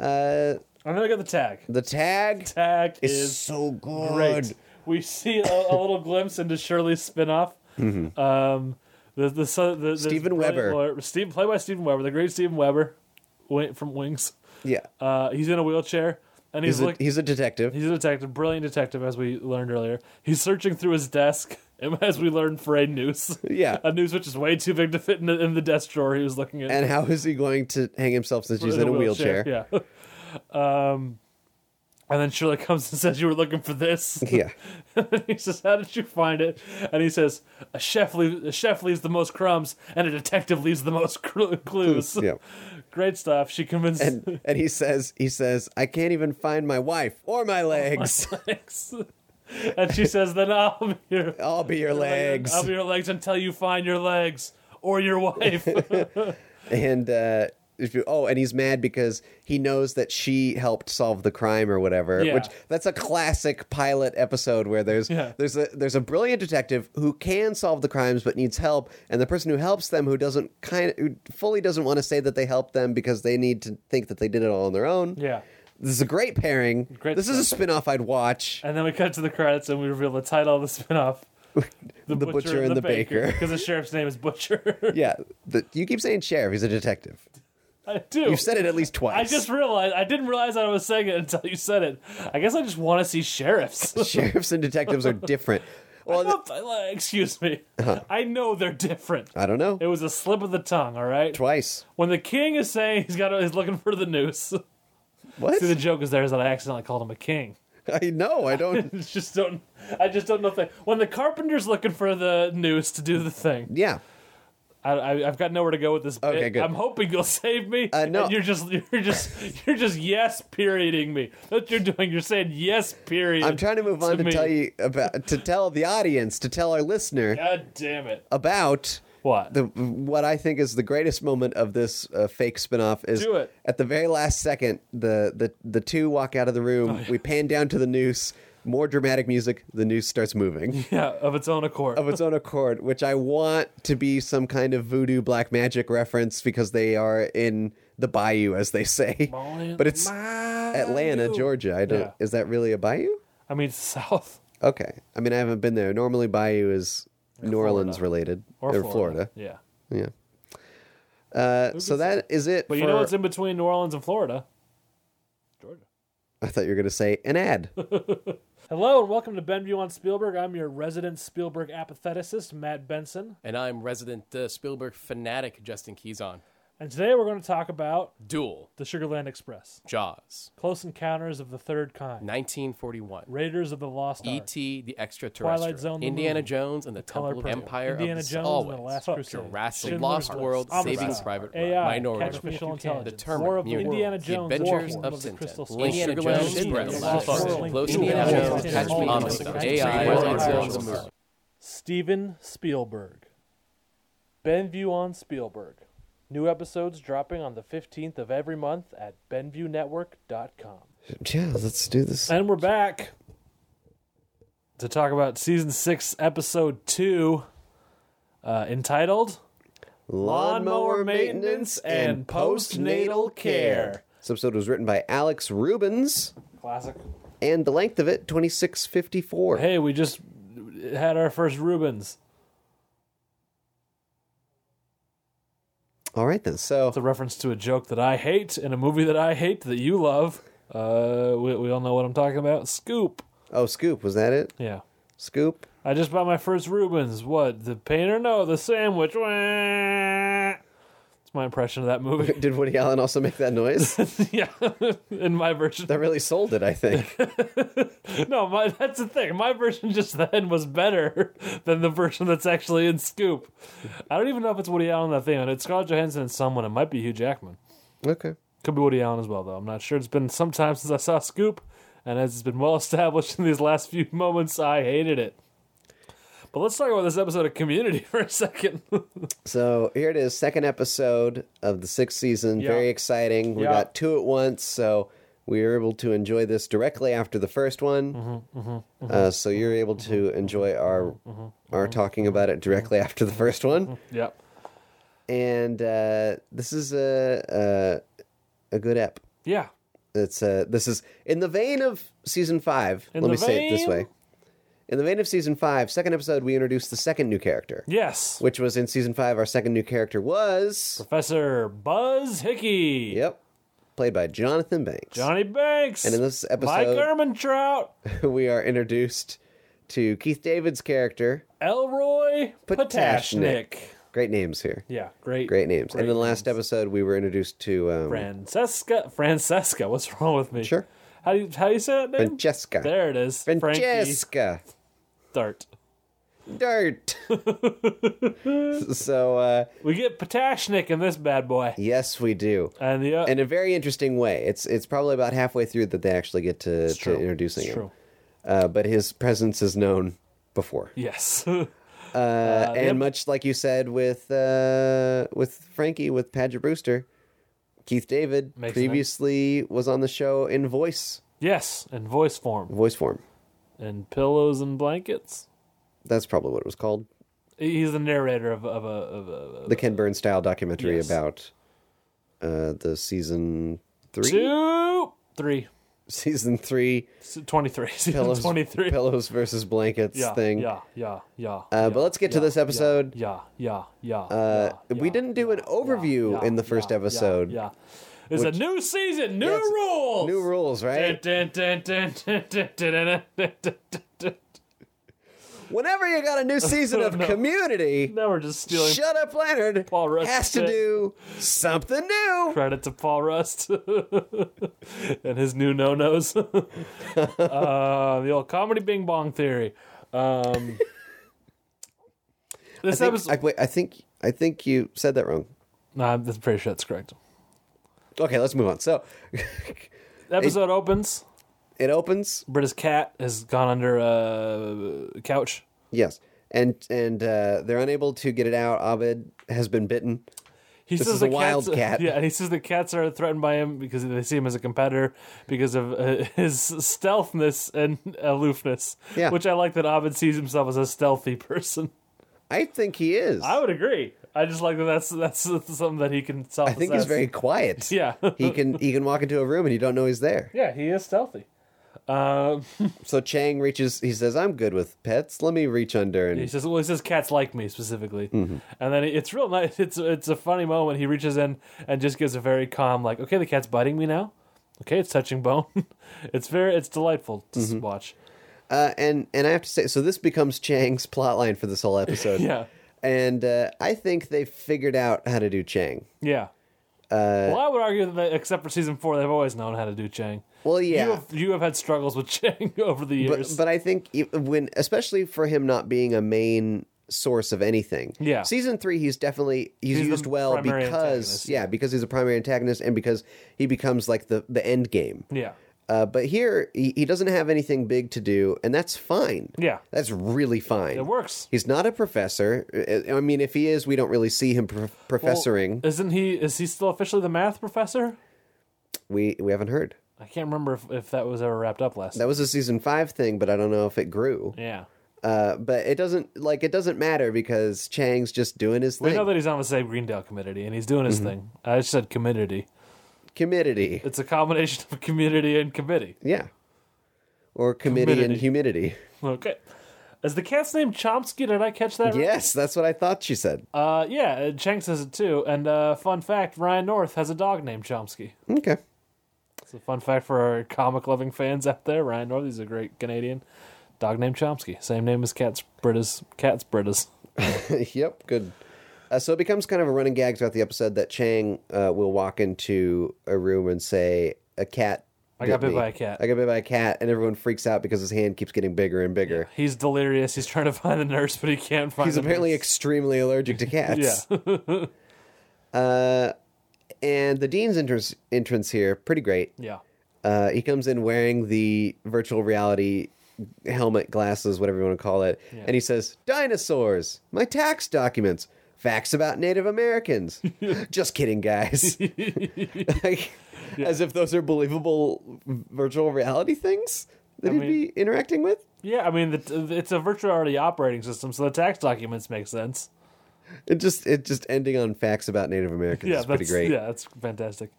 S7: Uh,
S8: And then I got the tag.
S7: The tag
S8: Tag
S7: is,
S8: is
S7: so good.
S8: great. We see a, a little glimpse into Shirley's spinoff. Um, the the, son- the, the
S7: Mm-hmm. Steven
S8: brilliant
S7: Weber.
S8: lawyer- Steve, played by Stephen Weber, the great Stephen Weber, Wi- from Wings.
S7: Yeah.
S8: Uh, he's in a wheelchair and he's
S7: he's, a,
S8: look,
S7: he's a detective.
S8: he's a detective, brilliant detective, as we learned earlier. He's searching through his desk as we learned, for a noose.
S7: Yeah.
S8: a noose which is way too big to fit in the, in the desk drawer he was looking at.
S7: And how is he going to hang himself since he's in a wheelchair?
S8: Yeah. Um, and then Shirley comes and says, "You were looking for this."
S7: Yeah.
S8: he says, "How did you find it?" And he says, "A chef leaves a chef leaves the most crumbs, and a detective leaves the most cru- clues."
S7: Yeah.
S8: Great stuff. She convinces.
S7: And and he says he says I can't even find my wife or
S8: Oh
S7: my legs.
S8: and she says, "Then I'll be your
S7: I'll be your legs.
S8: I'll be your legs until you find your legs or your wife."
S7: and uh if you, oh, and he's mad because he knows that she helped solve the crime or whatever.
S8: Yeah.
S7: Which that's a classic pilot episode where there's
S8: Yeah.
S7: there's a there's a brilliant detective who can solve the crimes but needs help, and the person who helps them who doesn't kind who fully doesn't want to say that they helped them because they need to think that they did it all on their own.
S8: yeah.
S7: This is a great pairing.
S8: Great
S7: this is a spin-off I'd watch.
S8: And then we cut to the credits and we reveal the title of the spinoff. The,
S7: Butcher and the Baker.
S8: Because the sheriff's name is Butcher.
S7: Yeah, the, you keep saying sheriff. He's a detective.
S8: I do.
S7: You've said it at least
S8: Oh. I
S7: twice.
S8: just realized I didn't realize that I was saying it until you said it. I guess I just want to see sheriffs.
S7: sheriffs and detectives are different. Well, th-
S8: Oh, Excuse me. I know they're different.
S7: I don't know.
S8: It was a slip of the tongue, all right?
S7: Twice.
S8: When the king is saying he's got he's looking for the noose.
S7: What?
S8: See the joke is there is that I accidentally called him a king.
S7: I know. I don't.
S8: It's just don't I just don't know if they, when the carpenter's looking for the noose to do the thing.
S7: Yeah.
S8: I, I, I've got nowhere to go with this.
S7: Okay,
S8: bit.
S7: good.
S8: I'm hoping you'll save me.
S7: Uh, no.
S8: And you're just you're just you're just yes perioding me. That's what you're doing. You're saying yes period.
S7: I'm trying to move on to,
S8: me.
S7: tell you about to tell the audience to tell our listener
S8: God damn it!
S7: about
S8: What?
S7: the what I think is the greatest moment of this uh, fake spinoff is
S8: Do it.
S7: at the very last second the the the two walk out of the room.
S8: Oh,
S7: We pan down to the noose. More dramatic music. The noose starts moving.
S8: yeah, of its own accord.
S7: of its own accord, which I want to be some kind of voodoo black magic reference because they are in the bayou, as they say. But it's Atlanta, Georgia. I don't.
S8: Yeah.
S7: Is that really a bayou?
S8: I mean, south
S7: Okay. I mean, I haven't been there. Normally, bayou is New Orleans related
S8: or,
S7: Florida.
S8: Yeah,
S7: Yeah. Uh, so that is it.
S8: but
S7: for,
S8: you know what's in between New Orleans and Florida? Georgia.
S7: I thought you were going to say an ad.
S8: Hello and welcome to Benview on Spielberg. I'm your resident Spielberg apatheticist, Matt Benson,
S9: And I'm resident uh, Spielberg fanatic Justin Keyson.
S8: and today we're going to talk about
S9: Duel,
S8: the Sugarland Express,
S9: Jaws,
S8: Close Encounters of the Third Kind,
S9: 1941.
S8: Raiders of the Lost Ark.
S9: E.T., E The Extraterrestrial,
S8: Twilight Zone, the
S9: Indiana
S8: movie.
S9: Jones and the,
S8: Color
S9: Temple of
S8: Purple.
S9: Empire
S8: Indiana
S9: of the
S8: Jones
S9: Always,
S8: and the Last Crusade,
S9: Jurassic
S8: Schindler's
S9: Lost
S8: List,
S9: World,
S8: Omnipower,
S9: Saving Private Ryan,
S8: AI,
S9: Minority
S8: Catch Me If You
S9: Report,
S8: Can,
S9: The
S8: War
S9: Terminal,
S8: of the
S9: Mutant,
S8: Indiana
S9: The
S8: Jones,
S9: Adventures
S8: War of
S9: of
S8: the Crystal
S9: Tintin,
S8: Skull,
S9: Indiana
S8: Indiana
S9: Jones,
S8: Jones,
S9: Express,
S8: The
S9: Lost
S8: Lost
S9: Ark,
S8: Link,
S9: Close
S8: Indiana
S9: Indiana Jones,
S8: Jones,
S9: Catch Me
S8: Indiana
S9: If You
S8: Jones,
S9: Can, AI, Twilight Zone, The Movie.
S8: Steven Spielberg. Benview on Spielberg. New episodes dropping on the 15th of every month at BenviewNetwork.com.
S7: yeah, let's do this.
S8: And we're back to talk about season six, episode two, uh, entitled Lawnmower Maintenance and Postnatal Care.
S7: This episode was written by Alex Rubens,
S8: Classic.
S7: and the length of it, 2654.
S8: Hey, we just had our first Rubens.
S7: All right, then. So,
S8: It's a reference to a joke that I hate in a movie that I hate that you love. Uh, we, we all know what I'm talking about. Scoop.
S7: oh, Scoop, was that it?
S8: Yeah.
S7: Scoop?
S8: I just bought my first Rubens. What? The painter? No, the sandwich. Wah. It's my impression of that movie.
S7: Did Woody Allen also make that noise?
S8: yeah. in my version.
S7: that really sold it, I think.
S8: No, my, that's the thing. My version just then was better than the version that's actually in Scoop. I don't even know if it's Woody Allen that thing. It's Scarlett Johansson and someone. It might be Hugh Jackman.
S7: Okay.
S8: Could be Woody Allen as well, though. I'm not sure. It's been some time since I saw Scoop, and as it's been well established in these last few moments, I hated it. But let's talk about this episode of Community for a second.
S7: So here it is, second episode of the sixth season.
S8: Yeah.
S7: Very exciting. We
S8: Yeah.
S7: got two at once, so we were able to enjoy this directly after the first one.
S8: Mm-hmm,
S7: uh, so you're able to enjoy our
S8: mm-hmm.
S7: our talking about it directly after the first one.
S8: yep.
S7: And uh, this is a, a a good ep.
S8: Yeah.
S7: It's uh, this is in the vein of season five.
S8: In
S7: Let
S8: the
S7: me say it this
S8: vein?
S7: way. In the vein of season five, second episode, we introduced the second new character,
S8: Yes.
S7: which was in season five. Our second new character was
S8: Professor Buzz Hickey.
S7: yep, played by Jonathan Banks.
S8: Johnny Banks.
S7: And in this
S8: Mike
S7: episode-
S8: Ermentrout.
S7: we are introduced to Keith David's character.
S8: Elroy
S7: Potashnik.
S8: Potashnik.
S7: Great names here.
S8: Yeah, great.
S7: Great names. and in the last
S8: names.
S7: episode, we were introduced to um,
S8: Francesca. Francesca. What's wrong with me?
S7: Sure.
S8: How do you how do you say that name?
S7: Francesca.
S8: There it is. Frankie
S7: Francesca.
S8: Dart.
S7: Dirt. so, uh,
S8: We get Potashnik in this bad boy.
S7: yes, we do.
S8: And the uh,
S7: in a very interesting way. It's it's probably about halfway through that they actually get to, to
S8: true.
S7: introducing
S8: It's
S7: him.
S8: true.
S7: Uh, but his presence is known before,
S8: Yes.
S7: uh, and
S8: yep.
S7: much like you said with uh, with Frankie with Padgett Brewster, Keith David
S8: Makes an-
S7: previously was on the show in voice
S8: yes, in voice form.
S7: voice form.
S8: And pillows and blankets.
S7: That's probably what it was called.
S8: He's the narrator of, of a of a
S7: The Ken Burns style documentary
S8: Uh, Yes.
S7: about uh, the season three,
S8: two three.
S7: season three
S8: S- 23 season
S7: pillows,
S8: 23
S7: pillows versus blankets
S8: yeah,
S7: thing.
S8: yeah yeah yeah uh,
S7: Uh, but let's get to this episode.
S8: yeah yeah yeah,
S7: Uh,
S8: yeah
S7: we
S8: yeah,
S7: didn't do an overview
S8: yeah,
S7: in the first
S8: yeah,
S7: episode.
S8: yeah, yeah. it's a new season new
S7: it's-
S8: rules
S7: New rules,
S8: Dun,
S7: right?
S8: dun, dun, dun, dun, dun, dun, dun, dun, dun, dun.
S7: Whenever you got a new season of
S8: No.
S7: Community,
S8: now we're just stealing
S7: Shut Up Leonard
S8: Paul Rudd
S7: has to
S8: said-
S7: do something new.
S8: credit to Paul Rust and his new no nos. uh, the old comedy bing bong theory. Um, this
S7: I
S8: episode,
S7: think, I, wait, I think I think you said that wrong.
S8: nah, I'm pretty sure that's correct.
S7: Okay, let's move on. So
S8: The episode opens.
S7: it opens,
S8: Britta's cat has gone under a couch.
S7: yes, and and uh, they're unable to get it out. Abed has been bitten.
S8: He
S7: This
S8: says
S7: is
S8: the
S7: a wild
S8: cats,
S7: cat.
S8: Yeah, and he says the cats are threatened by him because they see him as a competitor because of uh, his stealthness and aloofness.
S7: Yeah.
S8: Which I like that Abed sees himself as a stealthy person.
S7: I think he is.
S8: I would agree. I just like that that's that's something that he can self
S7: I think he's very quiet.
S8: Yeah.
S7: he can he can walk into a room and you don't know he's there.
S8: Yeah, he is stealthy. Um,
S7: So Chang reaches. He says, "I'm good with pets. Let me reach under and
S8: he says, "Well, he says cats like me specifically,"
S7: Mm-hmm.
S8: and then it's real nice. It's it's a funny moment. He reaches in and just gives a very calm, like, "Okay, the cat's biting me now. Okay, it's touching bone. it's very, it's delightful to
S7: Mm-hmm.
S8: s watch."
S7: Uh, and and I have to say, so this becomes Chang's plotline for this whole episode.
S8: Yeah.
S7: And uh, I think they figured out how to do Chang.
S8: Yeah.
S7: Uh,
S8: well, I would argue that they, except for season four, they've always known how to do Chang.
S7: Well,
S8: You
S7: yeah.
S8: have, you have had struggles with Chang over the
S7: But,
S8: years.
S7: but I think e- when, especially for him not being a main source of anything.
S8: Yeah.
S7: Season three, he's definitely he's,
S8: He's the
S7: used well
S8: primary
S7: because
S8: antagonist,
S7: yeah, because he's a primary antagonist and because he becomes like the the end game.
S8: yeah.
S7: Uh, but here he, he doesn't have anything big to do, and that's fine.
S8: Yeah.
S7: that's really fine.
S8: It works.
S7: He's not a professor. Uh, I mean, if he is, we don't really see him prof- professoring.
S8: Well, isn't he? Is he still officially the math professor?
S7: we we haven't heard.
S8: I can't remember if, if that was ever wrapped up last.
S7: That was a season five thing, but I don't know if it grew.
S8: yeah.
S7: Uh, but it doesn't like it doesn't matter because Chang's just doing his
S8: We know
S7: thing.
S8: that he's on the same Greendale community and he's doing his
S7: Mm-hmm.
S8: thing. I just said community.
S7: Community,
S8: It's a combination of community and committee.
S7: yeah, or committee and
S8: Community.
S7: humidity.
S8: Okay. Is the cat's name Chomsky? Did I catch that? right?
S7: Yes, that's what I thought she said.
S8: Uh, yeah, uh, Cheng says it too. And uh, fun fact Ryan North has a dog named Chomsky.
S7: Okay,
S8: It's a fun fact for our comic loving fans out there. Ryan North is a great Canadian. Dog named Chomsky. Same name as Cat's Britta's. Cat's Britta's.
S7: yep, good. Uh, so it becomes kind of a running gag throughout the episode that Chang uh, will walk into a room and say, "A cat."
S8: I got bit
S7: me.
S8: by a cat."
S7: I got bit by a cat, and everyone freaks out because his hand keeps getting bigger and bigger.
S8: He's delirious. He's trying to find the nurse, but he can't find
S7: He's
S8: the
S7: apparently
S8: nurse.
S7: extremely allergic to cats. Uh,
S8: Yeah.
S7: And the dean's entrance entrance here, pretty great.
S8: yeah.
S7: Uh, he comes in wearing the virtual reality helmet, glasses, whatever you want to call it, and he says, "Dinosaurs, my tax documents, facts about Native Americans." Just kidding, guys. like, As if those are believable virtual reality things that he'd
S8: mean-
S7: be interacting with.
S8: Yeah, I mean, the, it's a virtual reality operating system, so the tax documents make sense.
S7: It just it just ending on facts about Native Americans
S8: yeah,
S7: is pretty
S8: that's
S7: great.
S8: yeah, that's fantastic.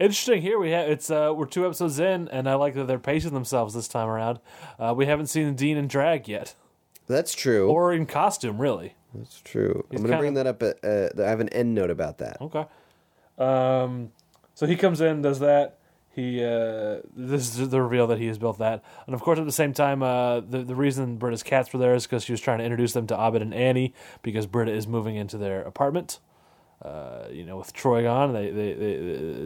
S8: Interesting. Here we have it's uh we're two episodes in, and I like that they're pacing themselves this time around. Uh, we haven't seen Dean in drag yet,
S7: That's true.
S8: or in costume, really.
S7: That's true. I'm going to
S8: kinda-
S7: bring that up. uh, At, uh, I have an end note about that.
S8: Okay. Um, so he comes in, does that. he uh, this is the reveal that he has built that, and of course at the same time, uh, the the reason Britta's cats were there is because she was trying to introduce them to Abed and Annie because Britta is moving into their apartment. Uh, you know, with Troy gone, they, they, they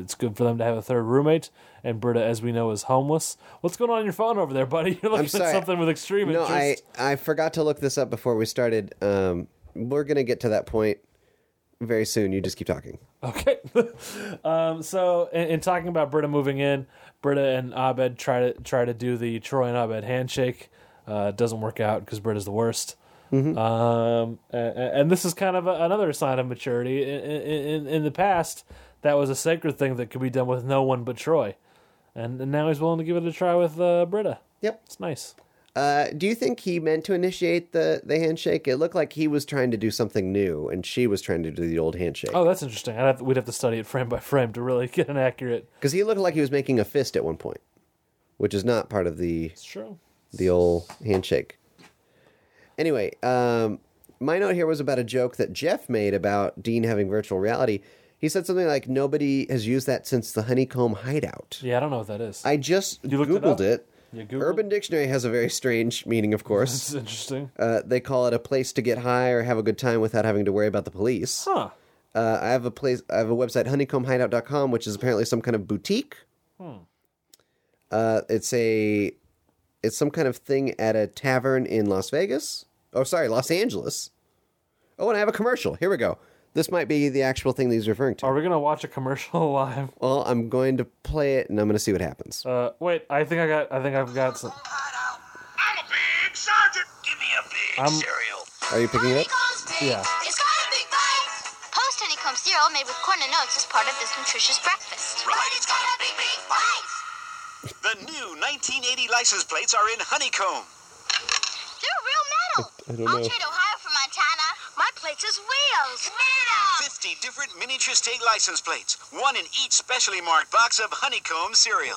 S8: it's good for them to have a third roommate. And Britta, as we know, is homeless. What's going on on your phone over there, buddy? You're looking
S7: sorry.
S8: at something with extreme
S7: No,
S8: interest.
S7: I, I forgot to look this up before we started. Um, we're going to get to that point very soon. You just keep talking.
S8: Okay. um, so, in, in talking about Britta moving in, Britta and Abed try to try to do the Troy and Abed handshake. Uh, it doesn't work out because Britta's the worst. Um, a- a- and this is kind of a, another sign of maturity. In, in, in the past, that was a sacred thing that could be done with no one but Troy, and, and now he's willing to give it a try with uh, Britta.
S7: Yep.
S8: It's nice.
S7: Uh, do you think he meant to initiate the, the handshake? It looked like he was trying to do something new, and she was trying to do the old handshake.
S8: Oh, that's interesting. I'd have to, we'd have to study it frame by frame to really get an accurate.
S7: Because he looked like he was making a fist at one point, which is not part of the
S8: It's true.
S7: the old handshake. Anyway, um, my note here was about a joke that Jeff made about Dean having virtual reality. He said something like, "Nobody has used that since the honeycomb hideout."
S8: Yeah, I don't know what that is.
S7: I just
S8: You looked it
S7: googled
S8: up?
S7: it.
S8: You Googled?
S7: Urban Dictionary has a very strange meaning, of
S8: It's
S7: course.
S8: interesting.
S7: Uh, they call it a place to get high or have a good time without having to worry about the police.
S8: Huh.
S7: Uh, I have a place. I have a website, honeycombhideout.com, which is apparently some kind of boutique.
S8: Hmm.
S7: Uh, it's a, it's some kind of thing at a tavern in Las Vegas. Oh, sorry, Los Angeles. Oh, and I have a commercial. Here we go. This might be the actual thing that he's referring to.
S8: Are we gonna watch a commercial live?
S7: Well, I'm going to play it, and I'm going to see what happens.
S8: Uh, wait, I think I got. I think I've got some.
S10: I'm a big sergeant. Give me a big
S8: I'm-
S10: cereal.
S7: Are you picking it up?
S8: Yeah.
S10: It's got a big bite.
S5: Post honeycomb cereal made with corn and oats is part of this nutritious breakfast.
S10: Right, it's got a big, big bite. The new 1980 license plates are in honeycomb.
S5: They're real metal. I,
S7: don't know.
S5: will trade Ohio for Montana. My plates is wheels. Metal.
S10: 50 different miniature state license plates, one in each specially marked box of honeycomb cereal.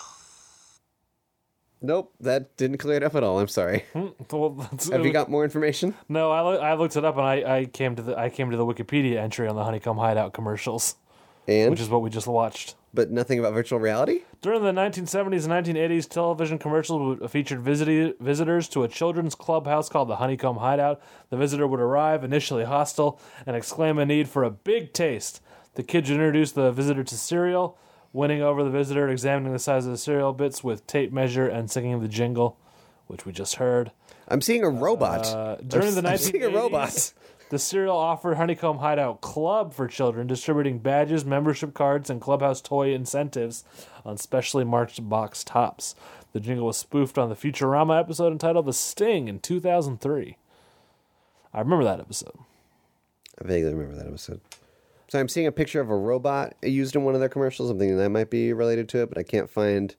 S7: Nope, that didn't clear it up at all. I'm sorry.
S8: Hmm, Well, that's-
S7: Have you got more information?
S8: No, I, loo- I looked it up and I, I came to the I came to the Wikipedia entry on the Honeycomb Hideout commercials,
S7: And
S8: which is what we just watched.
S7: but nothing about virtual reality.
S8: During the 1970s and 1980s, television commercials would- featured visit- visitors to a children's clubhouse called the Honeycomb Hideout. The visitor would arrive, initially hostile, and exclaim a need for a big taste. The kids would introduce the visitor to cereal, winning over the visitor, examining the size of the cereal bits with tape measure, and singing the jingle, which we just heard.
S7: I'm seeing a robot.
S8: Uh, During the
S7: I'm seeing
S8: 1980s,
S7: a robot.
S8: the cereal offered Honeycomb Hideout Club for children, distributing badges, membership cards, and clubhouse toy incentives on specially marked box tops. The jingle was spoofed on the Futurama episode entitled "The Sting" in 2003. I remember that episode.
S7: I vaguely remember that episode. So I'm seeing a picture of a robot used in one of their commercials. I'm thinking that might be related to it, but I can't find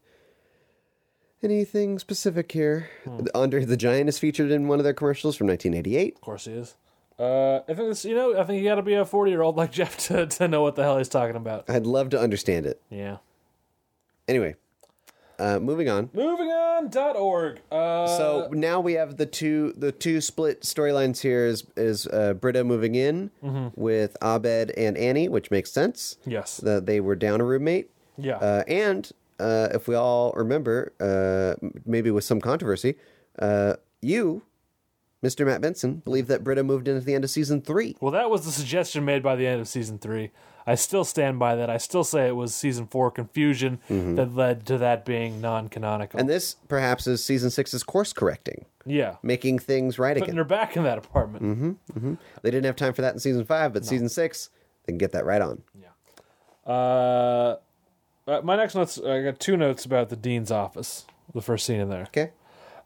S7: anything specific here.
S8: Hmm.
S7: Andre the Giant is featured in one of their commercials from 1988.
S8: Of course, he is. Uh, I think this, you know, I think you got to be a 40 year old like Jeff to, to know what the hell he's talking about.
S7: I'd love to understand it.
S8: Yeah.
S7: Anyway, uh, moving on.
S8: Moving on. dot org. Uh,
S7: So now we have the two the two split storylines here is is uh, Britta moving in with Abed and Annie, which makes sense.
S8: Mm-hmm. Yes.
S7: that they were down a roommate.
S8: yeah.
S7: Uh, and uh, if we all remember, uh, m- maybe with some controversy, uh, you, Mr. Matt Benson, believe that Britta moved in at the end of season three.
S8: Well, that was the suggestion made by the end of season three. I still stand by that. I still say it was season four confusion that led to that being non canonical.
S7: And this perhaps is season six's course correcting,
S8: yeah.
S7: making things right
S8: Putting
S7: again.
S8: her back in that apartment.
S7: They didn't have time for that in season five, but season six, they can get that right on.
S8: Uh, uh, my next notes, I got two notes about the dean's office, the first scene in there.
S7: Okay.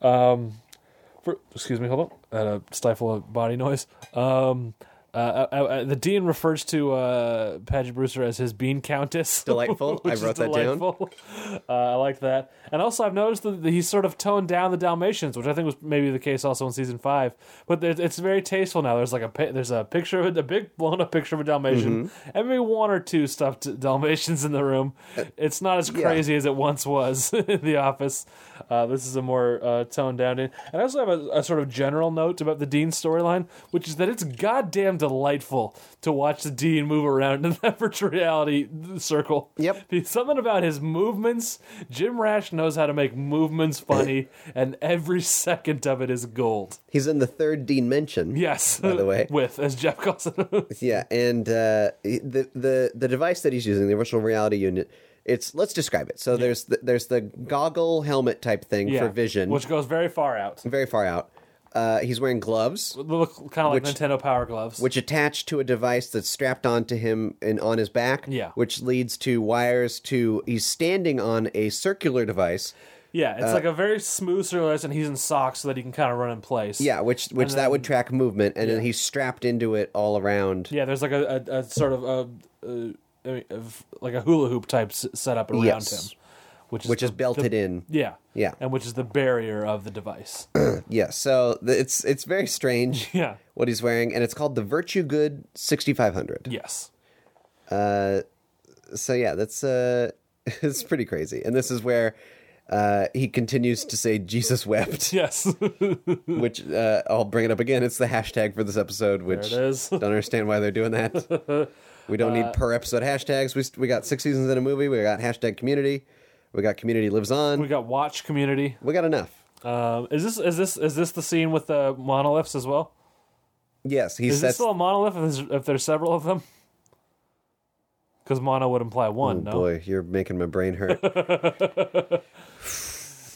S8: for, excuse me, hold on. I had a stifle a body noise. Um, uh, uh, uh, the dean refers to uh, Paget Brewster as his bean countess.
S7: Delightful. I
S8: which is
S7: wrote that down.
S8: delightful. Uh, I like that. And also, I've noticed that he's sort of toned down the Dalmatians, which I think was maybe the case also in season five. But it- it's very tasteful now. There's like a pi- there's a picture of a, a big blown up picture of a Dalmatian,
S7: Mm-hmm.
S8: and maybe one or two stuffed Dalmatians in the room.
S7: Uh,
S8: It's not as crazy as it once was in the office. Uh, this is a more uh, toned down. And I also have a, a sort of general note about the Dean storyline, which is that it's goddamn delightful to watch the Dean move around in that virtual reality circle.
S7: Yep.
S8: There's Something about his movements. Jim Rash knows how to make movements funny, and every second of it is gold.
S7: He's in the third dimension.
S8: Yes.
S7: By the way.
S8: with as Jeff calls it.
S7: Yeah, and uh, the the the device that he's using, the virtual reality unit, it's let's describe it. So there's the, there's the goggle helmet type thing
S8: Yeah.
S7: for vision,
S8: which goes very far out.
S7: very far out. Uh, he's wearing gloves,
S8: Look kind of like
S7: Which-
S8: Nintendo Power Gloves.
S7: which attach to a device that's strapped onto him and on his back.
S8: Yeah.
S7: which leads to wires to he's standing on a circular device.
S8: yeah,
S7: Uh,
S8: it's like a very smooth surface, and he's in socks so that he can kind of run in place.
S7: Yeah, which which that would track movement, and then he's strapped into it all around.
S8: Um, Yeah, there's like a, a, a sort of a, a, I mean, of- like a hula hoop type s- setup around
S7: Yes.
S8: him, which is
S7: Which is
S8: the-
S7: belted
S8: the-
S7: in.
S8: Yeah,
S7: Yeah.
S8: and which is the barrier of the device.
S7: Yeah, so th- it's it's very strange.
S8: Yeah.
S7: what he's wearing, and it's called the Virtue Good 6500.
S8: yes,
S7: So yeah, that's uh, it's pretty crazy. And this is where uh, he continues to say Jesus wept,
S8: yes,
S7: which uh, I'll bring it up again. It's the hashtag for this episode, which
S8: it is. Uh,
S7: don't understand why they're doing that. We don't need per episode hashtags. We s- we got six seasons in a movie. We got hashtag community. We got community lives on.
S8: we
S7: We got,
S8: got watch community.
S7: enough.
S8: Um, is this is this is this the scene with the monoliths as well?
S7: Yes, he
S8: Is this
S7: says.
S8: still a monolith if there's, if there's several of them? Because mono would imply one. no.
S7: Oh, Boy, you're making my brain hurt.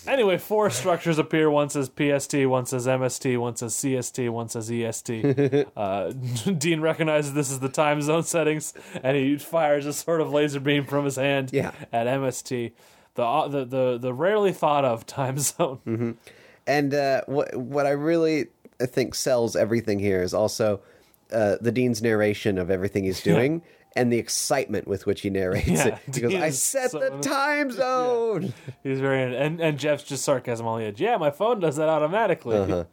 S8: Anyway, four structures appear. One says PST, one says MST, one says CST, one says EST. uh, Dean recognizes this is the time zone settings, and he fires a sort of laser beam from his hand
S7: Yeah.
S8: at MST, the, uh, the the the rarely thought of time zone.
S7: Mm. And uh, what what I really I think sells everything here is also uh, the dean's narration of everything he's doing and the excitement with which he narrates
S8: Yeah,
S7: it. He goes,
S8: Dean
S7: "I
S8: is
S7: set
S8: so-
S7: the time zone."
S8: He's very and and Jeff's just sarcasm on the edge. Yeah, my phone does that automatically.
S7: Uh-huh.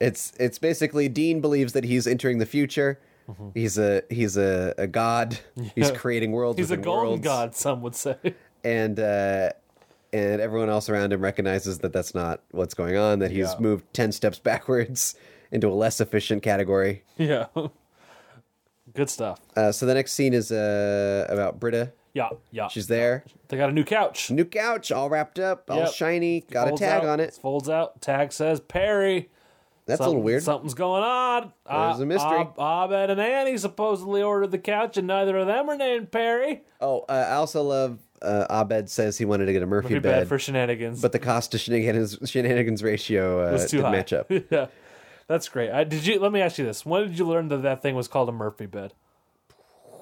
S7: It's it's basically Dean believes that he's entering the future.
S8: Mm-hmm.
S7: He's a he's a, a god. He's creating worlds.
S8: He's a
S7: within
S8: golden
S7: worlds.
S8: god, some would say.
S7: and uh, and everyone else around him recognizes that that's not what's going on. That he's
S8: Yeah.
S7: moved ten steps backwards into a less efficient category.
S8: yeah, good stuff.
S7: Uh, so the next scene is uh, about Britta.
S8: Yeah, yeah.
S7: She's there.
S8: they got a new couch.
S7: New couch, all wrapped up, all
S8: Yep.
S7: shiny. Got a
S8: Folds
S7: tag
S8: out-
S7: on it.
S8: Folds out. Tag says Perry.
S7: That's a little
S8: Something-
S7: weird.
S8: Something's going on.
S7: There's a mystery.
S8: Ob, Abed and Annie supposedly ordered the couch, and neither of them are named Perry.
S7: Oh, uh, I also love uh, Abed says he wanted to get a Murphy,
S8: Pretty
S7: bed,
S8: bad, for shenanigans.
S7: but the cost to shenanigans, shenanigans ratio uh,
S8: It's too
S7: didn't
S8: high.
S7: match up.
S8: yeah, that's great. I, did you? Let me ask you this: When did you learn that that thing was called a Murphy bed?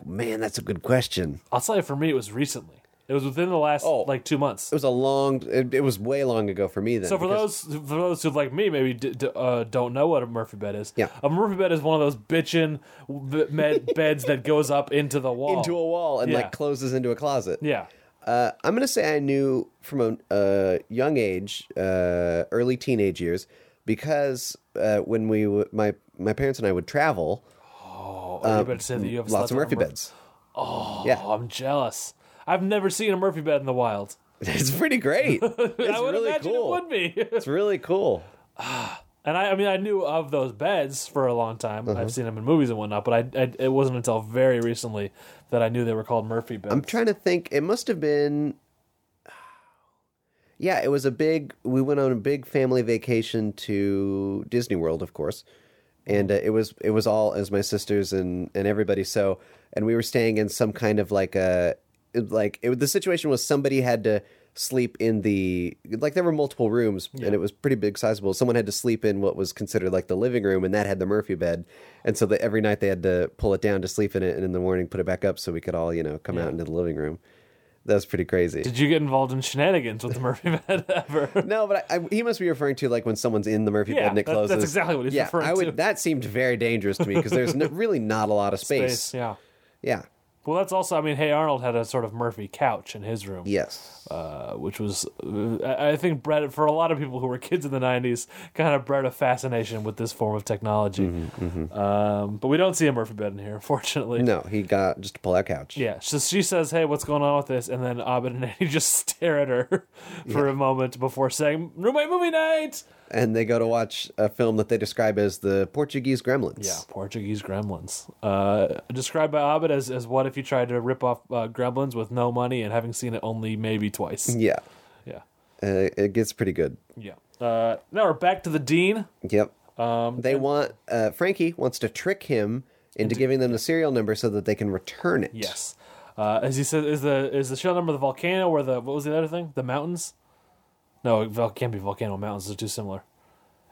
S7: Man, that's a good question.
S8: I'll tell you, for me, it was recently. It was within the last
S7: Oh.
S8: like two months.
S7: It was a long. It, it was way long ago for me then.
S8: So for
S7: because-
S8: those for those who like me maybe d- d- uh, don't know what a Murphy bed is,
S7: Yeah.
S8: a Murphy bed is one of those bitchin' b- med- beds that goes up into the wall.
S7: into a wall and
S8: Yeah.
S7: like closes into a closet.
S8: yeah,
S7: Uh, I'm gonna say I knew from a uh, young age, uh, early teenage years, because uh, when we w- my my parents and I would travel,
S8: um, better say that you have
S7: lots
S8: slept
S7: of
S8: on a
S7: Murphy
S8: Murphy-
S7: beds.
S8: Oh, I'm jealous. I've never seen a Murphy bed in the wild.
S7: It's pretty great. It's
S8: I would
S7: really
S8: imagine
S7: cool.
S8: it would be.
S7: It's really cool.
S8: and I, I mean, I knew of those beds for a long time.
S7: Uh-huh.
S8: I've seen them in movies and whatnot, but I, I, it wasn't until very recently that I knew they were called Murphy beds.
S7: I'm trying to think. It must have been. Yeah, it was a big. We went on a big family vacation to Disney World, of course, and uh, it was it was all as my sisters and and everybody. So and we were staying in some kind of like a it- like it, the situation was somebody had to sleep in the like there were multiple rooms and it was pretty big sizable someone had to sleep in what was considered like the living room and that had the murphy bed and so that every night they had to pull it down to sleep in it and in the morning put it back up so we could all you know come out into the living room that was pretty crazy
S8: Did you get involved in shenanigans with the Murphy bed ever?
S7: no but I, I, he must be referring to like when someone's in the murphy
S8: Yeah,
S7: bed and it
S8: that- that's
S7: closes
S8: exactly what he's
S7: yeah,
S8: referring
S7: I would,
S8: to.
S7: that seemed very dangerous to me because there's no, really not a lot of space,
S8: Space, yeah.
S7: yeah
S8: Well, that's also. I mean, Hey Arnold had a sort of Murphy couch in his room.
S7: yes
S8: uh, which was uh, I I think bred for a lot of people who were kids in the '90s, kind of bred a fascination with this form of technology. Um, but we don't see a Murphy bed in here, unfortunately.
S7: Mm-hmm, no he got just a pull out couch
S8: Yeah, so she says, "Hey, what's going on with this?" And then Abed and Annie just stare at her for a moment before saying, "Roommate movie night."
S7: and they go to watch a film that they describe as the Portuguese Gremlins.
S8: Yeah, Portuguese Gremlins. Uh, described by Abed as, as what if you tried to rip off uh, Gremlins with no money and having seen it only maybe twice.
S7: Yeah.
S8: Yeah.
S7: Uh, it gets pretty good.
S8: Yeah. Uh, now we're back to the Dean.
S7: Yep. Um, they want uh, Frankie wants to trick him into giving them the serial number so that they can return it.
S8: Yes. Uh, as he says, is the is the shell number the volcano or the what was the other thing? The mountains? No, it vol- can't be volcano. Mountains are too similar.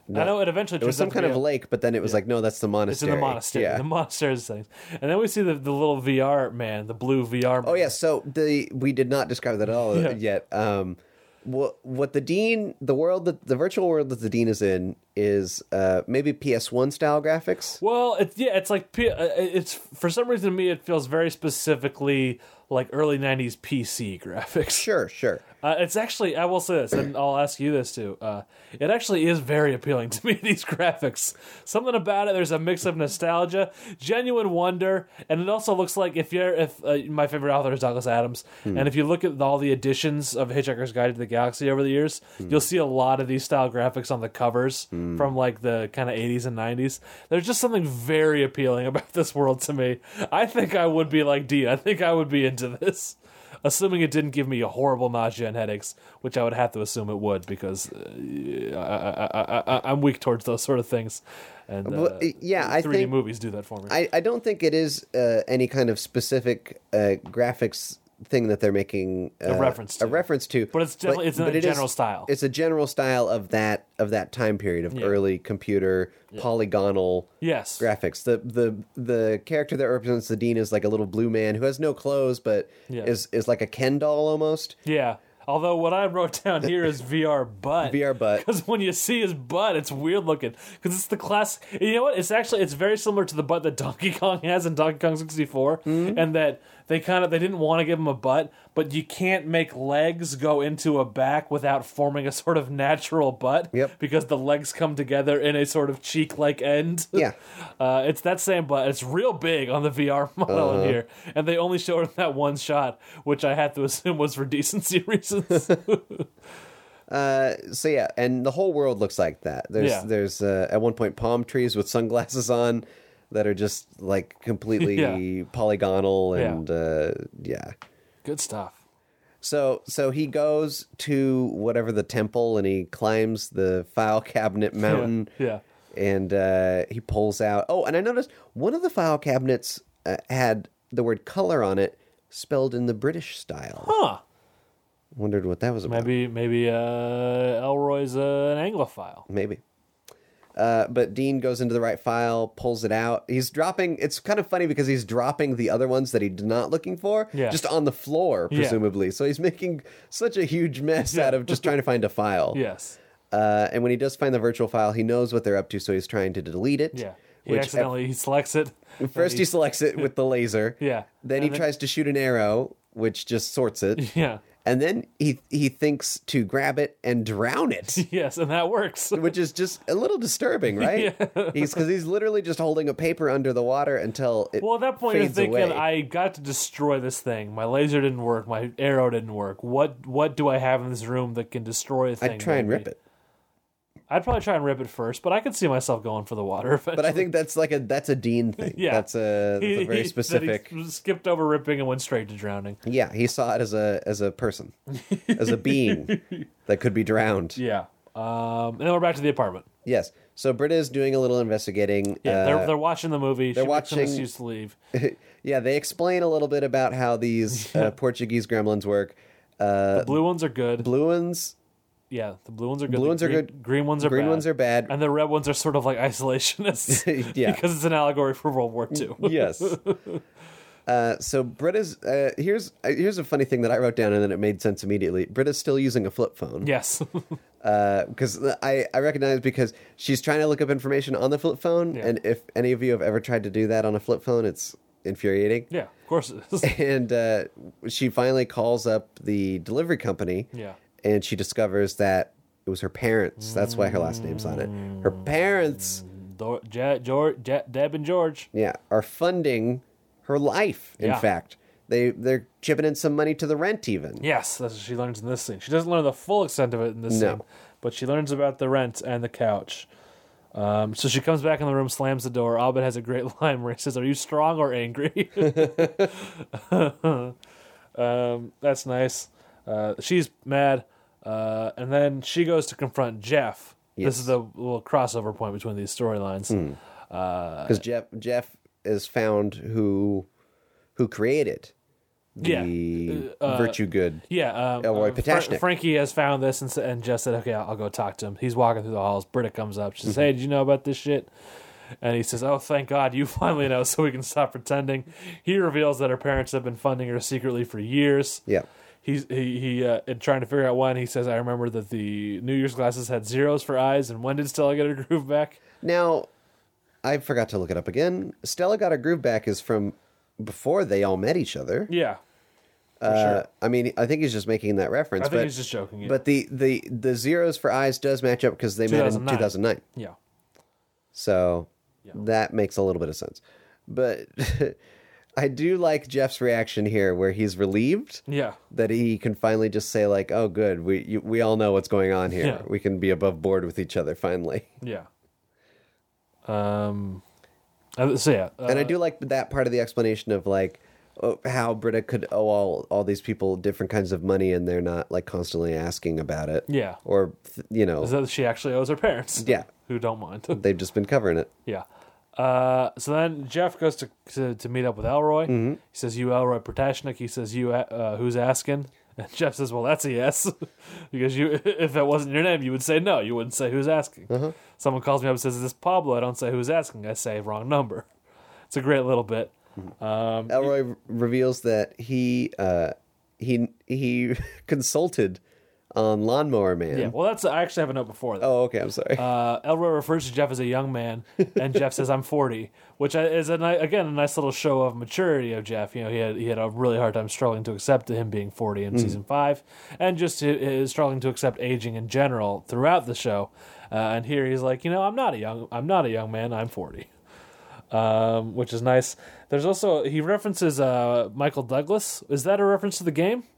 S8: I know it eventually
S7: It was
S8: turns
S7: some
S8: out to
S7: kind
S8: be
S7: of
S8: a-
S7: lake, but then it was like, no, that's the
S8: It's
S7: monastery.
S8: in the monastery.
S7: Yeah.
S8: The monastery's things. And then we see the, the little VR man, the blue VR.
S7: Oh yeah, so the we did not describe that at all
S8: Yeah.
S7: yet. Um, what what the dean, the world that the virtual world that the dean is in is uh, maybe PS1 style graphics.
S8: Well, it's yeah, it's like P- uh, it's for some reason to me it feels very specifically like early '90s PC graphics.
S7: Sure, sure.
S8: Uh, it's actually I will say this, and I'll ask you this too. Uh, it actually is very appealing to me. These graphics, something about it. There's a mix of nostalgia, genuine wonder, and it also looks like if you're if uh, my favorite author is Douglas Adams, and if you look at all the editions of Hitchhiker's Guide to the Galaxy over the years, you'll see a lot of these style graphics on the covers from like the kind of 80s and 90s. There's just something very appealing about this world to me. I think I would be like D. I think I would be into this assuming it didn't give me a horrible nausea and headaches, which I would have to assume it would because uh, I, I, I, I, I'm weak towards those sort of things. And uh,
S7: Well, uh, yeah, I
S8: 3D
S7: think-
S8: movies do that for me.
S7: I, I don't think it is uh, any kind of specific uh, graphics thing that they're making uh,
S8: reference
S7: a
S8: to.
S7: reference to.
S8: But it's definitely- it's in a
S7: it is-
S8: general style.
S7: It's a general style of that of that time period of early computer polygonal
S8: yes,
S7: graphics. The the the character that represents the dean is like a little blue man who has no clothes, but
S8: Yeah.
S7: is is like a Ken doll almost.
S8: yeah. Although what I wrote down here is VR butt.
S7: VR butt.
S8: Because when you see his butt, it's weird looking. Because it's the class. You know what? It's actually it's very similar to the butt that Donkey Kong has in Donkey Kong 64,
S7: Mm-hmm.
S8: and that they kind of they didn't want to give him a butt, but you can't make legs go into a back without forming a sort of natural butt.
S7: Yep.
S8: Because the legs come together in a sort of cheek like end.
S7: Yeah.
S8: Uh, it's that same butt. It's real big on the VR model
S7: Uh-huh.
S8: in here, and they only showed him that one shot, which I have to assume was for decency reasons.
S7: So yeah, and the whole world looks like that. There's
S8: Yeah.
S7: there's uh, at one point palm trees with sunglasses on that are just like completely
S8: Yeah.
S7: polygonal
S8: Yeah.
S7: and uh, yeah.
S8: Good stuff.
S7: So so he goes to whatever the temple and he climbs the file cabinet mountain.
S8: Yeah.
S7: and uh, he pulls out. Oh, and I noticed one of the file cabinets uh, had the word color on it, spelled in the British style.
S8: Huh.
S7: Wondered what that was about.
S8: Maybe maybe uh, Elroy's uh, an Anglophile.
S7: Maybe. Uh, but Dean goes into the right file, pulls it out. He's dropping. It's kind of funny because he's dropping the other ones that he's not looking for,
S8: Yeah.
S7: just on the floor,
S8: Yeah.
S7: presumably. So he's making such a huge mess
S8: Yeah.
S7: out of just trying to find a file.
S8: Yes.
S7: Uh, and when he does find the virtual file, he knows what they're up to, so he's trying to delete it.
S8: Yeah. He
S7: which at
S8: accidentally he selects it.
S7: First, he selects it with the laser.
S8: Yeah.
S7: Then
S8: And
S7: he
S8: then-
S7: tries to shoot an arrow, which just sorts it.
S8: Yeah.
S7: And then he he thinks to grab it and drown it,
S8: Yes, and that works.
S7: which is just a little disturbing, right? He's because he's literally just holding a paper under the water until it.
S8: Well, at that point, you're
S7: fades
S8: thinking,
S7: away.
S8: I got to destroy this thing. My laser didn't work. My arrow didn't work. What What do I have in this room that can destroy a thing?
S7: I'd try and
S8: maybe?
S7: rip it,
S8: I'd probably try and rip it first, but I could see myself going for the water.
S7: but I think that's like a that's a Dean thing.
S8: Yeah.
S7: that's a, that's a
S8: He-
S7: very
S8: he-
S7: specific.
S8: that he skipped over ripping and went straight to drowning.
S7: Yeah, he saw it as a as a person, as a being that could be drowned.
S8: Yeah. Um, and then we're back to the apartment.
S7: Yes. So Britta is doing a little investigating.
S8: Yeah,
S7: uh,
S8: they're, they're watching the movie.
S7: they're
S8: she makes an
S7: watching-
S8: excuse to leave.
S7: yeah, they explain a little bit about how these uh, Portuguese gremlins work. Uh,
S8: Blue ones are good.
S7: blue ones,
S8: yeah, the blue ones are good.
S7: Blue
S8: The
S7: ones are
S8: green-
S7: good.
S8: Green ones are
S7: Green
S8: bad.
S7: ones are bad.
S8: And the red ones are sort of like isolationists.
S7: Yeah.
S8: because it's an allegory for World War II.
S7: yes. Uh, so Britta's uh, here's uh, here's a funny thing that I wrote down and then it made sense immediately. Britta's still using a flip phone.
S8: yes.
S7: because I I recognize because she's trying to look up information on the flip phone,
S8: Yeah.
S7: and if any of you have ever tried to do that on a flip phone, it's infuriating.
S8: yeah. Of course it is.
S7: and uh, she finally calls up the delivery company.
S8: Yeah.
S7: And she discovers that it was her parents. That's why her last name's on it. Her parents,
S8: Mm. Dor- Ja- Jor- Ja- Deb and George.
S7: yeah, are funding her life. In
S8: Yeah.
S7: fact, they they're chipping in some money to the rent even.
S8: Yes, that's what she learns in this scene. She doesn't learn the full extent of it in this
S7: No.
S8: scene. but she learns about the rent and the couch. Um, so she comes back in the room, slams the door. Albert has a great line where he says, "Are you strong or angry?" um, that's nice. Uh, she's mad, uh, and then she goes to confront Jeff. This is the little crossover point between these storylines.
S7: because Jeff Jeff is found who who created
S8: Yeah, Uh,
S7: the virtue good.
S8: Yeah, um,
S7: Elroy
S8: uh, Fra-
S7: Potashnick.
S8: Frankie has found this and, s- and just said, "Okay, I'll, I'll go talk to him." He's walking through the halls. Britta comes up. She says,
S7: Mm-hmm.
S8: "Hey, did you know about this shit?" And he says, "Oh, thank God, you finally know, so we can stop pretending." He reveals that her parents have been funding her secretly for years.
S7: Yeah.
S8: He's he he uh, in trying to figure out when he says, "I remember that the New Year's glasses had zeros for eyes, and when did Stella get her groove back?"
S7: Now, I forgot to look it up again. Stella got her groove back is from before they all met each other.
S8: Yeah,
S7: Uh, I mean, I think he's just making that reference.
S8: I think
S7: but,
S8: he's just joking. Yeah.
S7: But the, the the zeros for eyes does match up because they met in
S8: 2009.
S7: 2009.
S8: yeah,
S7: So that makes a little bit of sense. But I do like Jeff's reaction here, where he's relieved
S8: yeah,
S7: that he can finally just say like, "Oh, good, we you, we all know what's going on here.
S8: Yeah.
S7: We can be above board with each other finally."
S8: yeah. Um, uh, so yeah, uh,
S7: and I do like that part of the explanation of like oh, how Britta could owe all all these people different kinds of money, and they're not like constantly asking about it.
S8: Yeah.
S7: or th- you know,
S8: is that she actually owes her parents.
S7: yeah,
S8: who don't mind.
S7: they've just been covering it.
S8: yeah. Uh, so then Jeff goes to, to, to meet up with Elroy. He says, "You, Elroy Protashnik." He says, "You, uh, who's asking?" And Jeff says, "Well, that's a yes, because you, if that wasn't your name, you would say no. You wouldn't say who's asking." Someone calls me up and says, "Is this Pablo?" I don't say who's asking. I say wrong number. It's a great little bit.
S7: Elroy r- reveals that he uh, he he consulted on Lawnmower Man.
S8: Yeah. Well, that's I actually have a note before that.
S7: Oh, okay. I'm sorry.
S8: Uh, Elroy refers to Jeff as a young man, and Jeff says, "I'm 40," which is a ni- again a nice little show of maturity of Jeff. You know, he had he had a really hard time struggling to accept him being 40
S7: Hmm.
S8: in season five, and just hi- his struggling to accept aging in general throughout the show. Uh, and here he's like, you know, I'm not a young I'm not a young man. I'm 40, um, which is nice. There's also he references uh, Michael Douglas. Is that a reference to the game?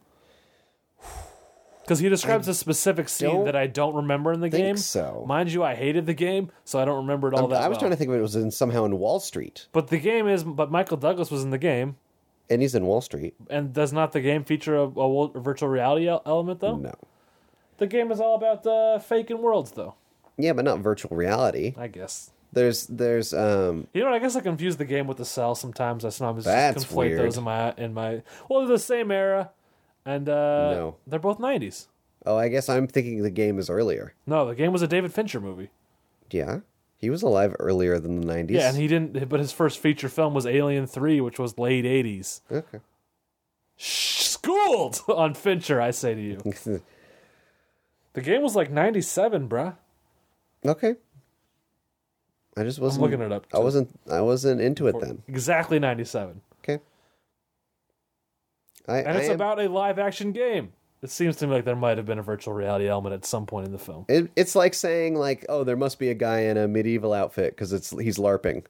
S8: Because he describes a specific scene
S7: don't
S8: that I don't remember in the
S7: think
S8: game.
S7: so.
S8: Mind you, I hated the game, so I don't remember it all
S7: I'm-
S8: that.
S7: I was
S8: well.
S7: trying to think if it was in somehow in Wall Street,
S8: But the game is. But Michael Douglas was in the game,
S7: and he's in Wall Street.
S8: and does not the game feature a, a wo- a virtual reality el- element though?
S7: No,
S8: The game is all about the faking worlds, though.
S7: yeah, but not virtual reality.
S8: I guess.
S7: There's there's um
S8: You know, what, I guess I confuse the game with the cell sometimes. I sometimes
S7: That's
S8: conflate
S7: weird.
S8: those in my in my. Well, they're the same era, and uh,
S7: No.
S8: they're both '90s.
S7: oh I guess I'm thinking the game is earlier.
S8: No, the game was a David Fincher movie.
S7: Yeah, he was alive earlier than the '90s.
S8: Yeah, and he didn't. But his first feature film was Alien Three, which was late '80s.
S7: Okay.
S8: Schooled on Fincher, I say to you. The game was like '97, bruh.
S7: okay. I just wasn't
S8: looking it up,
S7: I
S8: too.
S7: wasn't I wasn't into it then.
S8: Exactly '97,
S7: Okay. I,
S8: and
S7: I
S8: it's
S7: am-
S8: about a live-action game. It seems to me like there might have been a virtual reality element at some point in the film.
S7: it, it's like saying like oh there must be a guy in a medieval outfit because it's he's larping.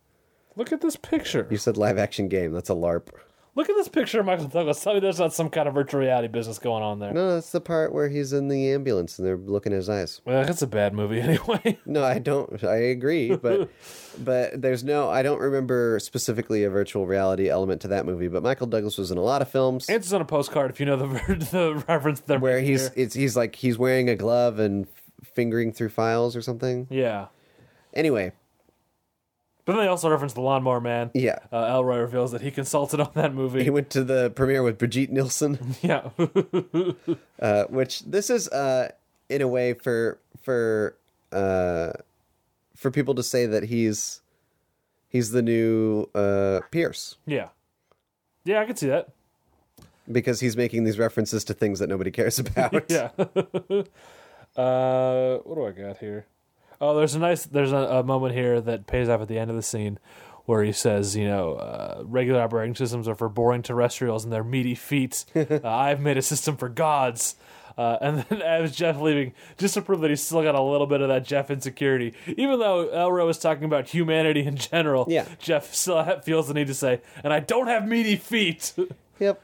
S8: Look at this picture.
S7: You said live action game. That's a larp.
S8: Look at this picture of Michael Douglas. Tell me there's not some kind of virtual reality business going on there.
S7: No, that's the part where he's in the ambulance and they're looking at his eyes.
S8: Well, that's a bad movie anyway.
S7: No, I don't. I agree, but but there's no. I don't remember specifically a virtual reality element to that movie. But Michael Douglas was in a lot of films
S8: Answers on a postcard if you know the the reference they're
S7: where
S8: making
S7: he's
S8: here.
S7: it's he's like he's wearing a glove and fingering through files or something.
S8: yeah.
S7: Anyway,
S8: But then they also reference the Lawnmower Man.
S7: Yeah.
S8: uh, Elroy reveals that he consulted on that movie.
S7: he went to the premiere with Brigitte Nielsen,
S8: yeah,
S7: uh, which this is uh, in a way for for uh, for people to say that he's he's the new uh, Pierce.
S8: yeah, yeah. I could see that.
S7: because he's making these references to things that nobody cares about.
S8: Yeah. uh, what do I got here? Oh, there's a nice there's a, a moment here that pays off at the end of the scene where he says, you know, uh, regular operating systems are for boring terrestrials and their meaty feet. uh, I've made a system for gods. Uh, and then as Jeff leaving, just to prove that he's still got a little bit of that Jeff insecurity, even though Elro was talking about humanity in general,
S7: Yeah.
S8: Jeff still ha- feels the need to say, "And I don't have meaty feet."
S7: Yep.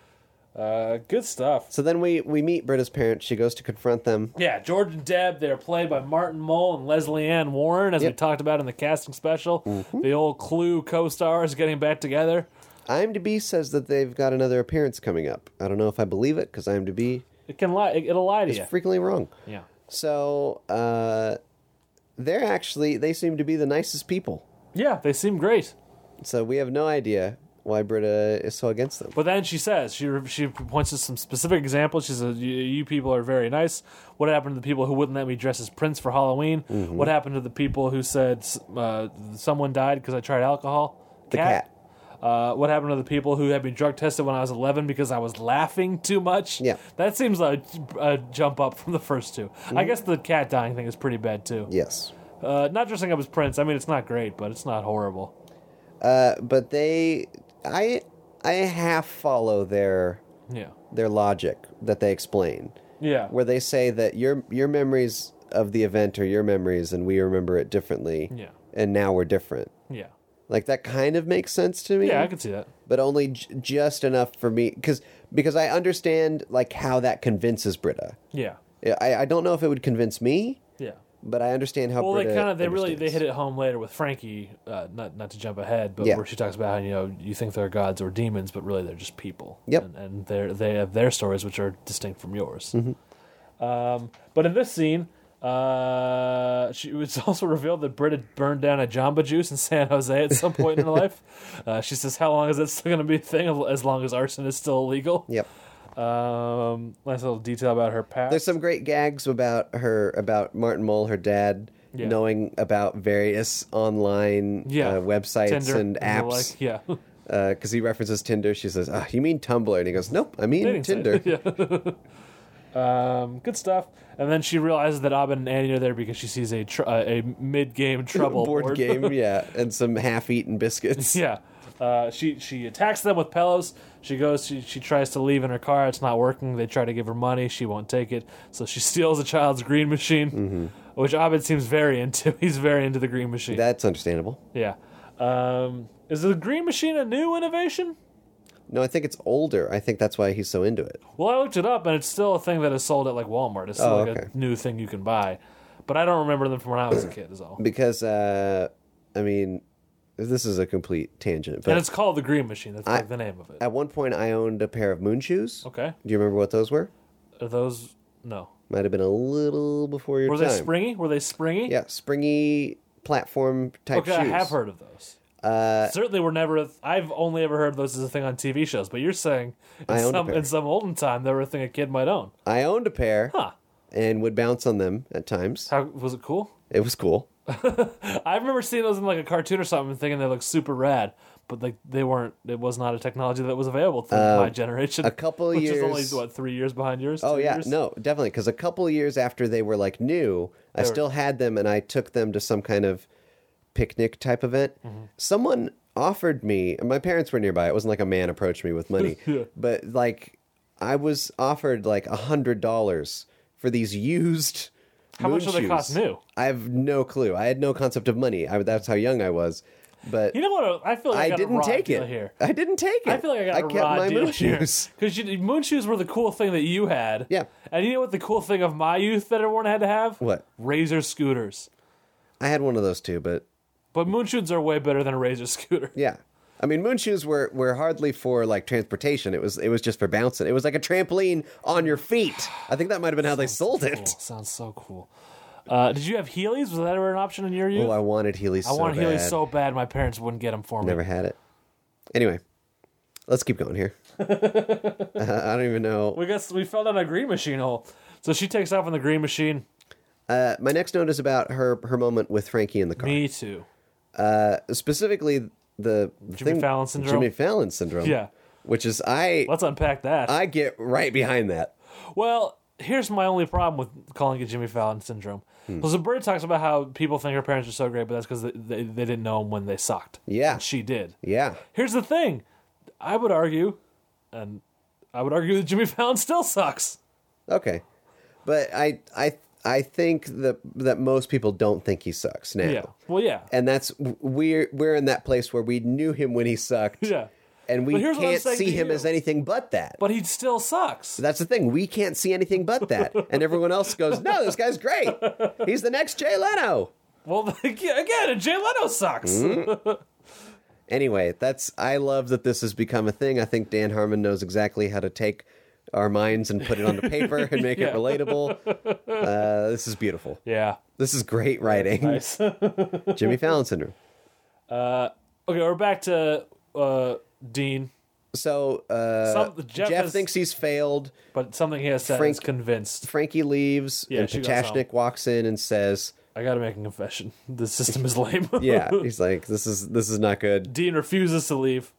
S8: Uh, good stuff.
S7: So then we we meet Britta's parents. She goes to confront them.
S8: Yeah, George and Deb, they're played by Martin Mull and Leslie Ann Warren, as we
S7: Yep.
S8: talked about in the casting special. The old Clue co stars getting back together.
S7: IMDb says that they've got another appearance coming up. I don't know if I believe it because IMDb
S8: It can lie, it, will lie to
S7: is
S8: you.
S7: frequently wrong.
S8: yeah.
S7: So uh, they're actually they seem to be the nicest people.
S8: Yeah, they seem great.
S7: So we have no idea why Britta is so against them.
S8: But then she says she she points to some specific examples. She says, "You you people are very nice. What happened to the people who wouldn't let me dress as Prince for Halloween?
S7: Mm-hmm.
S8: What happened to the people who said uh, someone died because I tried alcohol?
S7: The cat.
S8: Uh, what happened to the people who had me drug tested when I was 11 because I was laughing too much?
S7: Yeah.
S8: that seems like a jump up from the first 2 I
S7: Mm-hmm.
S8: guess the cat dying thing is pretty bad too.
S7: Yes.
S8: Uh, not dressing up as Prince. I mean, it's not great, but it's not horrible.
S7: Uh, but they i i half follow their
S8: Yeah,
S7: their logic that they explain
S8: yeah,
S7: where they say that your your memories of the event are your memories and we remember it differently
S8: Yeah.
S7: and now we're different
S8: yeah,
S7: like that kind of makes sense to me
S8: yeah. I can see that.
S7: but only j- just enough for me because because i understand like how that convinces britta
S8: Yeah,
S7: i i don't know if it would convince me
S8: yeah.
S7: but i understand how
S8: well
S7: britta
S8: they kind of they really they
S7: understands.
S8: hit it home later with frankie uh, not not to jump ahead but
S7: Yeah.
S8: where she talks about how you know you think they're gods or demons but really they're just people
S7: Yep.
S8: and, and they're they have their stories which are distinct from yours
S7: Mm-hmm.
S8: um, but in this scene uh, she, it's also revealed that Britta burned down a Jamba Juice in San Jose at some point in her life. Uh, she says, "How long is that still going to be a thing? As long as arson is still illegal."
S7: yep
S8: Um, nice little detail about her past.
S7: There's some great gags about her, about Martin Mull, her dad,
S8: Yeah.
S7: knowing about various online
S8: yeah
S7: uh, websites
S8: Tinder
S7: and
S8: the
S7: apps.
S8: like. Yeah.
S7: Because he references Tinder. She says, ah, You mean Tumblr? And he goes, Nope, I mean
S8: Dating site.
S7: Tinder.
S8: Yeah. um, good stuff. And then she realizes that Abin and Annie are there because she sees a tr- uh, a mid game trouble
S7: Board game, yeah. And some half eaten biscuits.
S8: yeah. Uh, she she attacks them with pillows. She goes. She, she tries to leave in her car. It's not working. They try to give her money. She won't take it. So she steals a child's green machine,
S7: Mm-hmm.
S8: which Abed seems very into. He's very into the green machine.
S7: That's understandable.
S8: yeah. Um, is the green machine a new innovation?
S7: No, I think it's older. I think that's why he's so into it.
S8: Well, I looked it up, and it's still a thing that is sold at like Walmart. It's still
S7: Oh,
S8: like
S7: okay.
S8: a new thing you can buy, but I don't remember them from when I was a kid. Is all.
S7: Because, uh, I mean, this is a complete tangent.
S8: And
S7: But
S8: it's called the Green Machine. That's like the name of it.
S7: at one point, I owned a pair of moon shoes.
S8: Okay.
S7: Do you remember what those were?
S8: Are those no?
S7: Might have been a little before your
S8: Were
S7: time.
S8: they springy? Were they springy?
S7: Yeah, springy platform type
S8: Okay, I
S7: shoes.
S8: have heard of those.
S7: Uh,
S8: Certainly, were never. I've only ever heard of those as a thing on TV shows. But you're saying in
S7: I owned a
S8: some
S7: pair.
S8: in some olden time they were a thing a kid might own.
S7: I owned a pair
S8: Huh?
S7: and would bounce on them at times.
S8: How was it cool?
S7: It was cool.
S8: I remember seeing those in like a cartoon or something, and thinking they looked super rad. But like they weren't. It was not a technology that was available to my generation.
S7: Uh, a couple
S8: which is only
S7: years-
S8: what three years behind yours.
S7: Oh
S8: Two
S7: yeah,
S8: years?
S7: no, definitely. Because a couple years after they were like new, I still had them, and I took them to some kind of picnic type event.
S8: Mm-hmm.
S7: Someone offered me. My parents were nearby. It wasn't like a man approached me with money, but like I was offered like a hundred dollars for these used.
S8: How much
S7: moon
S8: do they cost
S7: shoes.
S8: new?
S7: I have no clue. I had no concept of money. I, that's how young I was. But
S8: You know what? uh, I feel like I,
S7: I
S8: got a
S7: didn't
S8: raw
S7: take
S8: deal
S7: it.
S8: here.
S7: I didn't take it.
S8: I feel like I got a
S7: kept
S8: raw
S7: my
S8: deal
S7: moon shoes.
S8: because moon shoes were the cool thing that you had.
S7: Yeah.
S8: and you know what the cool thing of my youth that everyone had to have?
S7: What?
S8: razor scooters.
S7: I had one of those too, but
S8: But moon shoes are way better than a razor scooter.
S7: yeah. I mean, moon shoes were, were hardly for like transportation. It was it was just for bouncing. It was like a trampoline on your feet. I think that might have been how they sold
S8: Cool.
S7: it.
S8: Sounds so cool. Uh, did you have Heelys? Was that ever an option in your youth?
S7: Oh, I wanted Heelys.
S8: I
S7: so
S8: wanted Heelys
S7: bad.
S8: so bad my parents wouldn't get them for me.
S7: Never had it. Anyway, let's keep going here. I don't even know.
S8: We got we fell down a green machine hole. So she takes off on the green machine.
S7: Uh, my next note is about her her moment with Frankie in the car.
S8: Me too.
S7: specifically the, the
S8: Jimmy
S7: thing,
S8: Fallon syndrome?
S7: Jimmy Fallon syndrome.
S8: Yeah.
S7: which is I
S8: Let's unpack that.
S7: I get right behind that.
S8: Well, here's my only problem with calling it Jimmy Fallon syndrome.
S7: Hmm.
S8: Well, so Britta talks about how people think her parents are so great, but that's because they, they, they didn't know him when they sucked.
S7: Yeah.
S8: And she did.
S7: Yeah,
S8: Here's the thing I would argue, and I would argue that Jimmy Fallon still sucks.
S7: okay, but I I I think that that most people don't think he sucks now.
S8: Yeah. Well, yeah.
S7: And that's we're we're in that place where we knew him when he sucked.
S8: yeah.
S7: and we
S8: But here's what I'm
S7: can't
S8: saying
S7: see
S8: to
S7: him
S8: you.
S7: as anything but that.
S8: But he still sucks.
S7: That's the thing. We can't see anything but that. And everyone else goes, no, this guy's great. He's the next Jay Leno.
S8: Well, again, Jay Leno sucks.
S7: Hmm? Anyway, that's I love that this has become a thing. I think Dan Harmon knows exactly how to take our minds and put it onto paper and make
S8: Yeah.
S7: it relatable. Uh, this is beautiful.
S8: Yeah.
S7: This is great writing.
S8: Nice. okay,
S7: Jimmy Fallon syndrome.
S8: we're back to uh, Dean,
S7: So uh,
S8: Some- Jeff
S7: Jeff,
S8: is-
S7: thinks he's failed.
S8: but something he has said
S7: Frank-
S8: is convinced.
S7: Frankie leaves,
S8: Yeah,
S7: and
S8: she goes home.
S7: Potashnik walks in and says,
S8: I got to make a confession. The system is lame.
S7: "Yeah, he's like, this is this is not good."
S8: Dean refuses to leave.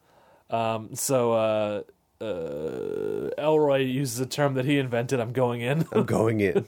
S8: Um, so uh, uh, Elroy uses a term that he invented. I'm going in.
S7: I'm going in,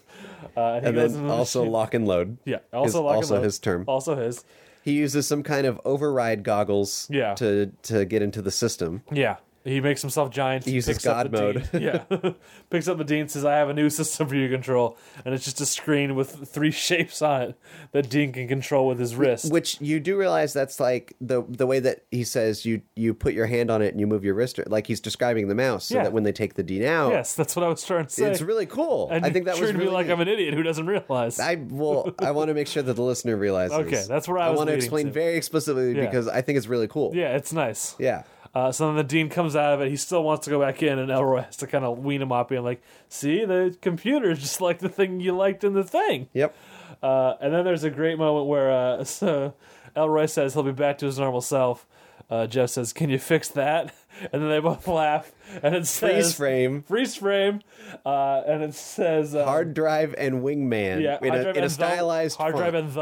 S8: Uh, he
S7: and
S8: goes
S7: then
S8: into the
S7: also
S8: machine.
S7: lock and load.
S8: yeah,
S7: is
S8: also lock and
S7: also
S8: load.
S7: his term.
S8: Also his.
S7: He uses some kind of override goggles
S8: Yeah.
S7: to to get into the system.
S8: Yeah. He makes himself giant. He
S7: uses God mode.
S8: Yeah. picks up the Dean, says, I have a new system for you to control. And it's just a screen with three shapes on it that Dean can control with his wrist.
S7: Which you do realize that's like the the way that he says you you put your hand on it and you move your wrist like he's describing the mouse so
S8: Yeah.
S7: that when they take the Dean out
S8: yes, that's what I was trying to say.
S7: it's really cool.
S8: and
S7: I think that was
S8: treated
S7: really
S8: me like
S7: neat.
S8: I'm an idiot who doesn't realize.
S7: I will. I want to make sure that the listener realizes.
S8: Okay, that's where I was
S7: want to
S8: leading
S7: explain
S8: to.
S7: very explicitly
S8: Yeah.
S7: because I think it's really cool.
S8: yeah, it's nice.
S7: Yeah.
S8: Uh, so then the dean comes out of it. He still wants to go back in, and Elroy has to kind of wean him off, being like, "See, the computer is just like the thing you liked in the thing."
S7: Yep.
S8: Uh, and then there's a great moment where uh, so Elroy says he'll be back to his normal self. Uh, Jeff says, "Can you fix that?" And then they both laugh, and it says,
S7: Freeze frame,
S8: freeze frame," uh, and it says, uh,
S7: hard drive, and wingman.
S8: yeah,
S7: in
S8: hard
S7: a, in
S8: drive
S7: a
S8: and the-
S7: stylized
S8: hard
S7: font.
S8: drive and the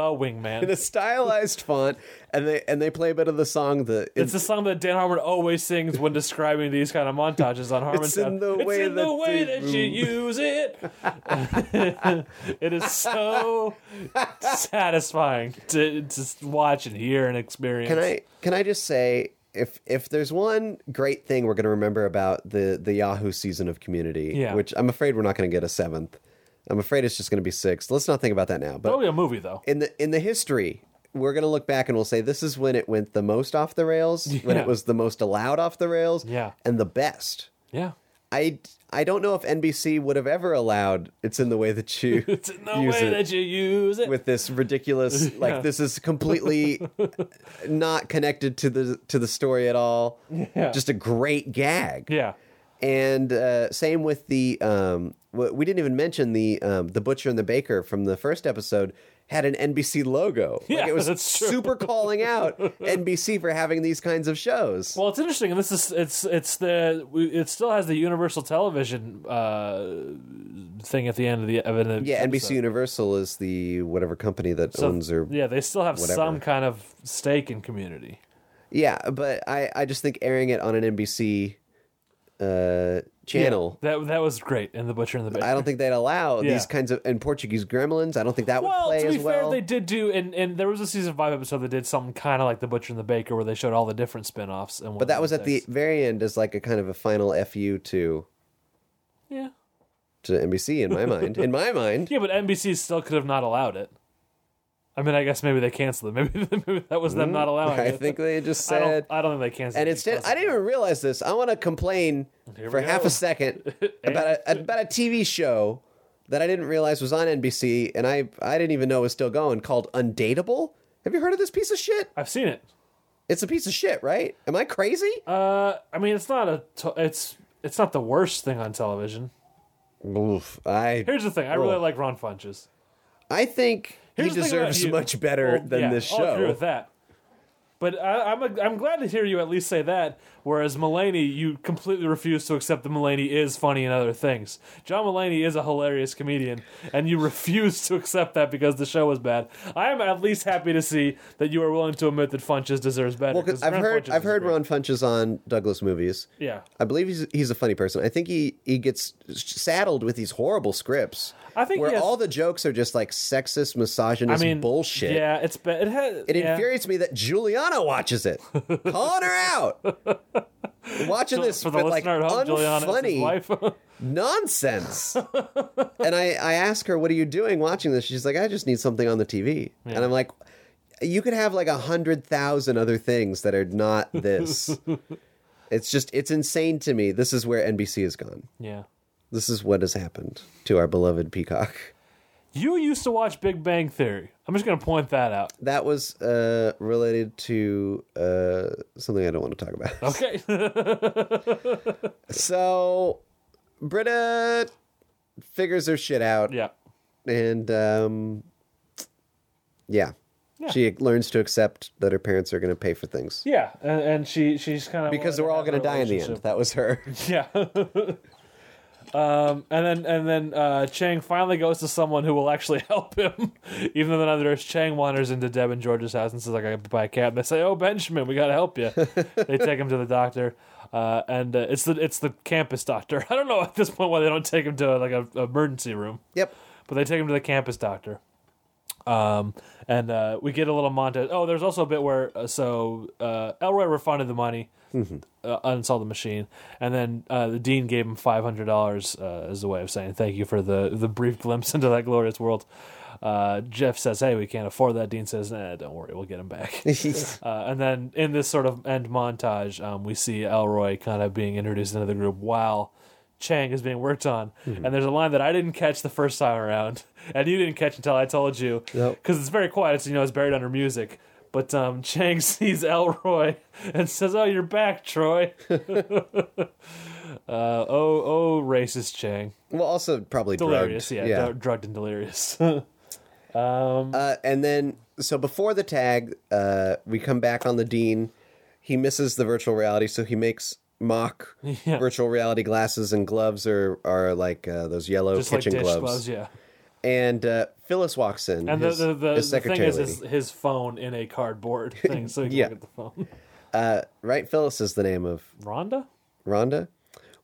S8: wingman."
S7: in a stylized font, and they and they play a bit of the song. The
S8: It's the song that Dan Harmon always sings when describing these kind of montages on Harmon.
S7: It's in the way
S8: it's in the
S7: that
S8: way
S7: they
S8: that you use it. it is so satisfying to just watch and hear and experience.
S7: Can I can I just say if if there's one great thing we're going to remember about the the Yahoo season of Community,
S8: Yeah.
S7: which I'm afraid we're not going to get a seventh. I'm afraid it's just going to be sixth. Let's not think about that now. But
S8: Probably a movie though.
S7: in the in the history, we're going to look back and we'll say this is when it went the most off the rails, when
S8: Yeah.
S7: it was the most allowed off the rails,
S8: Yeah.
S7: and the best.
S8: Yeah.
S7: I I don't know if NBC would have ever allowed it's in the way that you
S8: It's in the
S7: use
S8: way
S7: it
S8: that you use it.
S7: with this ridiculous like
S8: Yeah.
S7: this is completely not connected to the to the story at all
S8: Yeah.
S7: just a great gag
S8: yeah.
S7: and uh, same with the um w- we didn't even mention the um the butcher and the baker from the first episode had an NBC logo
S8: Yeah,
S7: like it was
S8: that's true.
S7: super calling out NBC for having these kinds of shows
S8: Well, it's interesting, and this is it's it's the we- it still has the Universal Television uh, thing at the end of the of an
S7: yeah NBC
S8: episode.
S7: Universal is the whatever company that
S8: So,
S7: owns or
S8: yeah, they still have
S7: whatever.
S8: some kind of stake in community.
S7: Yeah, but I, I just think airing it on an NBC uh, channel,
S8: That that was great in the Butcher and the Baker.
S7: I don't think they'd allow
S8: Yeah.
S7: these kinds of and Portuguese Gremlins. I don't think that would
S8: well,
S7: play
S8: to be
S7: as well.
S8: fair, they did do, and, and there was a season five episode that did something kind of like the Butcher and the Baker, where they showed all the different spin-offs and.
S7: but that was at the very end as like a kind of a final fu to
S8: yeah
S7: to NBC in my mind. In my mind,
S8: yeah, but NBC still could have not allowed it. I mean, I guess maybe they canceled it. Maybe, maybe that was them not allowing
S7: Mm, I
S8: it.
S7: think they just
S8: I don't,
S7: said.
S8: I don't think they canceled.
S7: and
S8: it
S7: instead,
S8: because
S7: I didn't even realize this. I want to complain
S8: Here
S7: for
S8: we
S7: half
S8: go.
S7: a second about a, about a TV show that I didn't realize was on NBC, and I I didn't even know was still going called Undateable. Have you heard of this piece of shit?
S8: I've seen it.
S7: It's a piece of shit, right? Am I crazy?
S8: Uh, I mean, it's not a. T- it's it's not the worst thing on television.
S7: Oof, I
S8: Here's the thing: I really like Ron Funches.
S7: I think he
S8: Here's the thing about
S7: deserves
S8: you-
S7: much better
S8: Well,
S7: than
S8: yeah,
S7: this
S8: I'll agree
S7: show.
S8: with that. But I, I'm a, I'm glad to hear you at least say that. Whereas Mulaney, you completely refuse to accept that Mulaney is funny in other things. John Mulaney is a hilarious comedian, and you refuse to accept that because the show was bad. I am at least happy to see that you are willing to admit that Funches deserves better.
S7: Well, 'cause
S8: 'cause
S7: I've
S8: Ron
S7: heard
S8: Funches
S7: I've
S8: is
S7: heard
S8: great.
S7: Ron Funch is on Douglas movies.
S8: Yeah,
S7: I believe he's he's a funny person. I think he he gets saddled with these horrible scripts.
S8: I think
S7: where
S8: he has-
S7: all the jokes are just like sexist,
S8: I
S7: misogynist
S8: mean
S7: bullshit.
S8: Yeah, it's bad. It, has,
S7: It
S8: yeah.
S7: infuriates me that Juliana watches it, calling her out, watching this
S8: for the
S7: but, like
S8: listener at home. Juliana is his
S7: unfunny
S8: wife.
S7: nonsense. and I, I ask her, what are you doing watching this? She's like, I just need something on the TV. And I'm like, you could have like a hundred thousand other things that are not this. It's just it's insane to me. This is where NBC has gone.
S8: Yeah.
S7: This is what has happened to our beloved Peacock.
S8: You used to watch Big Bang Theory. I'm just going to point that out.
S7: That was uh, related to uh, something I don't want to talk about.
S8: Okay.
S7: So Britta figures her shit out,
S8: yeah.
S7: and um, yeah.
S8: Yeah.
S7: she learns to accept that her parents are going to pay for things
S8: Yeah. And, and she she's kind of
S7: because we're all going to die in the end. That was her.
S8: Yeah. Um, and then and then uh, Chang finally goes to someone who will actually help him, even though none of there's Chang wanders into Deb and George's house and says like I got to buy a cat. And they say, "Oh Benjamin, we gotta help you." they take him to the doctor, uh, and uh, it's the it's the campus doctor. I don't know at this point why they don't take him to like a, a emergency room,
S7: Yep.
S8: but they take him to the campus doctor. Um, and uh, we get a little montage. Oh, there's also a bit where uh, so uh, Elroy refunded the money, uh, uninstalled the machine, and then uh, the dean gave him five hundred dollars uh, as a way of saying thank you for the the brief glimpse into that glorious world. Uh, Jeff says, "Hey, we can't afford that." Dean says, "Nah, don't worry, we'll get him back." uh, and then in this sort of end montage, um, we see Elroy kind of being introduced into the group while Chang is being worked on.
S7: Mm-hmm.
S8: And there's a line that I didn't catch the first time around, and you didn't catch until I told you, because
S7: Yep.
S8: it's very quiet. It's you know it's buried under music. But um, Chang sees Elroy and says, "Oh, you're back, Troy." uh, oh, oh, racist Chang,
S7: Well, also probably
S8: delirious,
S7: drugged.
S8: yeah, dr- drugged and delirious.
S7: Uh, and then, so before the tag, uh, we come back on the dean. He misses the virtual reality, so he makes mock
S8: Yeah.
S7: virtual reality glasses and gloves are are like uh, those yellow
S8: Just like
S7: kitchen
S8: dish gloves,
S7: gloves.
S8: yeah.
S7: And uh, Phyllis walks in.
S8: And
S7: his,
S8: the the, the,
S7: his
S8: the thing
S7: secretary
S8: is his,
S7: lady.
S8: his phone in a cardboard thing, so he can
S7: Yeah.
S8: look at the phone.
S7: right? Phyllis is the name of
S8: Rhonda,
S7: Rhonda.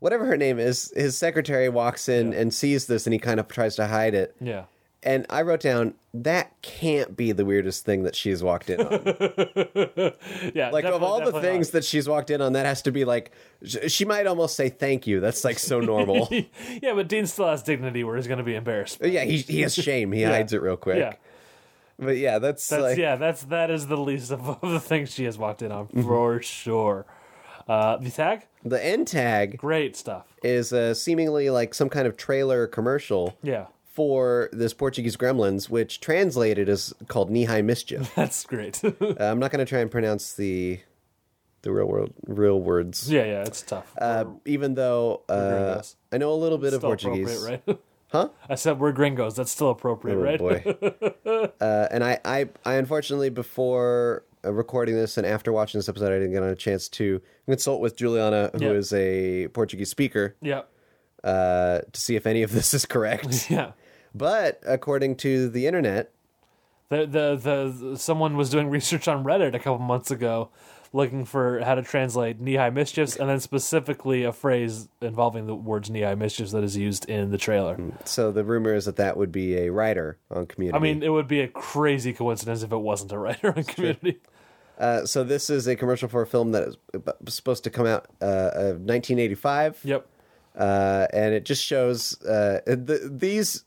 S7: Whatever her name is, his secretary walks in and sees this, and he kind of tries to hide it.
S8: yeah.
S7: And I wrote down that can't be the weirdest thing that she's walked in on.
S8: Yeah,
S7: like of
S8: definitely-
S7: all the
S8: definitely
S7: things
S8: not.
S7: that she's walked in on that has to be like sh- she might almost say thank you that's like so normal
S8: yeah, but Dean still has dignity where he's going to be embarrassed.
S7: yeah he, he has shame he hides it real quick
S8: Yeah,
S7: but yeah that's,
S8: that's
S7: like
S8: yeah, that's that is the least of, of the things she has walked in on
S7: Mm-hmm.
S8: for sure. Uh, the tag,
S7: the end tag
S8: great stuff.
S7: is uh, seemingly like some kind of trailer commercial
S8: Yeah,
S7: for this portuguese gremlins which translated is called knee high mischief
S8: that's great.
S7: Uh, i'm not going to try and pronounce the the real world real words
S8: yeah, yeah, it's tough.
S7: uh, even though uh,
S8: gringos.
S7: i know a little bit of
S8: still
S7: portuguese
S8: appropriate, right? Huh? I said we're gringos. That's still appropriate,
S7: Oh
S8: right?
S7: boy. uh, and I, I, I unfortunately before uh, recording this and after watching this episode, I didn't get a chance to consult with Juliana, who
S8: Yeah.
S7: is a Portuguese speaker,
S8: yeah,
S7: uh, to see if any of this is correct.
S8: yeah.
S7: but according to the internet,
S8: The, the the the- someone was doing research on Reddit a couple months ago, looking for how to translate knee high mischiefs, and then specifically a phrase involving the words knee high mischiefs that is used in the trailer.
S7: so the rumor is that that would be a writer on Community.
S8: I mean, it would be a crazy coincidence if it wasn't a writer on Community.
S7: uh, so this is a commercial for a film that is b- supposed to come out uh, of 1985.
S8: Yep.
S7: Uh, and it just shows uh, th- these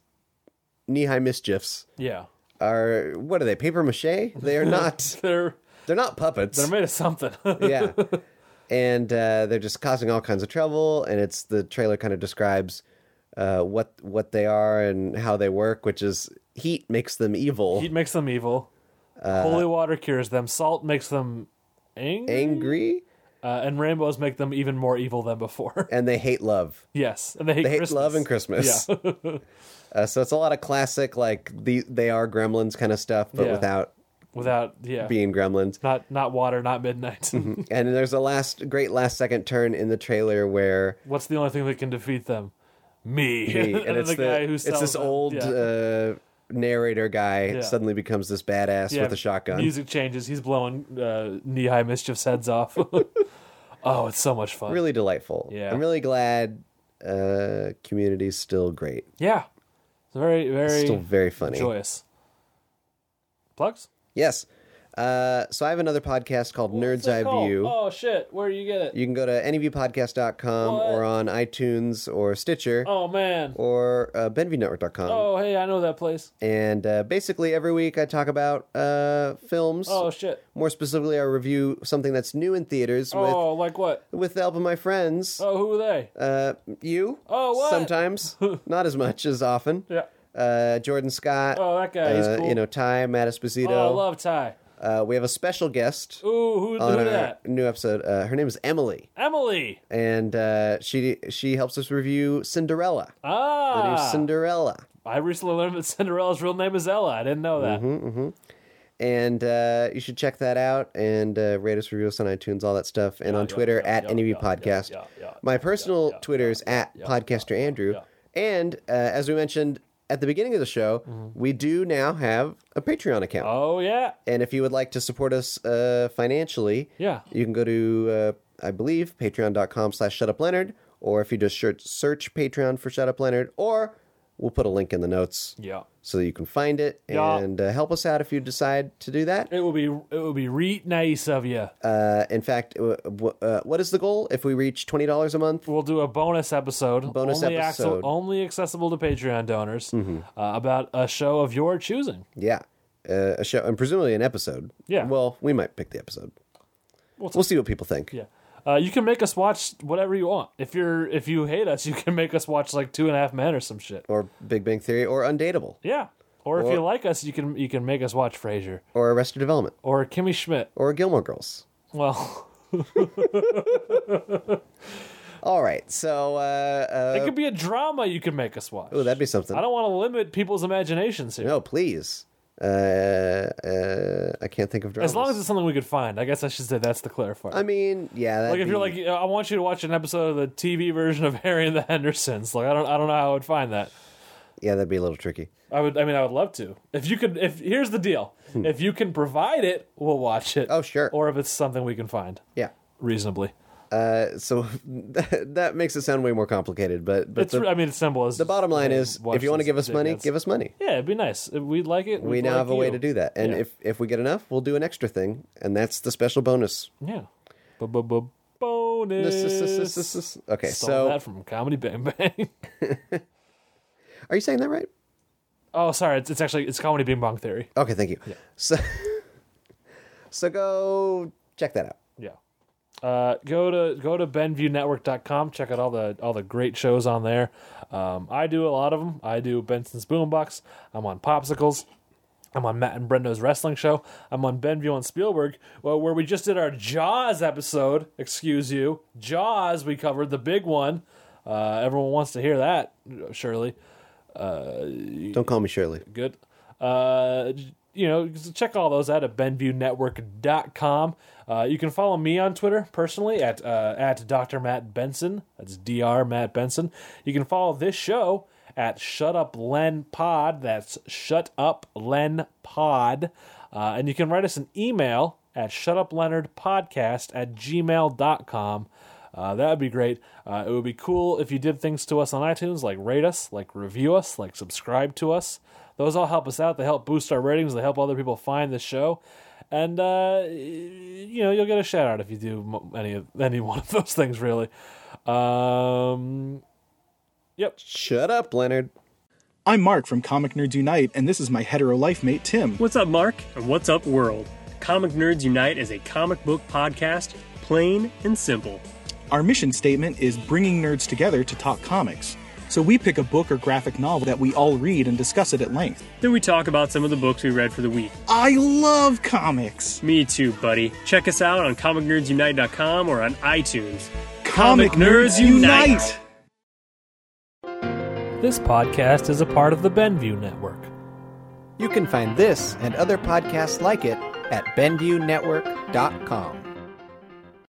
S7: knee high mischiefs.
S8: Yeah.
S7: are what are they paper mache they are not
S8: They're
S7: they're not puppets
S8: they're made of something.
S7: yeah and uh, they're just causing all kinds of trouble and it's the trailer kind of describes uh, what what they are and how they work which is heat makes them evil
S8: Heat makes them evil.
S7: Uh,
S8: Holy water cures them. Salt makes them angry.
S7: angry
S8: Uh, and rainbows make them even more evil than before.
S7: and they hate love
S8: yes. And they hate
S7: they hate
S8: Christmas.
S7: love and christmas yeah. uh, so it's a lot of classic like the they are gremlins kind of stuff but
S8: Yeah.
S7: without
S8: Without yeah.
S7: being Mm-hmm. gremlins
S8: not not water, not midnight.
S7: and there's a last great last second turn in the trailer where
S8: What's the only thing that can defeat them? Me.
S7: Hey,
S8: and
S7: and, it's
S8: the, guy who sells
S7: it's this
S8: them.
S7: old
S8: Yeah.
S7: uh, narrator guy
S8: Yeah.
S7: suddenly becomes this badass
S8: Yeah,
S7: with a shotgun.
S8: Music changes. He's blowing uh, knee high mischief's heads off. oh, it's so much fun.
S7: Really delightful.
S8: Yeah.
S7: I'm really glad uh, Community's still great.
S8: Yeah. It's very, very
S7: Still very funny.
S8: joyous. Plugs?
S7: Yes. Uh, so I have another podcast called Nerd's
S8: What's it
S7: Eye
S8: called?
S7: View.
S8: Oh shit! Where do you get it?
S7: You can go to anyviewpodcast.com
S8: What?
S7: or on iTunes or Stitcher
S8: oh man.
S7: or uh, benviewnetwork.com.
S8: Oh hey, I know that place.
S7: And uh, basically, every week I talk about uh, films.
S8: Oh shit.
S7: More specifically, I review something that's new in theaters
S8: Oh, like what?
S7: with, with the help of my friends.
S8: Oh, who are they?
S7: Uh, you?
S8: Oh, what?
S7: Sometimes. Not as much as often.
S8: Yeah.
S7: Uh, Jordan Scott.
S8: Oh, that guy, he's
S7: uh,
S8: cool.
S7: You know, Ty, Matt Esposito.
S8: Oh, I love Ty.
S7: uh, we have a special guest
S8: Ooh, who, who
S7: on our
S8: that?
S7: new episode. Uh, her name is Emily,
S8: Emily.
S7: and uh, she she helps us review Cinderella. The new
S8: Ah,
S7: Cinderella.
S8: I recently learned that Cinderella's real name is Ella. I didn't know that.
S7: Mm-hmm. And uh, you should check that out and uh, rate us, review us on iTunes, all that stuff, and on Twitter at
S8: yeah,
S7: NEB
S8: yeah,
S7: Podcast.
S8: yeah, yeah,
S7: My personal Twitter is at Podcaster Andrew. And uh, as we mentioned at the beginning of the show,
S8: Mm-hmm.
S7: we do now have a Patreon account.
S8: Oh yeah,
S7: And if you would like to support us uh, financially,
S8: Yeah.
S7: you can go to, uh, I believe, patreon.com slash Shut Up Leonard, or if you just search, search Patreon for Shut Up Leonard, or we'll put a link in the notes
S8: yeah.
S7: so that you can find it
S8: Yeah.
S7: and uh, help us out if you decide to do that.
S8: It will be it will be re nice of you.
S7: Uh, in fact, w- w- uh, what is the goal? If we reach $20 a month,
S8: we'll do a bonus episode.
S7: Bonus
S8: only
S7: episode. Mm-hmm.
S8: only accessible to Patreon donors uh, about a show of your choosing.
S7: yeah. Uh, a show, and presumably an episode.
S8: Yeah.
S7: Well, we might pick the episode. We'll, see what people think.
S8: Yeah. Uh, you can make us watch whatever you want. If you're if you hate us, you can make us watch like Two and a Half Men or some shit.
S7: Or Big Bang Theory, or Undateable,
S8: Yeah. Or, if
S7: Or-
S8: you like us, you can you can make us watch Frasier
S7: or Arrested Development,
S8: or Kimmy Schmidt.
S7: or Gilmore Girls.
S8: Well,
S7: All right, so uh, uh,
S8: it could be a drama you can make us watch.
S7: oh, that'd be something.
S8: I don't want to limit people's imaginations here.
S7: No, please. Uh, uh, I can't think of dramas.
S8: As long as it's something we could find, I guess I should say that's the clarifier.
S7: I mean, yeah. That'd
S8: like if
S7: be-
S8: you're like, I want you to watch an episode of the TV version of Harry and the Hendersons. Like I don't, I don't know how I would find that.
S7: yeah, that'd be a little tricky.
S8: I would, I mean, I would love to. If you could, if here's the deal, if you can provide it, we'll watch it.
S7: Hmm. Oh, sure.
S8: Or if it's something we can find
S7: Yeah.
S8: reasonably.
S7: So that, that makes it sound way more complicated, but but
S8: It's,
S7: the,
S8: I mean, it's simple as
S7: the bottom line is, if you want to give us money, give us money.
S8: Yeah, it'd be nice. If we'd like it.
S7: We
S8: we'd
S7: now
S8: like
S7: have a way
S8: you.
S7: to do that, and
S8: Yeah.
S7: if if we get enough, we'll do an extra thing, and that's the special bonus.
S8: yeah. Bu-bu-bu- Bonus.
S7: This- this- this- this- this- this- Okay,
S8: Stole
S7: so
S8: that from Comedy Bang Bang.
S7: are you saying that right?
S8: oh, sorry. It's, it's actually it's Comedy Bing Bong Theory.
S7: Okay, thank you. So so go check that out.
S8: Yeah. Uh, go to go to BenviewNetwork.com. Check out all the all the great shows on there. Um, I do a lot of them. I do Benson's Boombox. I'm on Popsicles. I'm on Matt and Brendo's wrestling show. I'm on Benview on Spielberg, well, where we just did our Jaws episode. Excuse you, Jaws. We covered the big one. Uh, everyone wants to hear that, surely
S7: Don't call me Shirley.
S8: good. Uh, you know, just check all those out at BenviewNetwork.com. Uh, you can follow me on Twitter personally at uh, at Dr. Matt Benson. That's Dr. Matt Benson. You can follow this show at Shut Up Len Pod. That's Shut Up Len Pod. Uh, and you can write us an email at shutupleonardpodcast at gmail.com. Uh, that would be great. Uh, it would be cool if you did things to us on iTunes, like rate us, like review us, like subscribe to us. Those all help us out. They help boost our ratings. They help other people find the show, and uh, you know you'll get a shout out if you do mo- any of any one of those things. Really, um, yep.
S7: Shut up, Leonard.
S11: I'm Mark from Comic Nerds Unite, and this is my hetero life mate, Tim.
S6: What's up, Mark? And what's up, world? Comic Nerds Unite is a comic book podcast, plain and simple.
S11: Our mission statement is bringing nerds together to talk comics. So we pick a book or graphic novel that we all read and discuss it at length.
S6: Then we talk about some of the books we read for the week.
S11: I love comics!
S6: Me too, buddy. Check us out on comicnerdsunite.com or on iTunes.
S11: Comic, Nerds, Unite.
S8: This podcast is a part of the Benview Network.
S7: You can find this and other podcasts like it at BenviewNetwork.com.